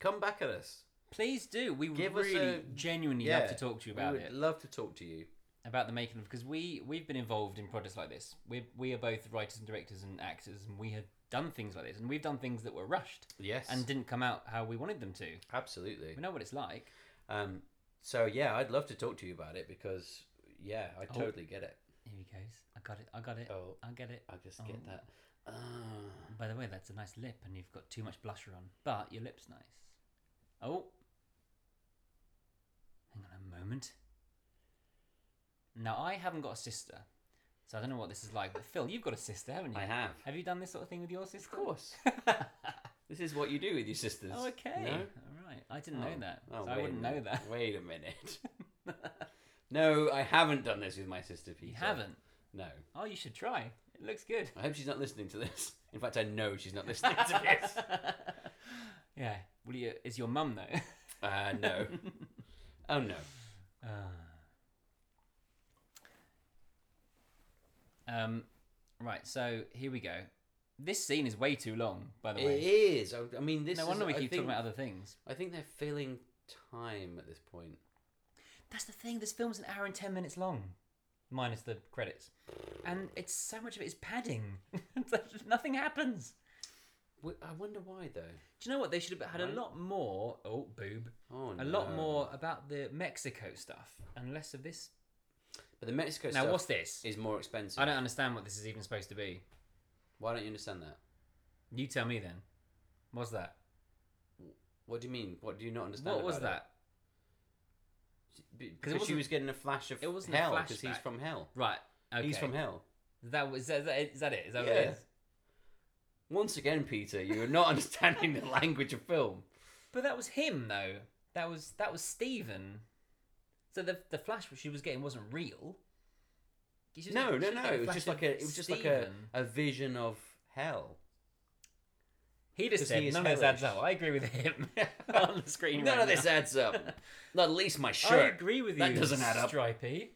Speaker 3: Come back at us.
Speaker 2: please do. We
Speaker 3: Give us
Speaker 2: really
Speaker 3: a-
Speaker 2: genuinely
Speaker 3: Yeah,
Speaker 2: love to talk to you about
Speaker 3: we would
Speaker 2: it,
Speaker 3: Love to talk to you.
Speaker 2: about the making of because we we've been involved in projects like this. We we are both writers and directors and actors, and we have done things like this, and we've done things that were rushed
Speaker 3: Yes,
Speaker 2: and didn't come out how we wanted them to.
Speaker 3: absolutely.
Speaker 2: We know what it's like.
Speaker 3: Um, so yeah, I'd love to talk to you about it because yeah,
Speaker 2: Oh.
Speaker 3: I totally get it.
Speaker 2: Here he goes. I got it. I got it.
Speaker 3: Oh.
Speaker 2: I get it.
Speaker 3: I just
Speaker 2: Oh.
Speaker 3: get that. Ah.
Speaker 2: By the way, that's a nice lip, and you've got too much blusher on, but your lip's nice. Oh, hang on a moment. Now I haven't got a sister, so I don't know what this is like. But Phil, you've got a sister, haven't you?
Speaker 3: I have.
Speaker 2: Have you done this sort of thing with your sister?
Speaker 3: Of course. this is what you do with your sisters.
Speaker 2: <laughs> oh, okay.
Speaker 3: No?
Speaker 2: All right. I didn't know
Speaker 3: Oh.
Speaker 2: that,
Speaker 3: Oh,
Speaker 2: so I
Speaker 3: wait a
Speaker 2: wouldn't know
Speaker 3: minute.
Speaker 2: that.
Speaker 3: Wait a minute. <laughs> no, I haven't done this with my sister, Peter.
Speaker 2: You haven't.
Speaker 3: No.
Speaker 2: Oh, you should try. It looks good.
Speaker 3: I hope she's not listening to this. In fact, I know she's not listening to this.
Speaker 2: <laughs> Yeah. Will you? Is your mum though? <laughs>
Speaker 3: Uh, no. Oh, no.
Speaker 2: Ah. Um, right, so here we go. This scene is way too long, by the
Speaker 3: It
Speaker 2: way.
Speaker 3: is. I, I mean, this
Speaker 2: No
Speaker 3: is.
Speaker 2: wonder we
Speaker 3: I
Speaker 2: keep
Speaker 3: think,
Speaker 2: talking about other things.
Speaker 3: I think they're filling time at this point.
Speaker 2: That's the thing. This film's an hour and ten minutes long, minus the credits, and it's so much of it is padding. <laughs> Nothing happens.
Speaker 3: W- I wonder why, though.
Speaker 2: Do you know what they should have had a lot more? Oh, boob.
Speaker 3: Oh,
Speaker 2: A
Speaker 3: no.
Speaker 2: lot more about the Mexico stuff and less of this.
Speaker 3: But the Mexico
Speaker 2: Now,
Speaker 3: stuff
Speaker 2: what's this?
Speaker 3: is more expensive.
Speaker 2: I don't understand what this is even supposed to be.
Speaker 3: Why don't you understand that?
Speaker 2: You tell me then. What's that?
Speaker 3: What do you mean? What do you not understand?
Speaker 2: What was
Speaker 3: about it?
Speaker 2: that?
Speaker 3: B-
Speaker 2: it
Speaker 3: Because she
Speaker 2: wasn't-
Speaker 3: was getting a flash of
Speaker 2: it wasn't a
Speaker 3: hell because he's
Speaker 2: flashback.
Speaker 3: from hell.
Speaker 2: Right. Okay.
Speaker 3: He's from hell.
Speaker 2: That was. Is that, is that it? Is that what
Speaker 3: Yeah.
Speaker 2: it is?
Speaker 3: Once again, Peter, you are not <laughs> understanding the language of film.
Speaker 2: But that was him though. That was that was Stephen. So the the flash she was getting wasn't real. She was
Speaker 3: No,
Speaker 2: getting-
Speaker 3: no,
Speaker 2: she
Speaker 3: no.
Speaker 2: getting
Speaker 3: It was
Speaker 2: flash
Speaker 3: just
Speaker 2: of
Speaker 3: like a, it was just like a,
Speaker 2: Stephen.
Speaker 3: a vision of hell.
Speaker 2: He just
Speaker 3: 'cause he
Speaker 2: said
Speaker 3: is
Speaker 2: none of this adds
Speaker 3: hellish."
Speaker 2: up. I agree with
Speaker 3: <laughs>
Speaker 2: him <laughs> on the screen.
Speaker 3: None
Speaker 2: right
Speaker 3: of this
Speaker 2: now.
Speaker 3: adds
Speaker 2: <laughs>
Speaker 3: up. Not least my
Speaker 2: I
Speaker 3: shirt.
Speaker 2: agree with you.
Speaker 3: That doesn't add up.
Speaker 2: Stripey.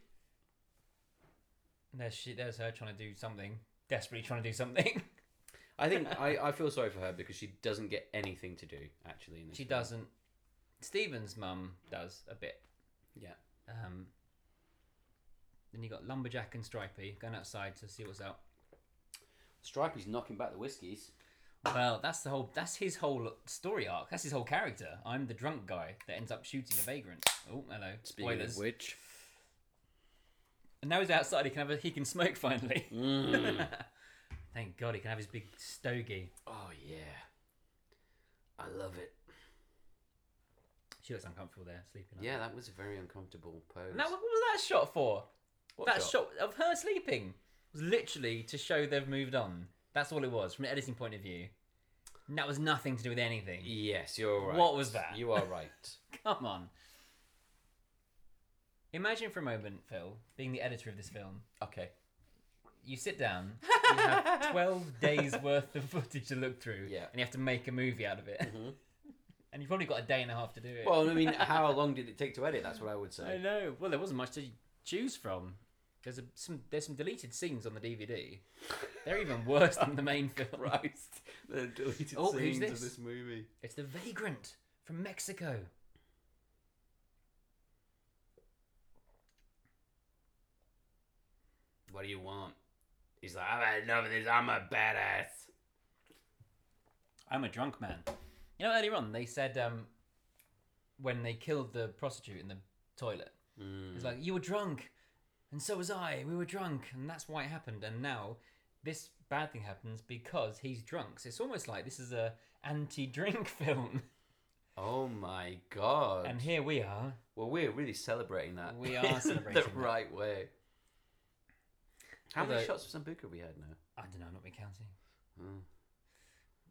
Speaker 2: There's she. There's her trying to do something. Desperately trying to do something. <laughs>
Speaker 3: I think I, I feel sorry for her because she doesn't get anything to do actually. In this
Speaker 2: She
Speaker 3: film.
Speaker 2: doesn't. Stephen's mum does a bit.
Speaker 3: Yeah.
Speaker 2: Um, then you got Lumberjack and Stripey going outside to see what's up.
Speaker 3: Stripey's knocking back the whiskies.
Speaker 2: Well, that's the whole. That's his whole story arc. That's his whole character. I'm the drunk guy that ends up shooting a vagrant. Oh, hello.
Speaker 3: Speaking
Speaker 2: Spoilers.
Speaker 3: of which,
Speaker 2: And now he's outside. He can have. A, he can smoke finally.
Speaker 3: Mm.
Speaker 2: <laughs> Thank God he can have his big stogie.
Speaker 3: oh yeah, I love it.
Speaker 2: She looks uncomfortable there, sleeping. like
Speaker 3: Yeah, that was a very uncomfortable pose.
Speaker 2: that. Now, what was that shot for?
Speaker 3: What
Speaker 2: that
Speaker 3: shot?
Speaker 2: shot? of her sleeping was literally to show they've moved on. That's all it was from an editing point of view. And that was nothing to do with anything.
Speaker 3: Yes, you're right.
Speaker 2: What was that?
Speaker 3: You are right.
Speaker 2: <laughs> Come on. Imagine for a moment, Phil, being the editor of this film.
Speaker 3: okay.
Speaker 2: You sit down, you <laughs> have 12 days worth of footage to look through,
Speaker 3: Yeah.
Speaker 2: and you have to make a movie out of it. <laughs> and you've probably got a day and a half to do it.
Speaker 3: Well, I mean, how long did it take to edit? That's what I would
Speaker 2: I
Speaker 3: say.
Speaker 2: know. Well, there wasn't much to choose from. There's a, some there's some deleted scenes on the DVD. They're even worse than the <laughs> main film.
Speaker 3: Christ, <laughs> the deleted
Speaker 2: Oh, who's
Speaker 3: scenes
Speaker 2: this?
Speaker 3: of this movie.
Speaker 2: It's the vagrant from Mexico.
Speaker 3: What do you want? He's like, I've had enough of this. I'm a badass.
Speaker 2: I'm a drunk man. You know, earlier on they said um, when they killed the prostitute in the toilet, it's like you were drunk, and so was I. We were drunk, and that's why it happened. And now this bad thing happens because he's drunk. So it's almost like this is a anti-drink <laughs> film.
Speaker 3: Oh my god.
Speaker 2: And here we are.
Speaker 3: well, we're really celebrating that. <laughs>
Speaker 2: We are
Speaker 3: in
Speaker 2: celebrating that.
Speaker 3: the right way. How many
Speaker 2: Although-
Speaker 3: shots of Sambuca have we had now?
Speaker 2: I don't know. I'm not been counting. Hmm.
Speaker 3: Mm.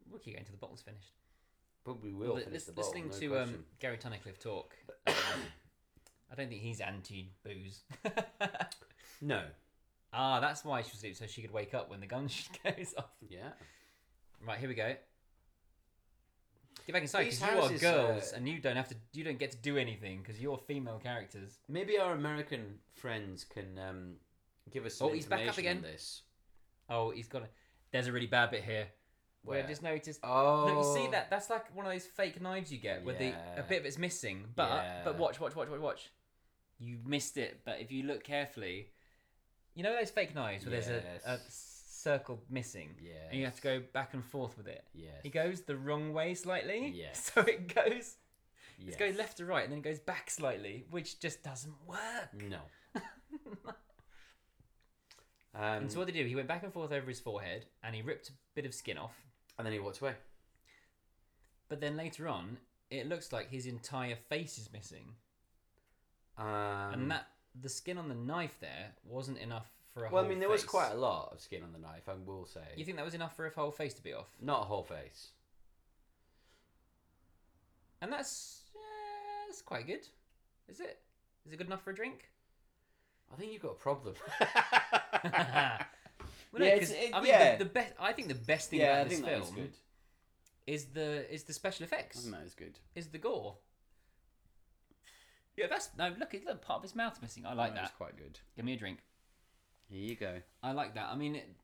Speaker 2: We'll keep going until the bottle's finished.
Speaker 3: But we will.
Speaker 2: Li-
Speaker 3: finish
Speaker 2: lis-
Speaker 3: the bottle,
Speaker 2: listening
Speaker 3: no
Speaker 2: to
Speaker 3: question.
Speaker 2: um, Gary Tunnicliffe
Speaker 3: <coughs>
Speaker 2: talk, um, I don't think he's anti booze.
Speaker 3: no.
Speaker 2: <laughs> ah, that's why she was asleep, so she could wake up when the gun <laughs> sh- goes off.
Speaker 3: Yeah.
Speaker 2: Right, here we go. Get back inside
Speaker 3: These
Speaker 2: because you are
Speaker 3: houses,
Speaker 2: girls
Speaker 3: uh,
Speaker 2: and you don't have to. You don't get to do anything because you're female characters.
Speaker 3: Maybe our American friends can um, give us some
Speaker 2: Oh, he's back up
Speaker 3: information on
Speaker 2: again.
Speaker 3: this.
Speaker 2: Oh, he's got. A, there's a really bad bit here where,
Speaker 3: Where?
Speaker 2: I just noticed.
Speaker 3: Oh.
Speaker 2: No, you see that? That's like one of those fake knives you get where the
Speaker 3: Yeah.
Speaker 2: a bit of it's missing. But but
Speaker 3: Yeah.
Speaker 2: watch, watch, watch, watch, watch. You missed it, but if you look carefully, you know those fake knives where there's a, a
Speaker 3: Yes.
Speaker 2: circle missing, and you have to go back and forth with it.
Speaker 3: Oh, Yes.
Speaker 2: He goes the wrong way slightly,
Speaker 3: Yes.
Speaker 2: so it goes
Speaker 3: Yes.
Speaker 2: it goes left to right, and then it goes back slightly, which just doesn't work.
Speaker 3: No.
Speaker 2: <laughs>
Speaker 3: um,
Speaker 2: And so what did he do? He went back and forth over his forehead, and he ripped a bit of skin off.
Speaker 3: and then he walked away.
Speaker 2: But then later on, it looks like his entire face is missing.
Speaker 3: Um,
Speaker 2: and that the skin on the knife there wasn't enough for a
Speaker 3: Well, I
Speaker 2: whole
Speaker 3: mean, there was
Speaker 2: face.
Speaker 3: quite a lot of skin on the knife. I will say,
Speaker 2: You think that was enough for a whole face to be off?
Speaker 3: not a whole face.
Speaker 2: And that's uh, that's quite good, is it? Is it good enough for a drink? <laughs>
Speaker 3: I think you've got a <laughs> problem.
Speaker 2: Well, no,
Speaker 3: Yeah,
Speaker 2: 'cause,
Speaker 3: it's- it-
Speaker 2: I mean,
Speaker 3: yeah.
Speaker 2: the, the best. I <laughs> think the best thing about this film is the is the special effects,
Speaker 3: that is good.
Speaker 2: is the gore. Yeah, that's no. Look, it's- look, part of his mouth's missing. I like that.
Speaker 3: quite good.
Speaker 2: Give me a drink.
Speaker 3: Here you go.
Speaker 2: I like that. I mean, it,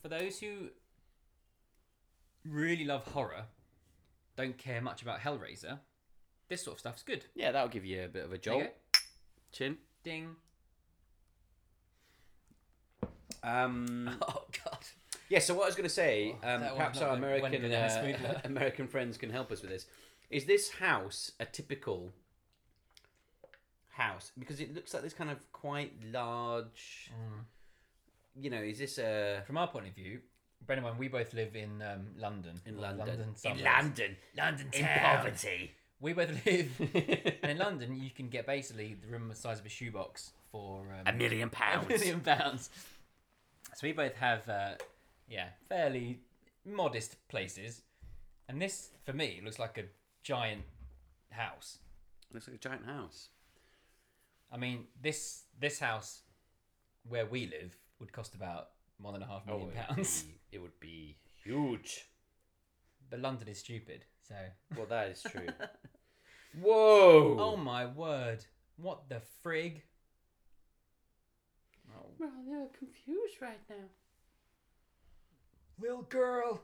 Speaker 2: for those who really love horror, don't care much about Hellraiser, this sort of stuff's good.
Speaker 3: Yeah, that'll give you a bit of a
Speaker 2: There you
Speaker 3: jolt.
Speaker 2: go.
Speaker 3: Chin.
Speaker 2: Ding. <laughs>
Speaker 3: Um,
Speaker 2: Oh god.
Speaker 3: yeah. So what I was going to say, um,
Speaker 2: Oh, that
Speaker 3: perhaps
Speaker 2: one's not
Speaker 3: our
Speaker 2: gonna-
Speaker 3: American
Speaker 2: went down
Speaker 3: uh,
Speaker 2: smoothly.
Speaker 3: <laughs> American friends can help us with this. Is this house a typical house? Because it looks like this kind of quite large.
Speaker 2: Mm.
Speaker 3: You know, is this a
Speaker 2: From our point of view, Brennan and we both live in um, London.
Speaker 3: in
Speaker 2: Or
Speaker 3: London?
Speaker 2: suburbs.
Speaker 4: London
Speaker 2: In <laughs> poverty. We both live. and in London, you can get basically the room the size of a shoebox for um,
Speaker 4: million
Speaker 2: a <laughs> million pounds. So we both have, uh, yeah, fairly modest places, and this for me looks like a giant house.
Speaker 3: Looks like a giant house.
Speaker 2: I mean, this this house where we live would cost about one and a half million pounds.
Speaker 3: Oh,
Speaker 2: <laughs>
Speaker 3: It would be huge.
Speaker 2: But London is stupid, so.
Speaker 3: Well, that is <laughs> true. Whoa!
Speaker 2: Oh my word! What the frig?
Speaker 3: Well, they're confused right now.
Speaker 2: Little girl.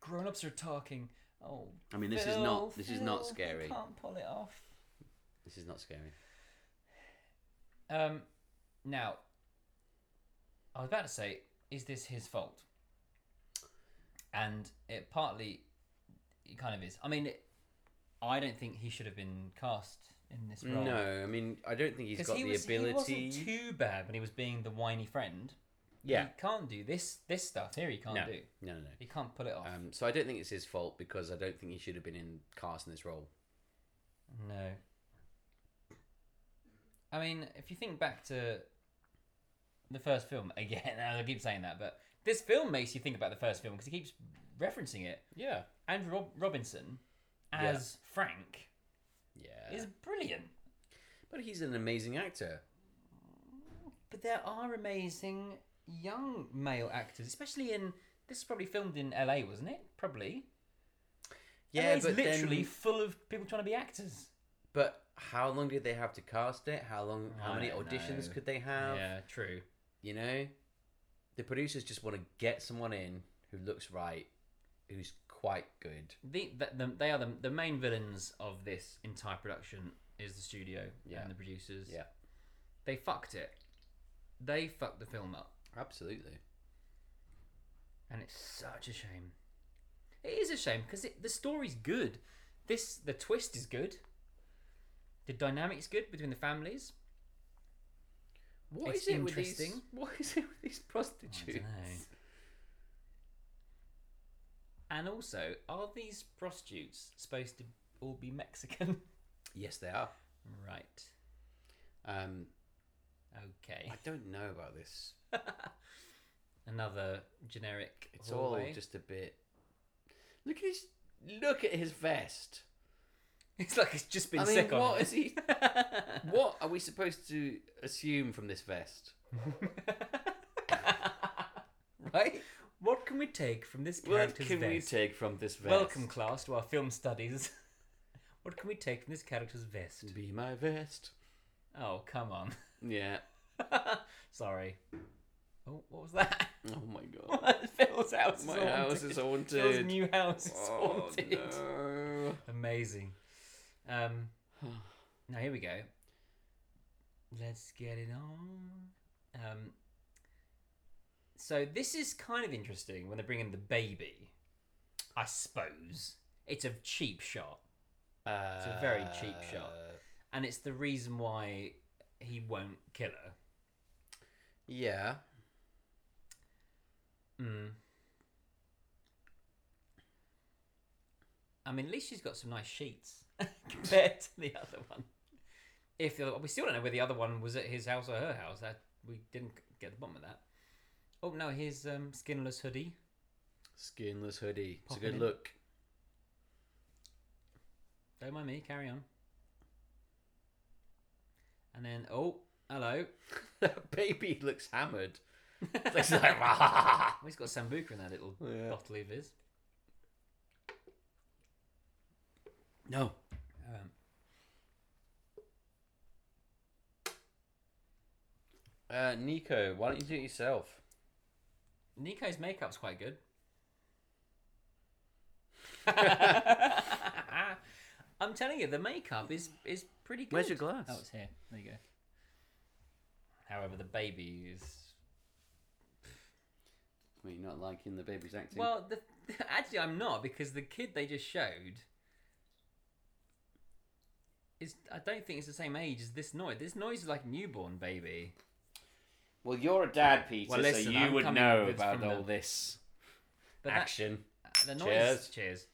Speaker 2: Grown ups are talking. Oh.
Speaker 3: I mean, this is
Speaker 2: Phil,
Speaker 3: not this is not
Speaker 2: Phil, you
Speaker 3: scary.
Speaker 2: Can't pull it off.
Speaker 3: This is not scary.
Speaker 2: Um, now, I was about to say, is this his fault? And it partly, it kind of is. I mean, it, I don't think he should have been cast in this role.
Speaker 3: No, I mean, I don't think he's
Speaker 2: because
Speaker 3: got
Speaker 2: he
Speaker 3: the
Speaker 2: was
Speaker 3: ability.
Speaker 2: he wasn't too bad when he was being the whiny friend.
Speaker 3: yeah.
Speaker 2: he can't do this this stuff here. He can't
Speaker 3: No.
Speaker 2: do.
Speaker 3: no, no,
Speaker 2: He can't pull it off.
Speaker 3: no. Um, so I don't think it's his fault because I don't think he should have been in cast in this role.
Speaker 2: No. <laughs> I mean, if you think back to the first film again, I keep saying that, but this film makes you think about the first film because he keeps referencing it.
Speaker 3: Yeah.
Speaker 2: Andrew Rob- Robinson as Frank
Speaker 3: Yeah.
Speaker 2: is brilliant.
Speaker 3: But he's an amazing actor.
Speaker 2: But there are amazing young male actors, especially in this is probably filmed in LA, wasn't it? Probably.
Speaker 3: Yeah,
Speaker 2: LA's
Speaker 3: but then-
Speaker 2: literally full of people trying to be actors.
Speaker 3: But how long did they have to cast it? How long? How
Speaker 2: I
Speaker 3: many
Speaker 2: don't
Speaker 3: auditions
Speaker 2: know.
Speaker 3: could they have?
Speaker 2: yeah, true.
Speaker 3: You know, the producers just want to get someone in who looks right, who's quite good.
Speaker 2: The, the, the, they are the, the main villains of this entire production is the studio
Speaker 3: Yeah.
Speaker 2: and the producers.
Speaker 3: Yeah,
Speaker 2: They fucked it. They fucked the film up.
Speaker 3: absolutely.
Speaker 2: and it's such a shame. It is a shame because the story's good. This the twist is good. The dynamic's good between the families.
Speaker 3: What
Speaker 2: It's
Speaker 3: is it with these?
Speaker 2: interesting.
Speaker 3: <laughs> What is it with these prostitutes?
Speaker 2: dunno. And also, are these prostitutes supposed to all be Mexican? <laughs>
Speaker 3: yes, they are.
Speaker 2: right.
Speaker 3: Um,
Speaker 2: Okay.
Speaker 3: I don't know about this.
Speaker 2: Another generic.
Speaker 3: It's
Speaker 2: hallway.
Speaker 3: all just a bit. Look at his. Look at his vest.
Speaker 2: <laughs> It's like it's just been
Speaker 3: I mean,
Speaker 2: sick on. <laughs>
Speaker 3: what
Speaker 2: it.
Speaker 3: is he? what are we supposed to assume from this vest? right?
Speaker 2: what can we take from this
Speaker 3: What
Speaker 2: character's
Speaker 3: can we
Speaker 2: vest?
Speaker 3: take from this vest?
Speaker 2: Welcome, class, to our film studies. <laughs> what can we take from this character's vest?
Speaker 3: Be my vest.
Speaker 2: Oh, come on. <laughs>
Speaker 3: Yeah.
Speaker 2: Sorry. Oh, what was that? <laughs>
Speaker 3: Oh my god.
Speaker 2: Phil's house
Speaker 3: my
Speaker 2: is haunted.
Speaker 3: house is
Speaker 2: Phil's
Speaker 3: haunted.
Speaker 2: new
Speaker 3: <laughs>
Speaker 2: house is
Speaker 3: oh
Speaker 2: haunted.
Speaker 3: no.
Speaker 2: Amazing. Um, now here we go. Let's get it on. Um, so this is kind of interesting when they bring in the baby. I suppose it's a cheap shot.
Speaker 3: It's
Speaker 2: a very cheap
Speaker 3: Uh,
Speaker 2: shot. and it's the reason why he won't kill her.
Speaker 3: Yeah.
Speaker 2: Mm. I mean, at least she's got some nice sheets <laughs> compared to the other one. If the other, we still don't know whether the other one was at his house or her house, that we didn't get to the bottom of that. Oh no, his um, skinless hoodie.
Speaker 3: Skinless hoodie. It's
Speaker 2: Popping
Speaker 3: a good
Speaker 2: in.
Speaker 3: look. <laughs>
Speaker 2: Don't mind me. Carry on. And then, oh, hello. <laughs>
Speaker 3: Baby looks hammered. It's like, <laughs> "Rah."
Speaker 2: Oh, he's got sambuca in that little
Speaker 3: Yeah.
Speaker 2: bottle of his.
Speaker 3: no.
Speaker 2: Um,
Speaker 3: Uh, Nico, why don't you do it yourself?
Speaker 2: Nico's makeup's quite <laughs> good. I'm telling you, the makeup is is pretty good.
Speaker 3: Where's your glass?
Speaker 2: Oh, it's here. There you go. However, the baby is
Speaker 3: Well, you're not liking the baby's acting.
Speaker 2: well. The, <laughs> actually, I'm not because the kid they just showed is. I don't think it's the same age as this noise. This noise is like newborn baby.
Speaker 3: Well, you're a dad, Peter,
Speaker 2: Well, listen, I'm coming with- from the-
Speaker 3: this
Speaker 2: But that-
Speaker 3: action.
Speaker 2: Uh, the noise.
Speaker 3: Cheers.
Speaker 2: Cheers.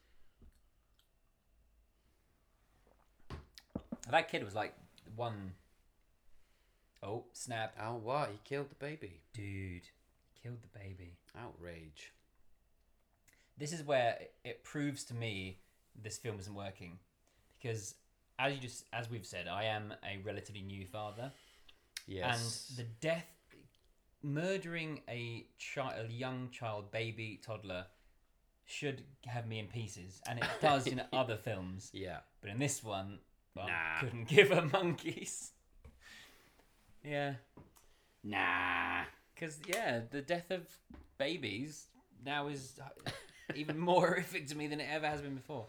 Speaker 2: That kid was like one oh snap!
Speaker 3: Oh, wow, he killed the baby.
Speaker 2: Dude, killed the baby.
Speaker 3: Outrage.
Speaker 2: This is where it- it proves to me this film isn't working, because as you just as we've said, I am a relatively new father, and
Speaker 3: Yes.
Speaker 2: the death, murdering a child, a young child, baby, toddler, should have me in pieces, and it does
Speaker 3: <laughs>
Speaker 2: in other films.
Speaker 3: Yeah.
Speaker 2: But in this one, well,
Speaker 3: Nah.
Speaker 2: couldn't <laughs> give her monkeys. yeah,
Speaker 3: Nah.
Speaker 2: because yeah, the death of babies now is <laughs> even more <laughs> horrific to me than it ever has been before.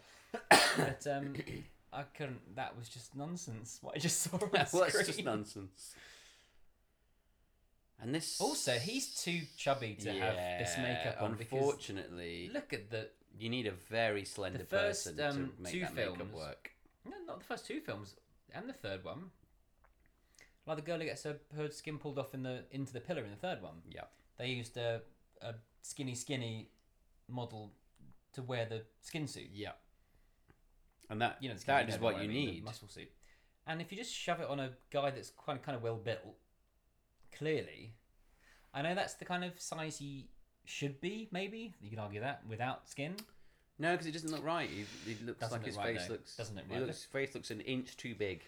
Speaker 2: but um,
Speaker 3: <coughs>
Speaker 2: I couldn't. That was just nonsense. <laughs> What I just saw on that
Speaker 3: Well,
Speaker 2: screen.
Speaker 3: it's just nonsense. And this.
Speaker 2: Also, he's too chubby to have this makeup on because
Speaker 3: Unfortunately,
Speaker 2: look at the
Speaker 3: you need a very slender
Speaker 2: first,
Speaker 3: person
Speaker 2: um,
Speaker 3: to make
Speaker 2: two
Speaker 3: that
Speaker 2: films-
Speaker 3: makeup work.
Speaker 2: no, not the first two films and the third one. Like the girl who gets her, her skin pulled off in the into the pillar in the third one.
Speaker 3: Yeah.
Speaker 2: they used a, a skinny skinny model to wear the skin suit.
Speaker 3: Yeah. And that,
Speaker 2: You know, the skin
Speaker 3: that
Speaker 2: suit,
Speaker 3: is
Speaker 2: know
Speaker 3: what
Speaker 2: I
Speaker 3: you
Speaker 2: mean, the
Speaker 3: need.
Speaker 2: muscle suit. And if you just shove it on a guy that's quite kind of well built, clearly, I know that's the kind of size he should be, maybe. You could argue that without skin.
Speaker 3: No, because it doesn't look right. He, he looks
Speaker 2: Doesn't
Speaker 3: like
Speaker 2: look
Speaker 3: his
Speaker 2: right,
Speaker 3: face
Speaker 2: though.
Speaker 3: looks.
Speaker 2: Doesn't look
Speaker 3: he
Speaker 2: right,
Speaker 3: looks- His face looks an inch too big.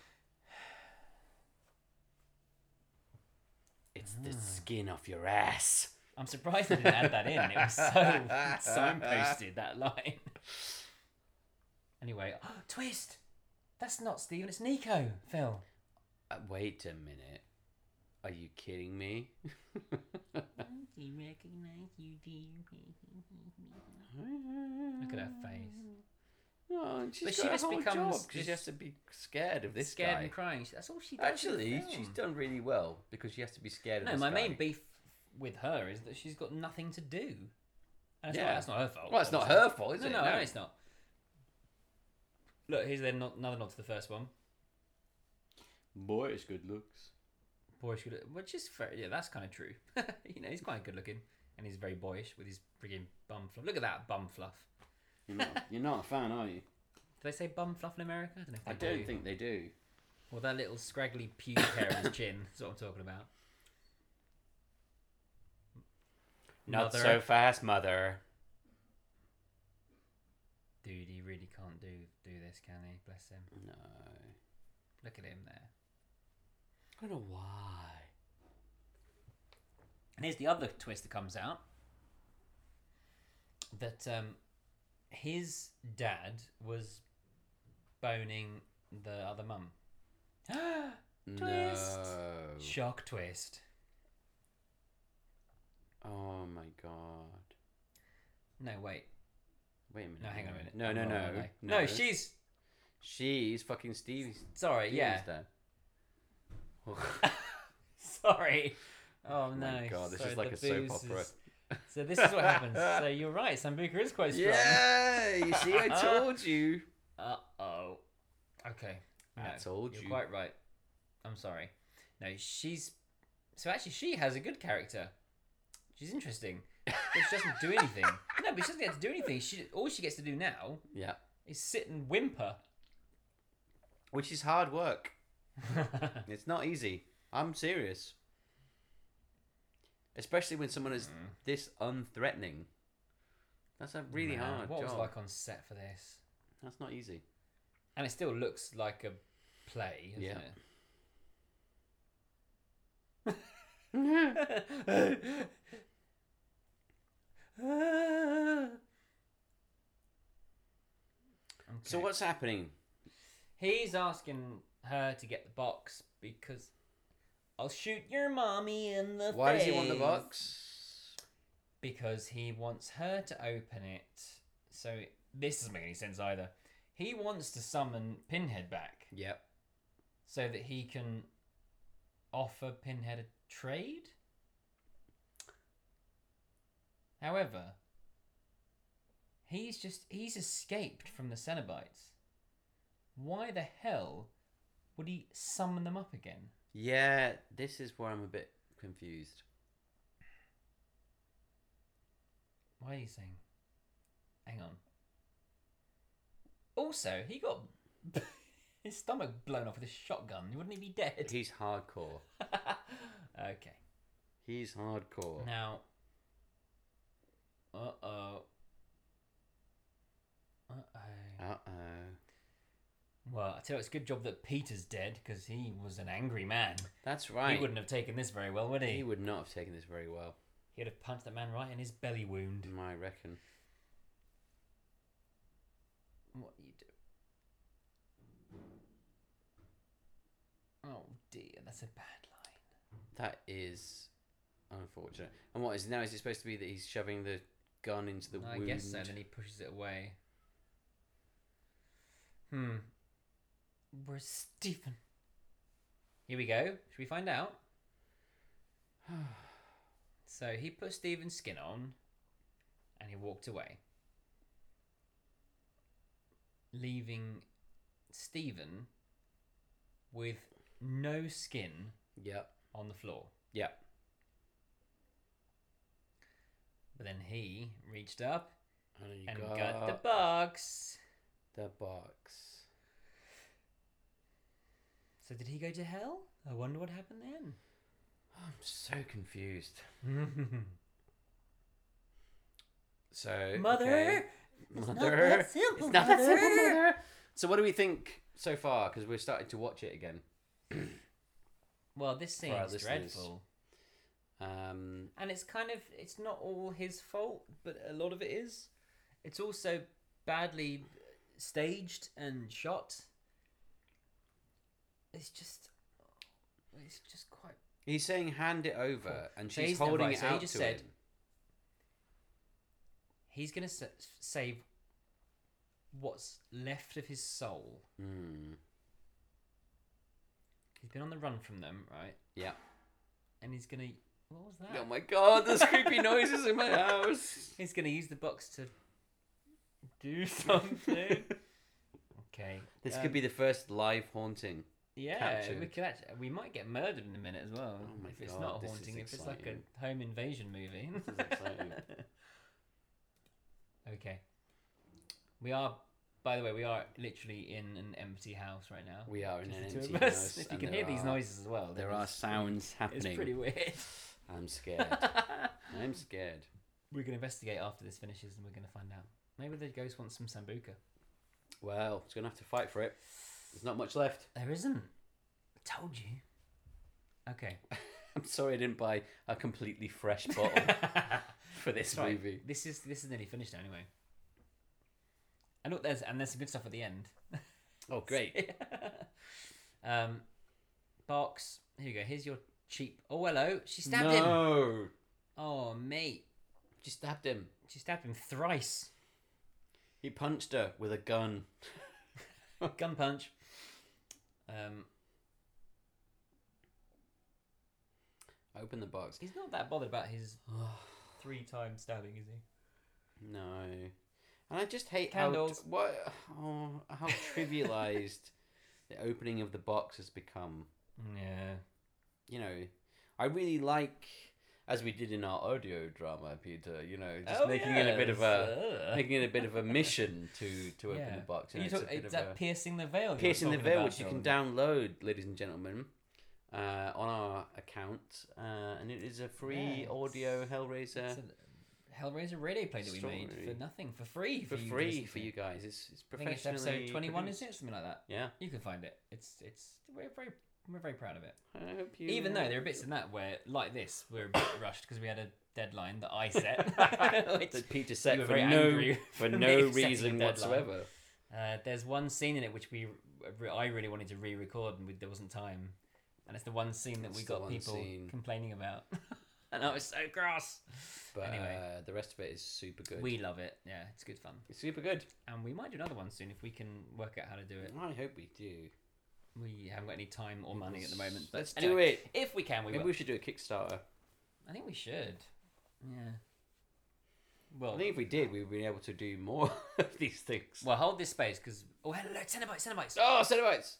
Speaker 3: It's the
Speaker 2: Ah.
Speaker 3: skin off your ass.
Speaker 2: I'm surprised they didn't add that in. It was
Speaker 3: <laughs>
Speaker 2: so signposted, that line. Anyway, <gasps> twist! That's not Steven, it's Nico, Phil.
Speaker 3: Uh, wait a minute. Are you kidding
Speaker 2: <laughs>
Speaker 3: me?
Speaker 4: Do you recognize you, dear?
Speaker 2: Look at her face.
Speaker 3: Oh, she's
Speaker 2: But she
Speaker 3: got
Speaker 2: just
Speaker 3: a whole
Speaker 2: becomes-
Speaker 3: job 'cause she has to be scared of this
Speaker 2: Scared
Speaker 3: guy.
Speaker 2: and crying. That's all she does. in the
Speaker 3: Actually,
Speaker 2: film.
Speaker 3: she's done really well because she has to be scared of
Speaker 2: No,
Speaker 3: this
Speaker 2: my
Speaker 3: guy.
Speaker 2: main beef with her is that she's got nothing to do. And it's not-
Speaker 3: Yeah.
Speaker 2: that's not her fault.
Speaker 3: Well, it's not
Speaker 2: obviously.
Speaker 3: her fault, is
Speaker 2: no,
Speaker 3: it?
Speaker 2: No,
Speaker 3: No.
Speaker 2: no, it's not. Look, here's then not, another nod to the first one.
Speaker 3: Boy, it's good looks.
Speaker 2: Boyish, good which is fair. Yeah, that's kind of true. <laughs> you know, he's quite good looking, and he's very boyish with his frigging bum fluff. Look at that bum fluff.
Speaker 3: You're not, you're not a fan, are you?
Speaker 2: Do they say bum fluff in America? I don't know if they
Speaker 3: <laughs> I don't
Speaker 2: do.
Speaker 3: think they do.
Speaker 2: Well, that little scraggly pube hair on his chin is what I'm talking about. Mother.
Speaker 3: fast, mother.
Speaker 2: Dude, he really can't do do this, can he? Bless him.
Speaker 3: No.
Speaker 2: Look at him there.
Speaker 3: I don't know why.
Speaker 2: And here's the other twist that comes out that um, his dad was boning the other mum. <gasps>
Speaker 3: Oh.
Speaker 2: Twist.
Speaker 3: No.
Speaker 2: Shock twist.
Speaker 3: Oh my god.
Speaker 2: No, wait.
Speaker 3: Wait a minute.
Speaker 2: No, hang on a minute.
Speaker 3: No,
Speaker 2: I'm
Speaker 3: no,
Speaker 2: wrong,
Speaker 3: no.
Speaker 2: aren't I? No, she's.
Speaker 3: She's fucking Stevie's.
Speaker 2: Sorry, <laughs>
Speaker 3: Stevie's
Speaker 2: yeah.
Speaker 3: dad.
Speaker 2: Sorry. Oh, no.
Speaker 3: my God, this
Speaker 2: Sorry,
Speaker 3: is
Speaker 2: the
Speaker 3: like a soap
Speaker 2: booze
Speaker 3: opera.
Speaker 2: is- So this is what happens. So you're right. Sambuca
Speaker 3: <laughs>
Speaker 2: is quite strong.
Speaker 3: Yeah, you
Speaker 2: <laughs>
Speaker 3: see, I told you.
Speaker 2: Uh oh. Okay.
Speaker 3: I
Speaker 2: No,
Speaker 3: told
Speaker 2: you're
Speaker 3: you.
Speaker 2: quite right. I'm sorry. No, she's. So actually, she has a good character. She's interesting, but she doesn't do
Speaker 3: <laughs>
Speaker 2: anything. No, but she doesn't get to do anything. She all she gets to do now
Speaker 3: Yeah.
Speaker 2: is sit and whimper.
Speaker 3: Which is hard work.
Speaker 2: That's
Speaker 3: It's not easy. I'm serious. Especially when someone is
Speaker 2: Mm-hmm.
Speaker 3: this unthreatening. That's a <laughs> really hard
Speaker 2: What
Speaker 3: job.
Speaker 2: was like on set for this?
Speaker 3: That's not easy.
Speaker 2: And it still looks like a play, doesn't
Speaker 3: Yeah.
Speaker 2: it?
Speaker 3: So what's happening?
Speaker 2: He's asking her to get the box because I'll shoot your mommy in the
Speaker 3: Why does he want the
Speaker 2: face."
Speaker 3: box?
Speaker 2: Because he wants her to open it. So this doesn't make any sense either. He wants to summon Pinhead back
Speaker 3: Yep.
Speaker 2: so that he can offer Pinhead a trade. However, he's just he's escaped from the Cenobites. Why the hell would he summon them up again?
Speaker 3: Yeah, this is where I'm a bit confused.
Speaker 2: Why are you saying? Hang on. Also, he got <laughs> his stomach blown off with a shotgun. Wouldn't he be dead?
Speaker 3: He's hardcore.
Speaker 2: <laughs> okay.
Speaker 3: He's hardcore.
Speaker 2: Now, uh oh, uh oh.
Speaker 3: Uh oh.
Speaker 2: Well, I tell you, it's a good job that Peter's dead because he was an angry man.
Speaker 3: That's right.
Speaker 2: He wouldn't have taken this very well, would
Speaker 3: He
Speaker 2: he?
Speaker 3: would not have taken this very well.
Speaker 2: He would have punched that man right in his belly wound.
Speaker 3: I reckon.
Speaker 2: What you do? Oh dear, that's a bad line.
Speaker 3: That is unfortunate. And what is now? Is it supposed to be that he's shoving the gun into the
Speaker 2: I
Speaker 3: wound?
Speaker 2: guess so. Then he pushes it away. Hmm. Where's Stephen? Here we go. Should we find out? <sighs> so he put Stephen's skin on, and he walked away, leaving Stephen with no skin
Speaker 3: Yep.
Speaker 2: on the floor.
Speaker 3: Yep.
Speaker 2: But then he reached up
Speaker 3: And, then you
Speaker 2: and
Speaker 3: got,
Speaker 2: got the box.
Speaker 3: the box.
Speaker 2: So did he go to hell? I wonder what happened
Speaker 3: I'm so confused.
Speaker 2: then.
Speaker 3: So
Speaker 2: Mother,
Speaker 3: okay.
Speaker 2: it's not
Speaker 3: Mother,
Speaker 2: that simple,
Speaker 3: It's not that
Speaker 2: mother.
Speaker 3: simple, mother. So what do we think so far? Because we're starting to watch it again.
Speaker 2: Well, this
Speaker 3: For our
Speaker 2: seems
Speaker 3: listeners.
Speaker 2: dreadful.
Speaker 3: Um,
Speaker 2: And it's kind of it's not all his fault, but a lot of it is. It's also badly staged and shot. It's just it's just quite
Speaker 3: he's saying hand it over, and
Speaker 2: So
Speaker 3: she's
Speaker 2: he's-
Speaker 3: holding
Speaker 2: right,
Speaker 3: it
Speaker 2: so he
Speaker 3: out
Speaker 2: just
Speaker 3: to
Speaker 2: said-
Speaker 3: him.
Speaker 2: he's going to sa- save what's left of his soul.
Speaker 3: Hmm.
Speaker 2: He's been on the run from them, right?
Speaker 3: Yeah.
Speaker 2: And he's going to What was that?
Speaker 3: Oh my god, there's creepy noises in my house.
Speaker 2: He's going to use the box to do <laughs> something. okay.
Speaker 3: This
Speaker 2: um,
Speaker 3: could be the first live haunting.
Speaker 2: Yeah, we
Speaker 3: captured.
Speaker 2: could actually, we might get murdered in a minute as well.
Speaker 3: Oh my
Speaker 2: if it's
Speaker 3: God,
Speaker 2: not
Speaker 3: this is
Speaker 2: haunting, if it's like
Speaker 3: exciting.
Speaker 2: a home invasion movie. <laughs>
Speaker 3: This is exciting.
Speaker 2: okay. We are by the way, we are literally in an empty house right now.
Speaker 3: We are in
Speaker 2: Just
Speaker 3: an
Speaker 2: the two
Speaker 3: empty
Speaker 2: of us.
Speaker 3: house.
Speaker 2: <laughs> If you
Speaker 3: and
Speaker 2: can
Speaker 3: there
Speaker 2: hear these
Speaker 3: are-
Speaker 2: noises as well,
Speaker 3: there
Speaker 2: then
Speaker 3: are
Speaker 2: it's-
Speaker 3: sounds
Speaker 2: It's <laughs>
Speaker 3: happening.
Speaker 2: pretty weird.
Speaker 3: I'm scared. I'm scared.
Speaker 2: we're gonna investigate after this finishes, and we're gonna find out. Maybe the ghost wants some sambuca.
Speaker 3: Well, it's gonna have to fight for it. There's not much left. <laughs>
Speaker 2: There isn't. told you. Okay.
Speaker 3: I'm sorry I didn't buy a completely
Speaker 2: <laughs>
Speaker 3: fresh bottle for this
Speaker 2: Sorry,
Speaker 3: movie.
Speaker 2: This is this is nearly finished now, anyway. And look, there's and there's some good stuff at the end.
Speaker 3: Oh, great. <laughs>
Speaker 2: um, box. Here you go. Here's your cheap. Oh hello. She stabbed him.
Speaker 3: no,
Speaker 2: Oh mate.
Speaker 3: she stabbed him.
Speaker 2: She stabbed him
Speaker 3: <laughs>
Speaker 2: thrice.
Speaker 3: He punched her with a gun.
Speaker 2: Gun punch. Um,
Speaker 3: Open
Speaker 2: <sighs>
Speaker 3: the box. Oh,
Speaker 2: he's not that bothered about his three times stabbing, is he?
Speaker 3: No, and I just hate
Speaker 2: Candles.
Speaker 3: how what oh, how <laughs> trivialized the opening of the box has become.
Speaker 2: Yeah.
Speaker 3: you know, I really like as we did in our audio drama, Peter. You know, just
Speaker 2: Oh,
Speaker 3: making it a bit of a making it a bit of a <laughs> mission to to open the box. You know,
Speaker 2: You
Speaker 3: it's
Speaker 2: talk-
Speaker 3: a bit
Speaker 2: it's
Speaker 3: of
Speaker 2: that
Speaker 3: a
Speaker 2: piercing the veil. you were
Speaker 3: piercing the
Speaker 2: talking
Speaker 3: veil,
Speaker 2: about,
Speaker 3: which you can
Speaker 2: Jordan.
Speaker 3: download, ladies and gentlemen, uh, on our account, uh, and it is a free
Speaker 2: Yeah,
Speaker 3: audio Hellraiser
Speaker 2: It's a Hellraiser radio play that we made
Speaker 3: Extraordinary.
Speaker 2: for nothing, for free,
Speaker 3: for
Speaker 2: you to
Speaker 3: free
Speaker 2: listen
Speaker 3: for
Speaker 2: to.
Speaker 3: you guys. It's it's
Speaker 2: I think it's
Speaker 3: professionally
Speaker 2: episode twenty-one,
Speaker 3: produced.
Speaker 2: is it? Something like that.
Speaker 3: Yeah,
Speaker 2: You can find it. It's it's we're very we're very proud of it.
Speaker 3: I hope you.
Speaker 2: Even though there are bits in that where, like this, we're a bit <coughs> rushed because we had a deadline that I
Speaker 3: <laughs>
Speaker 2: set. <laughs> which-
Speaker 3: that Peter set
Speaker 2: were
Speaker 3: for
Speaker 2: very
Speaker 3: no
Speaker 2: angry <laughs>
Speaker 3: for
Speaker 2: for me
Speaker 3: no
Speaker 2: setting the
Speaker 3: reason
Speaker 2: deadline.
Speaker 3: whatsoever.
Speaker 2: Uh, there's one scene in it which we I really wanted to re-record and we, there wasn't time, and it's the one scene that
Speaker 3: It's
Speaker 2: we
Speaker 3: the
Speaker 2: got
Speaker 3: one
Speaker 2: people
Speaker 3: scene.
Speaker 2: complaining about, and I was so cross.
Speaker 3: But
Speaker 2: Anyway.
Speaker 3: uh, the rest of it is super good.
Speaker 2: We love it. Yeah, it's good fun,
Speaker 3: It's super good.
Speaker 2: and we might do another one soon if we can work out how to do it.
Speaker 3: I hope we do.
Speaker 2: We haven't got any time or money at the moment, but
Speaker 3: Let's do
Speaker 2: anyway,
Speaker 3: it.
Speaker 2: if we can. We
Speaker 3: Maybe
Speaker 2: will.
Speaker 3: we should do a Kickstarter.
Speaker 2: I think we should. Yeah. Well,
Speaker 3: I think if we did, we'd be able to do more <laughs> of these things.
Speaker 2: well, hold this space because oh hello, Cenobites, Cenobites.
Speaker 3: Oh, Cenobites!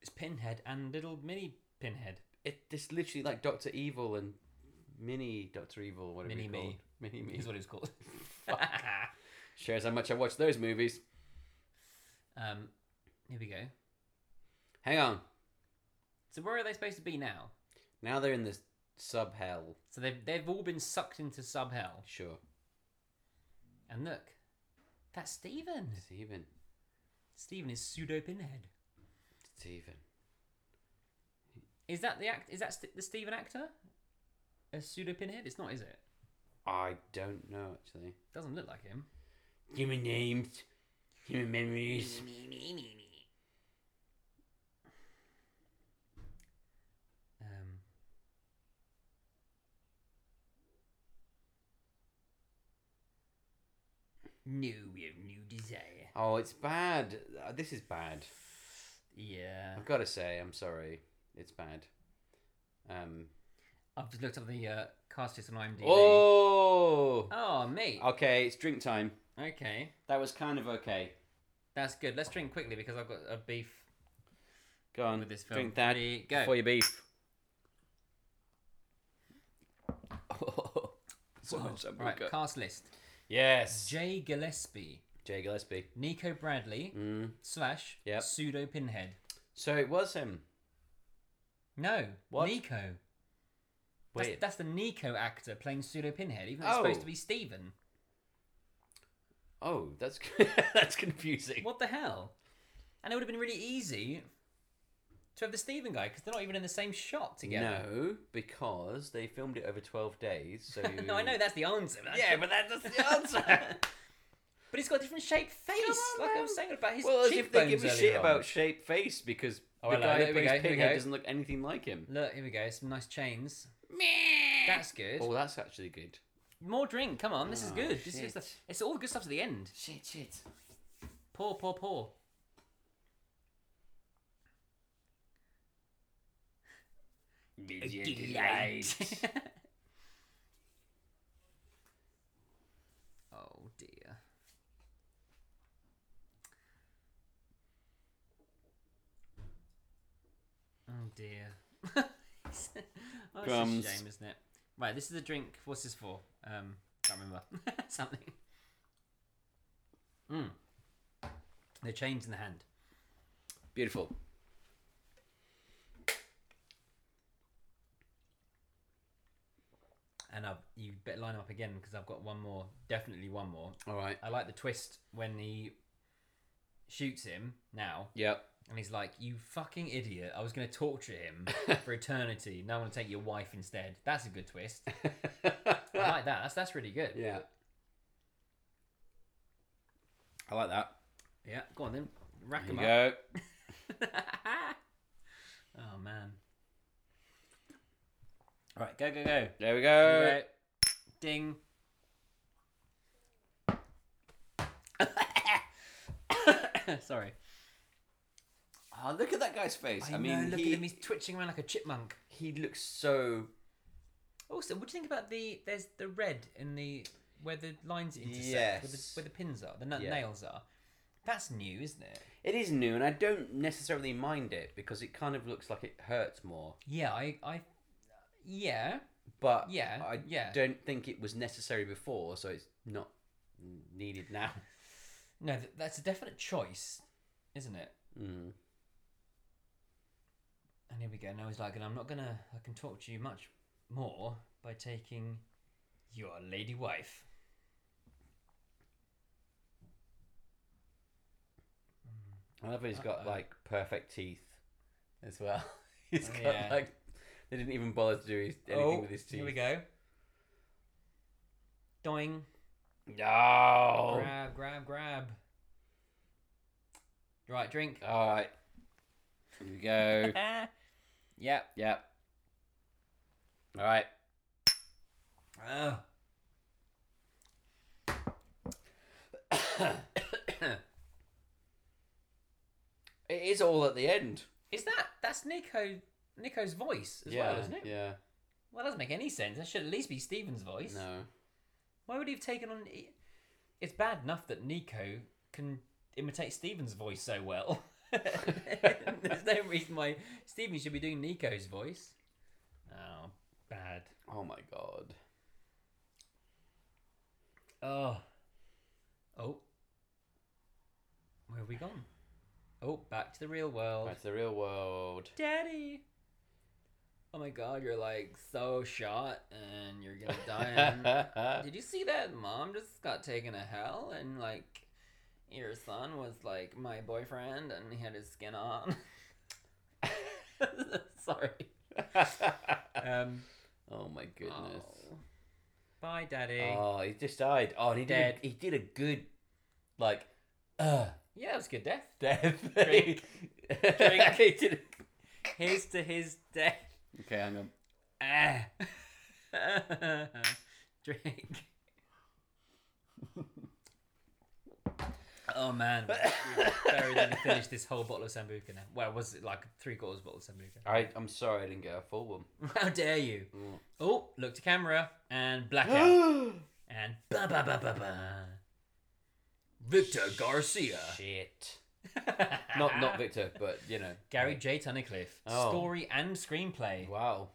Speaker 2: It's Pinhead and little mini Pinhead.
Speaker 3: It, it's literally like Doctor Evil and Mini Doctor Evil, or whatever.
Speaker 2: Mini
Speaker 3: you
Speaker 2: me.
Speaker 3: called. Mini
Speaker 2: <laughs>
Speaker 3: me. <laughs>
Speaker 2: Is what it was called.
Speaker 3: Shows how much I watch those movies.
Speaker 2: um, here we go.
Speaker 3: Hang on.
Speaker 2: So where are they supposed to be now?
Speaker 3: Now they're in this sub hell.
Speaker 2: So they've they've all been sucked into sub hell.
Speaker 3: Sure.
Speaker 2: And look, that's Stephen.
Speaker 3: Stephen.
Speaker 2: Stephen is pseudo Pinhead.
Speaker 3: Stephen.
Speaker 2: Is that the act? Is that st- the Stephen actor? A pseudo Pinhead? It's not, is it?
Speaker 3: I don't know actually.
Speaker 2: Doesn't look like him.
Speaker 3: Give me names. Give me memories.
Speaker 2: Um, new, we have new desire.
Speaker 3: Oh, it's bad. Uh, This is bad.
Speaker 2: Yeah.
Speaker 3: I've got to say, I'm sorry. It's bad. Um.
Speaker 2: I've just looked up the uh, cast list on IMDb.
Speaker 3: Oh.
Speaker 2: Oh, mate.
Speaker 3: Okay, it's drink time.
Speaker 2: Okay,
Speaker 3: That was kind of okay.
Speaker 2: that's good. Let's drink quickly because I've got a beef.
Speaker 3: Go on.
Speaker 2: With this film.
Speaker 3: Drink that
Speaker 2: Ready, go.
Speaker 3: before
Speaker 2: <laughs>
Speaker 3: you beef. so
Speaker 2: Whoa.
Speaker 3: much
Speaker 2: Oh, right,
Speaker 3: sambuca.
Speaker 2: cast list:
Speaker 3: Oh, Yes.
Speaker 2: Jay Gillespie,
Speaker 3: Jay Gillespie.
Speaker 2: Nico Bradley
Speaker 3: Mm.
Speaker 2: slash
Speaker 3: Yep.
Speaker 2: pseudo Pinhead.
Speaker 3: So it was him.
Speaker 2: No,
Speaker 3: What?
Speaker 2: Nico. That's,
Speaker 3: Weird.
Speaker 2: that's the Nico actor playing pseudo Pinhead, even though it's supposed
Speaker 3: Oh.
Speaker 2: to be Steven.
Speaker 3: Oh, that's <laughs> that's confusing.
Speaker 2: What the hell? And it would have been really easy to have the Steven guy because they're not even in the same shot together.
Speaker 3: No, because they filmed it over twelve days. So
Speaker 2: <laughs> No, I know that's the answer. but that's
Speaker 3: <laughs> Yeah,
Speaker 2: not-
Speaker 3: but that,
Speaker 2: <laughs>
Speaker 3: that's the answer.
Speaker 2: But he's got a different shaped face.
Speaker 3: on,
Speaker 2: like I
Speaker 3: man.
Speaker 2: was saying about his
Speaker 3: well, as if they
Speaker 2: cheekbones
Speaker 3: give a
Speaker 2: earlier
Speaker 3: shit
Speaker 2: on.
Speaker 3: about shape face because
Speaker 2: Oh,
Speaker 3: the
Speaker 2: hello,
Speaker 3: guy
Speaker 2: there
Speaker 3: that
Speaker 2: we go, here
Speaker 3: plays
Speaker 2: we
Speaker 3: Pinhead
Speaker 2: go.
Speaker 3: doesn't look anything like him.
Speaker 2: Look, here we go. Some nice chains. That's good.
Speaker 3: Oh, that's actually good.
Speaker 2: More drink. Come on, this is good. This is the,
Speaker 3: Oh, shit.
Speaker 2: it's all good stuff to the end.
Speaker 3: Shit, shit.
Speaker 2: Pour, pour, pour. <laughs> oh dear. Oh dear. <laughs> It's- oh,
Speaker 3: Crumbs.
Speaker 2: It's just a shame, isn't it? Right, this is a drink. What's this for? Um, can't remember. <laughs> Something. Mm. No chains in the hand.
Speaker 3: Beautiful.
Speaker 2: And I've, you better line up again because I've got one more. Definitely one more.
Speaker 3: All right.
Speaker 2: I like the twist when he shoots him now,
Speaker 3: Yep.
Speaker 2: and he's like, "You fucking idiot! I was going to torture
Speaker 3: <laughs>
Speaker 2: him for eternity. Now I'm going to take your wife instead." That's a good
Speaker 3: <laughs>
Speaker 2: twist. I like that. That's that's really good.
Speaker 3: yeah. I like that.
Speaker 2: Yeah, go on then, rack
Speaker 3: There
Speaker 2: him
Speaker 3: you
Speaker 2: up.
Speaker 3: go.
Speaker 2: <laughs> Oh man. All right, go go go.
Speaker 3: There we go.
Speaker 2: Go.
Speaker 3: <laughs>
Speaker 2: Ding. <coughs> Sorry.
Speaker 3: Oh, look at that guy's face. I, mean,
Speaker 2: look
Speaker 3: he,
Speaker 2: at him. He's twitching around like a chipmunk.
Speaker 3: he looks so.
Speaker 2: Also, what do you think about the there's the red in the where the lines intersect where, the,
Speaker 3: Yes.
Speaker 2: where the pins are, the nut
Speaker 3: Yeah.
Speaker 2: nails are. That's new, isn't it?
Speaker 3: It is new, and I don't necessarily mind it because it kind of looks like it hurts more.
Speaker 2: Yeah, I, I, yeah,
Speaker 3: But
Speaker 2: Yeah,
Speaker 3: I
Speaker 2: yeah.
Speaker 3: don't think it was necessary before, so it's not needed
Speaker 2: <laughs>
Speaker 3: now.
Speaker 2: no, th- that's a definite choice, isn't it?
Speaker 3: Mm.
Speaker 2: And here we go. Now he's like, and I'm not gonna. I can talk to you much more by taking your lady wife.
Speaker 3: I love how he's got
Speaker 2: Uh-oh.
Speaker 3: like perfect teeth as well. <laughs> He's
Speaker 2: Oh,
Speaker 3: got
Speaker 2: yeah. Oh,
Speaker 3: like they didn't even bother to do his, anything with his teeth.
Speaker 2: here we go. Doing.
Speaker 3: No.
Speaker 2: Grab, grab, grab. Right, drink.
Speaker 3: All right. Here we go.
Speaker 2: <laughs> yep.
Speaker 3: yep. All right.
Speaker 2: Ugh. <coughs>
Speaker 3: It is all at the end.
Speaker 2: Is that that's Nico Nico's voice as well, isn't it?
Speaker 3: Yeah.
Speaker 2: Well, that doesn't make any sense. That should at least be Steven's voice.
Speaker 3: No.
Speaker 2: Why would he have taken on? It's bad enough that Nico can imitate Steven's voice so well. <laughs> There's no reason why Steven should be doing Nico's voice. Oh, bad.
Speaker 3: Oh my god.
Speaker 2: Oh. Oh. Where have we gone? Oh, back to the real world.
Speaker 3: That's the real
Speaker 2: <laughs>
Speaker 3: world.
Speaker 2: Daddy. Oh my god, you're like so shot and you're gonna die.
Speaker 3: <laughs>
Speaker 2: And- Did you see that mom just got taken to hell and like your son was like my boyfriend and he had his skin on? <laughs> Sorry. Um,
Speaker 3: oh my goodness.
Speaker 2: oh. Bye, Daddy.
Speaker 3: Oh, he just died. Oh, and he
Speaker 2: Dead.
Speaker 3: did. A, he did a good, like, uh,
Speaker 2: Yeah, that was a good death.
Speaker 3: death.
Speaker 2: <laughs>
Speaker 3: <laughs>
Speaker 2: Drink. <laughs> Drink.
Speaker 3: He did a-
Speaker 2: Here's to his death.
Speaker 3: Okay, hang on.
Speaker 2: Ah. <laughs> Drink. oh man, Barry didn't finish this whole bottle of sambuca now. Well, was it like three quarters bottle of sambuca?
Speaker 3: I, I'm sorry I didn't get a full
Speaker 2: <gasps>
Speaker 3: one.
Speaker 2: How dare you?
Speaker 3: Mm.
Speaker 2: Oh, look to camera and
Speaker 3: <gasps>
Speaker 2: blackout and ba ba ba ba ba. Victor Garcia,
Speaker 3: Shit. Not not Victor, but you know.
Speaker 2: Gary J. Tunnicliffe,
Speaker 3: Oh.
Speaker 2: story and screenplay.
Speaker 3: Wow.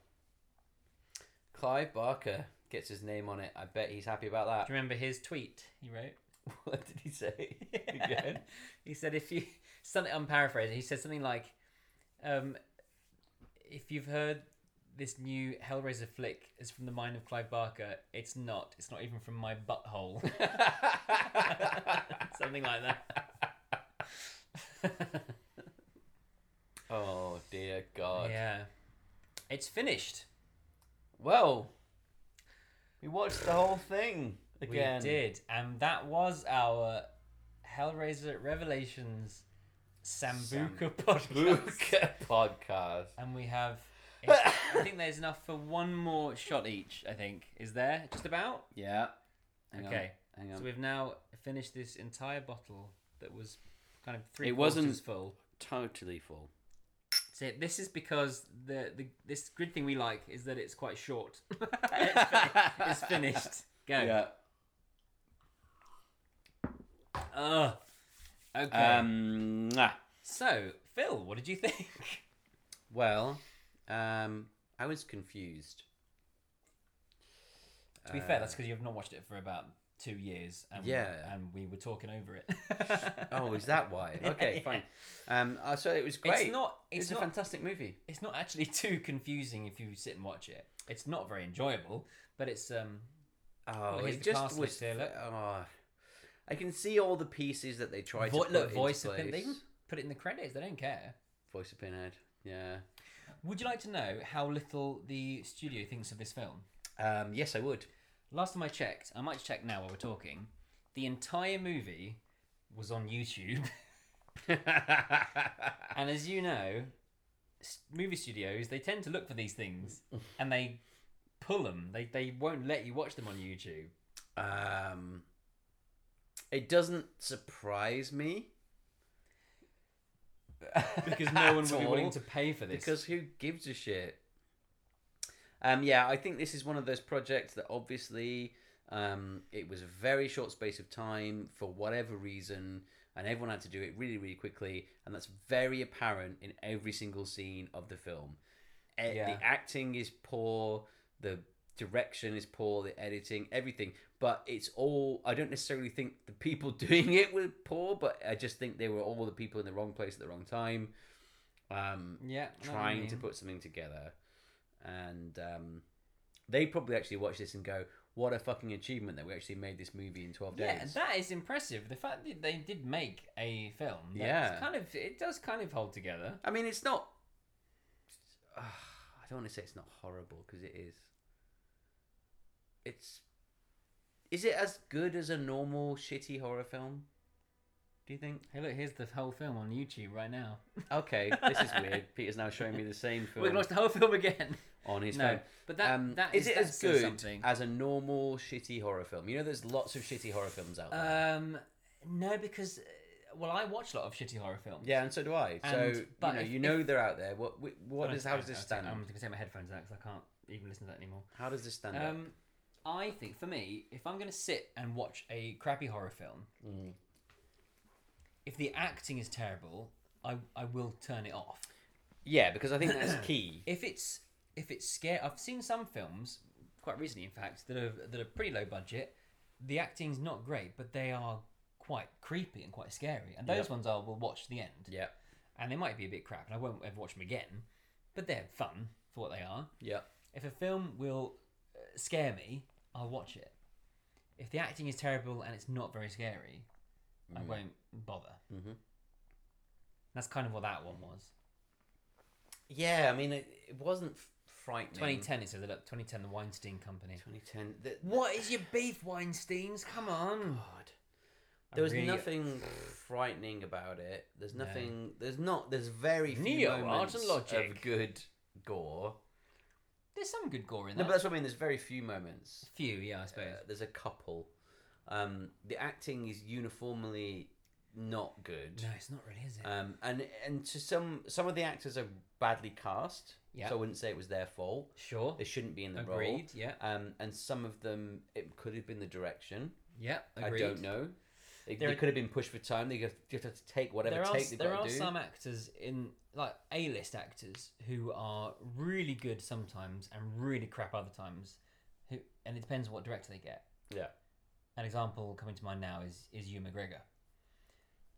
Speaker 3: Clive Barker gets his name on it. I bet he's happy about that.
Speaker 2: Do you remember his tweet he wrote?
Speaker 3: <laughs> What did
Speaker 2: <laughs>
Speaker 3: he say? Again?
Speaker 2: he said if you something I'm paraphrasing. He said something like, um, "If you've heard this new Hellraiser flick is from the mind of Clive Barker. It's not. It's not even from my butthole. <laughs> Something like that.
Speaker 3: Oh dear <laughs> God.
Speaker 2: Yeah. It's finished.
Speaker 3: Well, we watched the whole thing again.
Speaker 2: We did. And that was our Hellraiser Revelations Sambuca podcast.
Speaker 3: Luke <laughs> podcast.
Speaker 2: And we
Speaker 3: <laughs>
Speaker 2: have. I think there's enough for one more shot each, I think. Is there? Just about?
Speaker 3: Yeah. Hang on,
Speaker 2: Okay.
Speaker 3: Hang on.
Speaker 2: So we've now finished this entire bottle that was kind of three
Speaker 3: It
Speaker 2: quarters
Speaker 3: wasn't-
Speaker 2: full.
Speaker 3: totally full.
Speaker 2: So this is because the, the this good thing we like is that it's quite short. <laughs> it's, fin- it's finished. Go. Ugh. Okay.
Speaker 3: Um. mwah.
Speaker 2: so Phil, what did you think?
Speaker 3: Well, um, I was confused.
Speaker 2: to be fair, that's because you've not watched it for about two years. And,
Speaker 3: Yeah.
Speaker 2: And we were talking over it.
Speaker 3: Oh, is that why?
Speaker 2: <laughs>
Speaker 3: Okay,
Speaker 2: Yeah.
Speaker 3: fine. Um, uh, so it was great.
Speaker 2: It's not.
Speaker 3: It's,
Speaker 2: It's
Speaker 3: a
Speaker 2: not.
Speaker 3: fantastic movie.
Speaker 2: it's not actually <laughs> too confusing if you sit and watch it. It's not very enjoyable, but it's um
Speaker 3: Oh,
Speaker 2: here's
Speaker 3: it
Speaker 2: the
Speaker 3: just
Speaker 2: cast
Speaker 3: was.
Speaker 2: list here, look.
Speaker 3: Oh, I can see all the pieces that they tried
Speaker 2: Vo-
Speaker 3: to put
Speaker 2: look,
Speaker 3: into
Speaker 2: voice of
Speaker 3: place.
Speaker 2: Pin- they can put it in the credits. They don't care.
Speaker 3: Voice of Pinhead. Yeah.
Speaker 2: Would you like to know how little the studio thinks of this film?
Speaker 3: Um, yes, I would.
Speaker 2: Last time I checked, I might check now while we're talking. The entire movie was on YouTube, <laughs> and as you know, s- movie studios they tend to look for these
Speaker 3: <laughs>
Speaker 2: things and they pull them. They they won't let you watch them on
Speaker 3: <laughs>
Speaker 2: YouTube.
Speaker 3: <laughs> um, it doesn't
Speaker 2: <laughs>
Speaker 3: surprise me
Speaker 2: because no one
Speaker 3: At
Speaker 2: would be
Speaker 3: all.
Speaker 2: willing to pay for this.
Speaker 3: because who gives a shit? Um, yeah, I think this is one of those projects that obviously um, it was a very short space of time for whatever reason, and everyone had to do it really, really quickly, and that's very apparent in every single scene of the film. E-
Speaker 2: Yeah.
Speaker 3: The acting is poor, the direction is poor, the editing, everything. But it's all. I don't necessarily think the people <laughs> doing it were poor, but I just think they were all the people in the wrong place at the wrong time. Um,
Speaker 2: yeah, I know what you
Speaker 3: trying to
Speaker 2: mean.
Speaker 3: put something together, and um, they probably actually watch this and go, "What a fucking achievement that we actually made this movie in twelve
Speaker 2: Yeah,
Speaker 3: days."
Speaker 2: that is impressive. The fact that they did make a film. that's
Speaker 3: Yeah.
Speaker 2: kind of it does kind of hold together.
Speaker 3: I mean, it's not. <sighs> Ugh, I don't want to say it's not horrible because it is. It's. Is it as good as a normal shitty horror film? Do you
Speaker 2: <laughs>
Speaker 3: think?
Speaker 2: Hey, look, here's the whole film on YouTube right now.
Speaker 3: Okay, this is weird. Peter's now showing me the same
Speaker 2: We're
Speaker 3: film
Speaker 2: gonna watch the whole film again.
Speaker 3: on his
Speaker 2: <laughs> No,
Speaker 3: phone.
Speaker 2: but that-
Speaker 3: um,
Speaker 2: that
Speaker 3: is
Speaker 2: is-
Speaker 3: it
Speaker 2: that
Speaker 3: as
Speaker 2: says
Speaker 3: good
Speaker 2: something.
Speaker 3: as a normal shitty horror film? You know, there's lots of shitty horror films out there.
Speaker 2: Um, no, because uh, well, I watch a lot of shitty horror films.
Speaker 3: yeah, and so do I.
Speaker 2: and-
Speaker 3: so
Speaker 2: but
Speaker 3: you know,
Speaker 2: if-
Speaker 3: you know
Speaker 2: if-
Speaker 3: they're out there. What wh- what
Speaker 2: Hold
Speaker 3: is
Speaker 2: on,
Speaker 3: how does
Speaker 2: I-
Speaker 3: this
Speaker 2: I-
Speaker 3: stand?
Speaker 2: I'm gonna take my headphones out because I can't even listen to that anymore.
Speaker 3: How does this stand? up?
Speaker 2: Um, I think for me, if I'm going to sit and watch a crappy horror film, if the acting is terrible, I, I will turn it off.
Speaker 3: Yeah, because I think
Speaker 2: <coughs>
Speaker 3: that's key.
Speaker 2: If it's if it's scare, I've seen some films quite recently, in fact, that are that are pretty low budget. The acting's not great, but they are quite creepy and quite scary, and those
Speaker 3: Yeah.
Speaker 2: ones I will watch to the end.
Speaker 3: Yeah,
Speaker 2: And they might be a bit crap, and I won't ever watch them again, but they're fun for what they are.
Speaker 3: yeah,
Speaker 2: If a film will uh, scare me, I'll watch it. If the acting is terrible and it's not very scary, I
Speaker 3: Mm.
Speaker 2: won't bother. Mm-hmm. That's kind of what that one was.
Speaker 3: yeah. I mean, it, it wasn't f- frightening.
Speaker 2: 2010, it says it up. 2010, the Weinstein Company.
Speaker 3: 2010. The-
Speaker 2: What is your beef, Weinsteins? Come on.
Speaker 3: God. There was
Speaker 2: really- <sighs>
Speaker 3: nothing frightening about it. There's nothing. There's not. There's very few
Speaker 2: Neo art and
Speaker 3: moments of
Speaker 2: logic.
Speaker 3: good gore.
Speaker 2: There's some good gore in
Speaker 3: No,
Speaker 2: there.
Speaker 3: but that's what I mean. There's very few moments.
Speaker 2: few, yeah, I suppose.
Speaker 3: Uh, there's a couple. Um, the acting is uniformly not good.
Speaker 2: no, it's not really, is it?
Speaker 3: Um, and and to some some of the actors are badly cast.
Speaker 2: Yeah.
Speaker 3: So I wouldn't say it was their fault.
Speaker 2: sure.
Speaker 3: They shouldn't be in the role.
Speaker 2: Agreed, yeah.
Speaker 3: Um, and some of them it could have been the direction.
Speaker 2: Yeah, agreed.
Speaker 3: I don't know. It,
Speaker 2: There
Speaker 3: they
Speaker 2: are-
Speaker 3: could have been pushed for time. They just just have to take whatever
Speaker 2: there are,
Speaker 3: take they've
Speaker 2: there
Speaker 3: got
Speaker 2: are
Speaker 3: to do.
Speaker 2: some actors in like a-list actors who are really good sometimes and really crap other times who and it depends what director they get
Speaker 3: Yeah.
Speaker 2: an example coming to mind now is is Ewan McGregor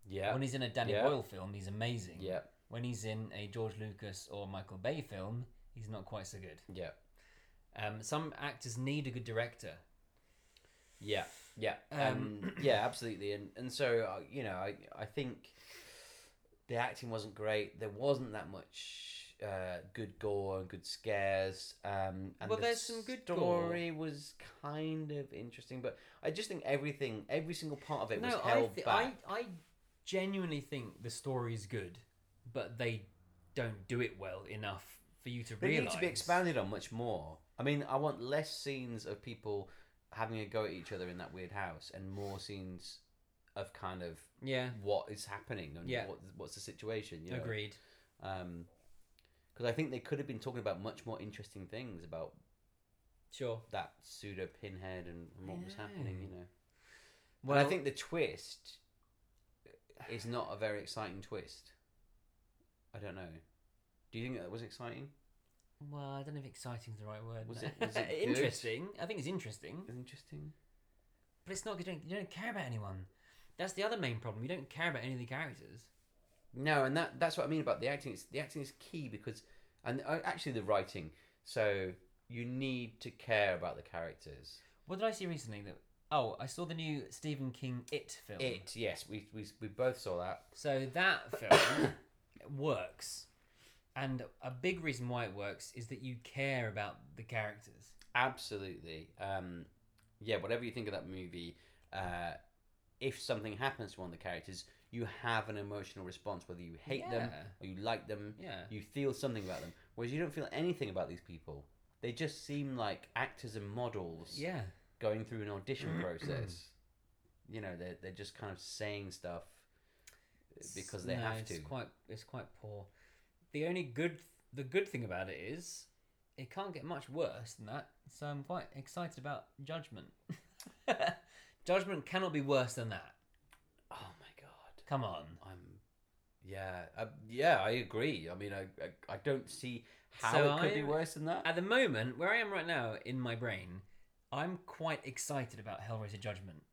Speaker 3: Yeah.
Speaker 2: when he's in a Danny
Speaker 3: Yeah.
Speaker 2: Boyle film he's amazing
Speaker 3: Yeah.
Speaker 2: when he's in a George Lucas or Michael Bay film he's not quite so good.
Speaker 3: Yeah.
Speaker 2: Um, some actors need a good director.
Speaker 3: Yeah, yeah, um, <clears throat> yeah, absolutely. And and so uh, you know, I I think the acting wasn't great. There wasn't that much uh, good gore and good scares. Um, and
Speaker 2: Well,
Speaker 3: the
Speaker 2: there's some good gore.
Speaker 3: story was kind of interesting, but I just think everything, every single part of it was
Speaker 2: no, I,
Speaker 3: held
Speaker 2: thi- I
Speaker 3: back.
Speaker 2: I genuinely think the story is good, but they don't do it well enough for you to
Speaker 3: They
Speaker 2: realize.
Speaker 3: need to be expanded on much more. I mean, I want less scenes of people having a go at each other in that weird house, and more scenes of kind of
Speaker 2: Yeah,
Speaker 3: what is happening and
Speaker 2: Yeah.
Speaker 3: what, what's the situation. You know?
Speaker 2: agreed.
Speaker 3: Um 'cause because I think they could have been talking about much more interesting things about
Speaker 2: Sure.
Speaker 3: that pseudo pinhead and, and what was happening. You know, well,
Speaker 2: Well,
Speaker 3: and I think the twist is not a very exciting twist. I don't know. Do you think that was exciting?
Speaker 2: Well, I don't know if exciting's the right word. <laughs>
Speaker 3: Was
Speaker 2: no.
Speaker 3: it- was it good?
Speaker 2: interesting? I think it's interesting,
Speaker 3: It was interesting.
Speaker 2: but it's not good. You don't, you don't care about anyone. That's the other main problem. You don't care about any of the characters.
Speaker 3: No, and that that's what I mean about the acting. It's, the acting is key because, and uh, actually the writing. So you need to care about the characters.
Speaker 2: What did I see recently? That oh, I saw the new Stephen King It film.
Speaker 3: It yes, we we, we both saw that.
Speaker 2: So
Speaker 3: <coughs>
Speaker 2: that film works, and a big reason why it works is that you care about the characters.
Speaker 3: Absolutely. Um, yeah, whatever you think of that movie, uh, if something happens to one of the characters, you have an emotional response, whether you hate them
Speaker 2: Yeah.
Speaker 3: or you like them.
Speaker 2: Yeah.
Speaker 3: You feel something about them. Whereas you don't feel anything about these people. They just seem like actors and models
Speaker 2: Yeah.
Speaker 3: going through an
Speaker 2: <clears throat>
Speaker 3: audition process. You know, they're, they're just kind of saying stuff because they
Speaker 2: No,
Speaker 3: have to.
Speaker 2: It's quite it's quite poor. The only good the good thing about it is it can't get much worse than that. So I'm quite excited about Judgment. <laughs> Judgment cannot be worse than that.
Speaker 3: Oh my god.
Speaker 2: Come on.
Speaker 3: I'm. Yeah, uh, yeah, I agree. I mean, I I, I don't see how
Speaker 2: So
Speaker 3: it could be
Speaker 2: I'm-
Speaker 3: worse than that.
Speaker 2: At the moment, where I am right now in my brain, I'm quite excited about Hellraiser Judgment.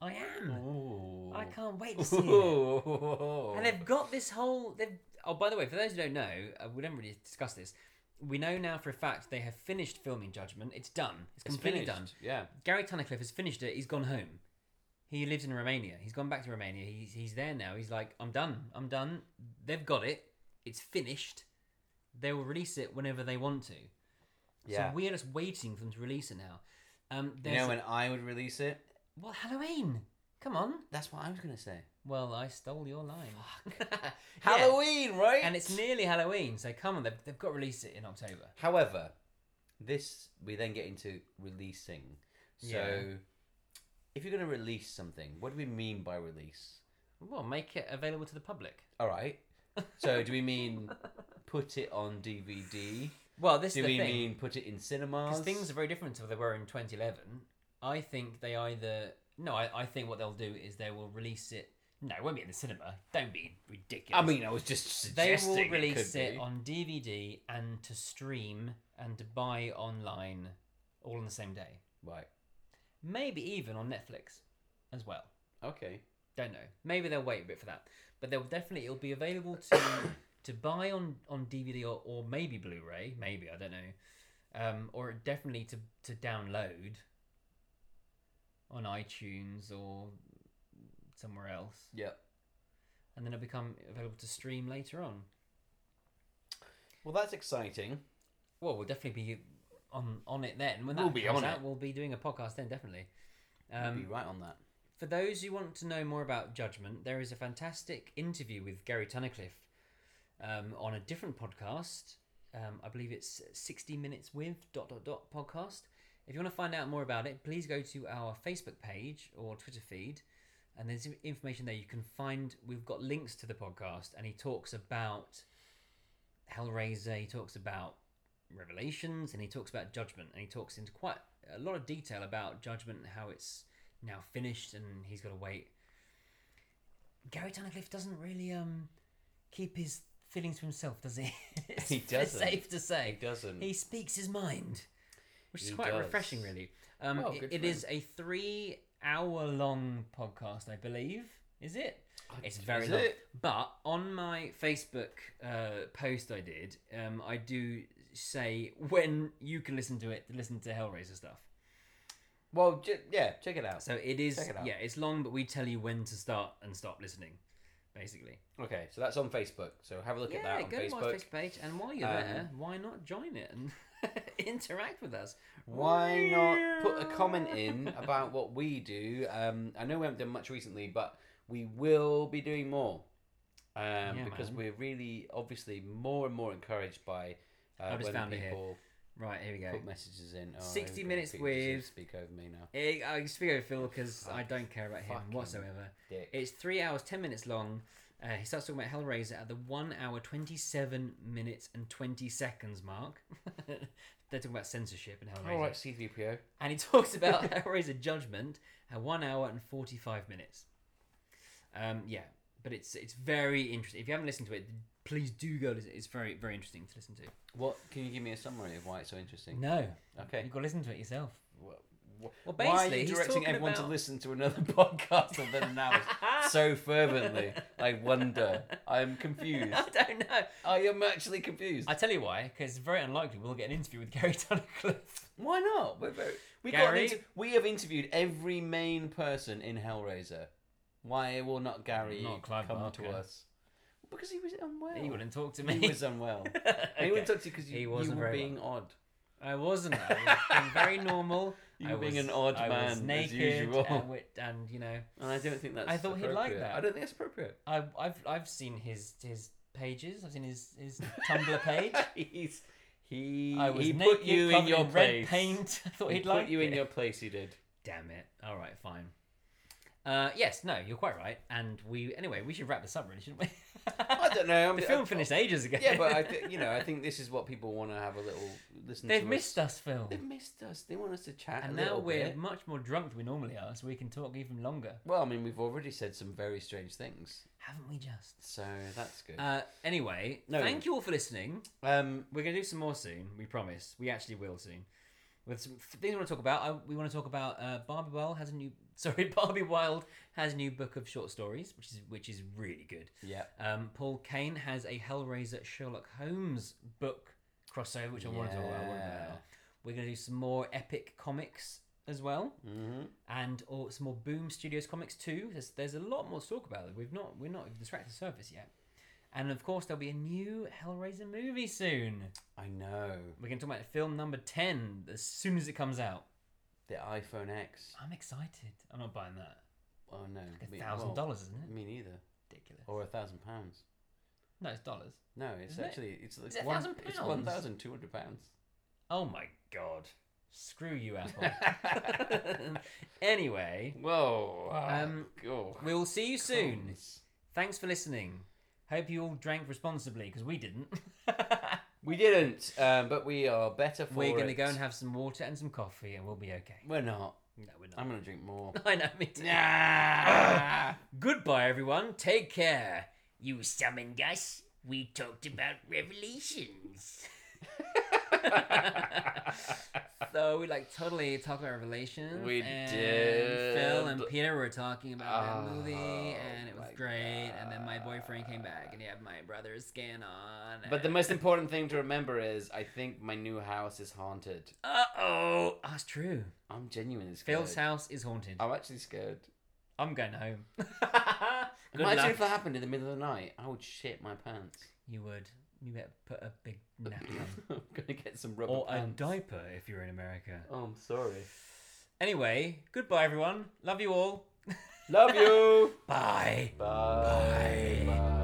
Speaker 2: I
Speaker 3: Oh,
Speaker 2: am. I
Speaker 3: <laughs>
Speaker 2: can't wait to see it. And they've got this whole. They've, oh, by the way, for those who don't know, uh, we don't really discuss this. We know now for a fact they have finished filming Judgment. It's done. It's completely done.
Speaker 3: Yeah,
Speaker 2: Gary Tunnicliffe has finished it. He's gone home. He lives in Romania. He's gone back to Romania. He's he's there now. He's like, I'm done. I'm done. They've got it. It's finished. They will release it whenever they want to.
Speaker 3: yeah.
Speaker 2: So we are just waiting for them to release it now. Um,
Speaker 3: you
Speaker 2: there's
Speaker 3: know when I would release it?
Speaker 2: well Halloween. Come on.
Speaker 3: That's what I was gonna say.
Speaker 2: Well, I stole your line. <laughs> Yeah.
Speaker 3: Halloween, right?
Speaker 2: and it's nearly Halloween, so come on, they've, they've got to release it in October.
Speaker 3: however, this we then get into releasing. So,
Speaker 2: Yeah.
Speaker 3: if you're gonna release something, what do we mean by release?
Speaker 2: Well, make it available to the public.
Speaker 3: All right. So, do we
Speaker 2: <laughs>
Speaker 3: mean put it on DVD?
Speaker 2: Well, this
Speaker 3: Do
Speaker 2: is the
Speaker 3: we
Speaker 2: thing.
Speaker 3: mean put it in cinemas?
Speaker 2: Because things are very different to what they were in 2011. I think they either. No, I, I think what they'll do is they will release it. No, it won't be in the cinema. Don't be ridiculous.
Speaker 3: I mean, I was just
Speaker 2: they
Speaker 3: suggesting
Speaker 2: will
Speaker 3: it could
Speaker 2: release it,
Speaker 3: be.
Speaker 2: on DVD and to stream and to buy online all on the same day.
Speaker 3: Right.
Speaker 2: Maybe even on Netflix as well.
Speaker 3: Okay.
Speaker 2: Don't know. Maybe they'll wait a bit for that, but they'll definitely it'll be available to <coughs> to buy on on DVD or, or maybe Blu-ray. Maybe I don't know, um, or definitely to to download on iTunes or somewhere else,
Speaker 3: Yeah.
Speaker 2: and then it'll become available to stream later on.
Speaker 3: Well, that's exciting.
Speaker 2: Well, we'll definitely be on on it then. When that
Speaker 3: We'll be
Speaker 2: comes
Speaker 3: on
Speaker 2: out,
Speaker 3: it.
Speaker 2: we'll be doing a podcast then definitely.
Speaker 3: You'd
Speaker 2: Um,
Speaker 3: be right on that.
Speaker 2: For those who want to know more about Judgment, there is a fantastic interview with Gary Tunnicliffe um, on a different podcast. Um, I believe it's 60 Minutes with dot dot dot podcast. If you want to find out more about it, please go to our Facebook page or Twitter feed, and there's information there you can find. We've got links to the podcast, and he talks about Hellraiser, he talks about Revelations, and he talks about Judgment, and he talks into quite a lot of detail about Judgment and how it's now finished, and he's got to wait. Gary Tunnicliffe doesn't really um keep his feelings to himself, does he? <laughs> It's
Speaker 3: He doesn't.
Speaker 2: Safe to say,
Speaker 3: He doesn't.
Speaker 2: He speaks his mind, which is
Speaker 3: He
Speaker 2: quite
Speaker 3: does.
Speaker 2: refreshing, really. Um,
Speaker 3: Well,
Speaker 2: it-
Speaker 3: good
Speaker 2: it
Speaker 3: for
Speaker 2: is a three-hour-long podcast, I believe. Is it? It's very
Speaker 3: Is
Speaker 2: long.
Speaker 3: it?
Speaker 2: But on my Facebook uh, post I did, um, I do say when you can listen to it, listen to Hellraiser stuff.
Speaker 3: Well, j- yeah, check it out.
Speaker 2: So it is,
Speaker 3: Check it out.
Speaker 2: yeah, it's long, but we tell you when to start and stop listening, basically.
Speaker 3: Okay, so that's on Facebook. So have a look at that on
Speaker 2: go to my
Speaker 3: Facebook.
Speaker 2: Facebook page, and while you're
Speaker 3: Um,
Speaker 2: there, why not join it and <laughs> interact with us?
Speaker 3: Why not put a comment <laughs> in about what we do? Um, I know we haven't done much recently, but we will be doing more um, because
Speaker 2: man.
Speaker 3: we're really, obviously, more and more encouraged by uh,
Speaker 2: I just
Speaker 3: when
Speaker 2: found it here.
Speaker 3: people
Speaker 2: Right here we go.
Speaker 3: put messages in. Oh,
Speaker 2: 60
Speaker 3: okay,
Speaker 2: minutes
Speaker 3: people just
Speaker 2: with-
Speaker 3: speak over me now.
Speaker 2: Eh, I speak over Phil because I don't care about him
Speaker 3: Fucking
Speaker 2: whatsoever.
Speaker 3: dick.
Speaker 2: It's three hours ten minutes long. Uh, he starts talking about Hellraiser at the one hour twenty seven minutes and twenty seconds mark. <laughs> They're talking about censorship and Hellraiser,
Speaker 3: All right, C3PO.
Speaker 2: and he <laughs> talks about Hellraiser Judgment at one hour and forty five minutes. Um, yeah, but it's it's very interesting. If you haven't listened to it, please do go. Listen. It's very very interesting to listen to.
Speaker 3: What can you give me a summary of why it's so interesting?
Speaker 2: No,
Speaker 3: Okay.
Speaker 2: you've got to listen to it yourself.
Speaker 3: Well,
Speaker 2: Well,
Speaker 3: why are
Speaker 2: basically,
Speaker 3: you
Speaker 2: he's
Speaker 3: directing
Speaker 2: talking
Speaker 3: everyone to
Speaker 2: about-
Speaker 3: listen to another <laughs> podcast for than an hour
Speaker 2: <laughs>
Speaker 3: so fervently? I wonder. I'm
Speaker 2: <laughs>
Speaker 3: confused.
Speaker 2: I don't know.
Speaker 3: I am actually confused.
Speaker 2: I tell you why, because it's very unlikely we'll get an interview with Gary <laughs> Tunnicliffe.
Speaker 3: Why not? We're very, we got an
Speaker 2: Gary?
Speaker 3: inter- we have interviewed every main person in Hellraiser. Why will not Gary
Speaker 2: Not Clive
Speaker 3: come to
Speaker 2: Barker.
Speaker 3: us? Because he was unwell.
Speaker 2: He wouldn't talk to
Speaker 3: He
Speaker 2: me. <laughs>
Speaker 3: was unwell. He wouldn't
Speaker 2: Okay.
Speaker 3: talk to you because you,
Speaker 2: He
Speaker 3: you
Speaker 2: wasn't
Speaker 3: were
Speaker 2: very
Speaker 3: being odd.
Speaker 2: I wasn't. I was being very normal.
Speaker 3: You
Speaker 2: I
Speaker 3: were being
Speaker 2: was-
Speaker 3: an odd
Speaker 2: I
Speaker 3: man,
Speaker 2: was
Speaker 3: as
Speaker 2: naked
Speaker 3: usual.
Speaker 2: And, wi- and you know,
Speaker 3: And I don't think that's.
Speaker 2: I thought he'd like
Speaker 3: appropriate.
Speaker 2: that.
Speaker 3: I don't think that's appropriate.
Speaker 2: I, I've I've seen his his pages. I've seen his his <laughs> Tumblr <laughs> page.
Speaker 3: <laughs> He's he.
Speaker 2: I was
Speaker 3: he
Speaker 2: naked,
Speaker 3: put you in
Speaker 2: covered
Speaker 3: your
Speaker 2: red
Speaker 3: place.
Speaker 2: paint. <laughs> I thought
Speaker 3: He
Speaker 2: he'd
Speaker 3: put
Speaker 2: like
Speaker 3: you in
Speaker 2: it.
Speaker 3: your place.
Speaker 2: <laughs>
Speaker 3: He did.
Speaker 2: Damn it! All right, fine. Uh, yes, no, you're quite right. And we anyway, we should wrap this up, really, shouldn't <laughs> we?
Speaker 3: I don't know. I'm,
Speaker 2: the film
Speaker 3: I-
Speaker 2: finished ages ago.
Speaker 3: <laughs> Yeah,
Speaker 2: <laughs>
Speaker 3: but I think you know. I think this is what people want to have a little listen.
Speaker 2: they've
Speaker 3: to
Speaker 2: missed us, Phil.
Speaker 3: Us. They've missed us. They want us to chat.
Speaker 2: And
Speaker 3: a
Speaker 2: now
Speaker 3: little
Speaker 2: we're
Speaker 3: bit.
Speaker 2: much more drunk than we normally are, so we can talk even longer,
Speaker 3: Well, I mean, we've already said some very strange things,
Speaker 2: haven't we? Just.
Speaker 3: so that's good.
Speaker 2: Uh, anyway,
Speaker 3: No.
Speaker 2: thank you all for listening.
Speaker 3: um,
Speaker 2: We're gonna do some more soon. We promise. We actually will soon. With some f- things we want to talk about. I, we want to talk about uh, Barbie Wild has a new. <laughs> Sorry, Barbie Wild has a new book of short stories, which is which is really good.
Speaker 3: yeah.
Speaker 2: <laughs> Um, Paul Kane has a Hellraiser Sherlock Holmes book crossover, which I want to talk about. I wanna talk about
Speaker 3: Yeah.
Speaker 2: that. We're going to do some more epic comics as well,
Speaker 3: hmm
Speaker 2: and or some more Boom Studios comics too. There's there's a lot more to talk about. We've not we're not even scratched the surface yet, and of course there'll be a new Hellraiser movie soon.
Speaker 3: I know
Speaker 2: We're going to talk about film number ten as soon as it comes out.
Speaker 3: the iPhone X.
Speaker 2: I'm excited. I'm not buying that.
Speaker 3: Oh no,
Speaker 2: Like
Speaker 3: Me-
Speaker 2: a thousand
Speaker 3: well,
Speaker 2: dollars, isn't it?
Speaker 3: Me neither,
Speaker 2: Ridiculous.
Speaker 3: or a thousand pounds.
Speaker 2: No, it's dollars.
Speaker 3: No, it's
Speaker 2: Isn't it?
Speaker 3: actually it's like
Speaker 2: it
Speaker 3: one,
Speaker 2: 1,000
Speaker 3: It's one
Speaker 2: pounds?
Speaker 3: thousand two hundred pounds.
Speaker 2: Oh my god. Screw <laughs> you, Apple. anyway,
Speaker 3: Whoa! Um,
Speaker 2: Um, we'll see you soon. Thanks for listening. Hope you all drank responsibly because we didn't. <laughs>
Speaker 3: We didn't, um, but we are better for
Speaker 2: We're
Speaker 3: it.
Speaker 2: going to go and have some water and some coffee and we'll be okay.
Speaker 3: We're not.
Speaker 2: No, we're not.
Speaker 3: I'm gonna drink more.
Speaker 2: <laughs>
Speaker 3: <laughs>
Speaker 2: I know, me too.
Speaker 3: Nah.
Speaker 2: Goodbye, everyone. Take care. You summoned us. We talked about revelations. <laughs> so we like totally talked about revelations.
Speaker 3: We
Speaker 2: and
Speaker 3: did.
Speaker 2: Phil and Peter were talking about that movie,
Speaker 3: Oh,
Speaker 2: and it was
Speaker 3: my
Speaker 2: great. And then my boyfriend came back, and he had my brother's skin on.
Speaker 3: but the most important thing to remember is, I think my new house is haunted.
Speaker 2: uh oh, that's true.
Speaker 3: I'm genuinely scared.
Speaker 2: Phil's house is haunted.
Speaker 3: I'm actually scared.
Speaker 2: I'm going
Speaker 3: <laughs>
Speaker 2: home. Good
Speaker 3: Imagine
Speaker 2: luck.
Speaker 3: if that happened in the middle of the night. I would shit my pants. <laughs>
Speaker 2: You would. You better put a big napkin.
Speaker 3: I'm gonna get some rubber
Speaker 2: or um, a
Speaker 3: pants.
Speaker 2: diaper if you're in America.
Speaker 3: oh, I'm sorry.
Speaker 2: Anyway, goodbye everyone. Love you all. <laughs>
Speaker 3: Love you.
Speaker 2: Bye.
Speaker 3: Bye. Bye.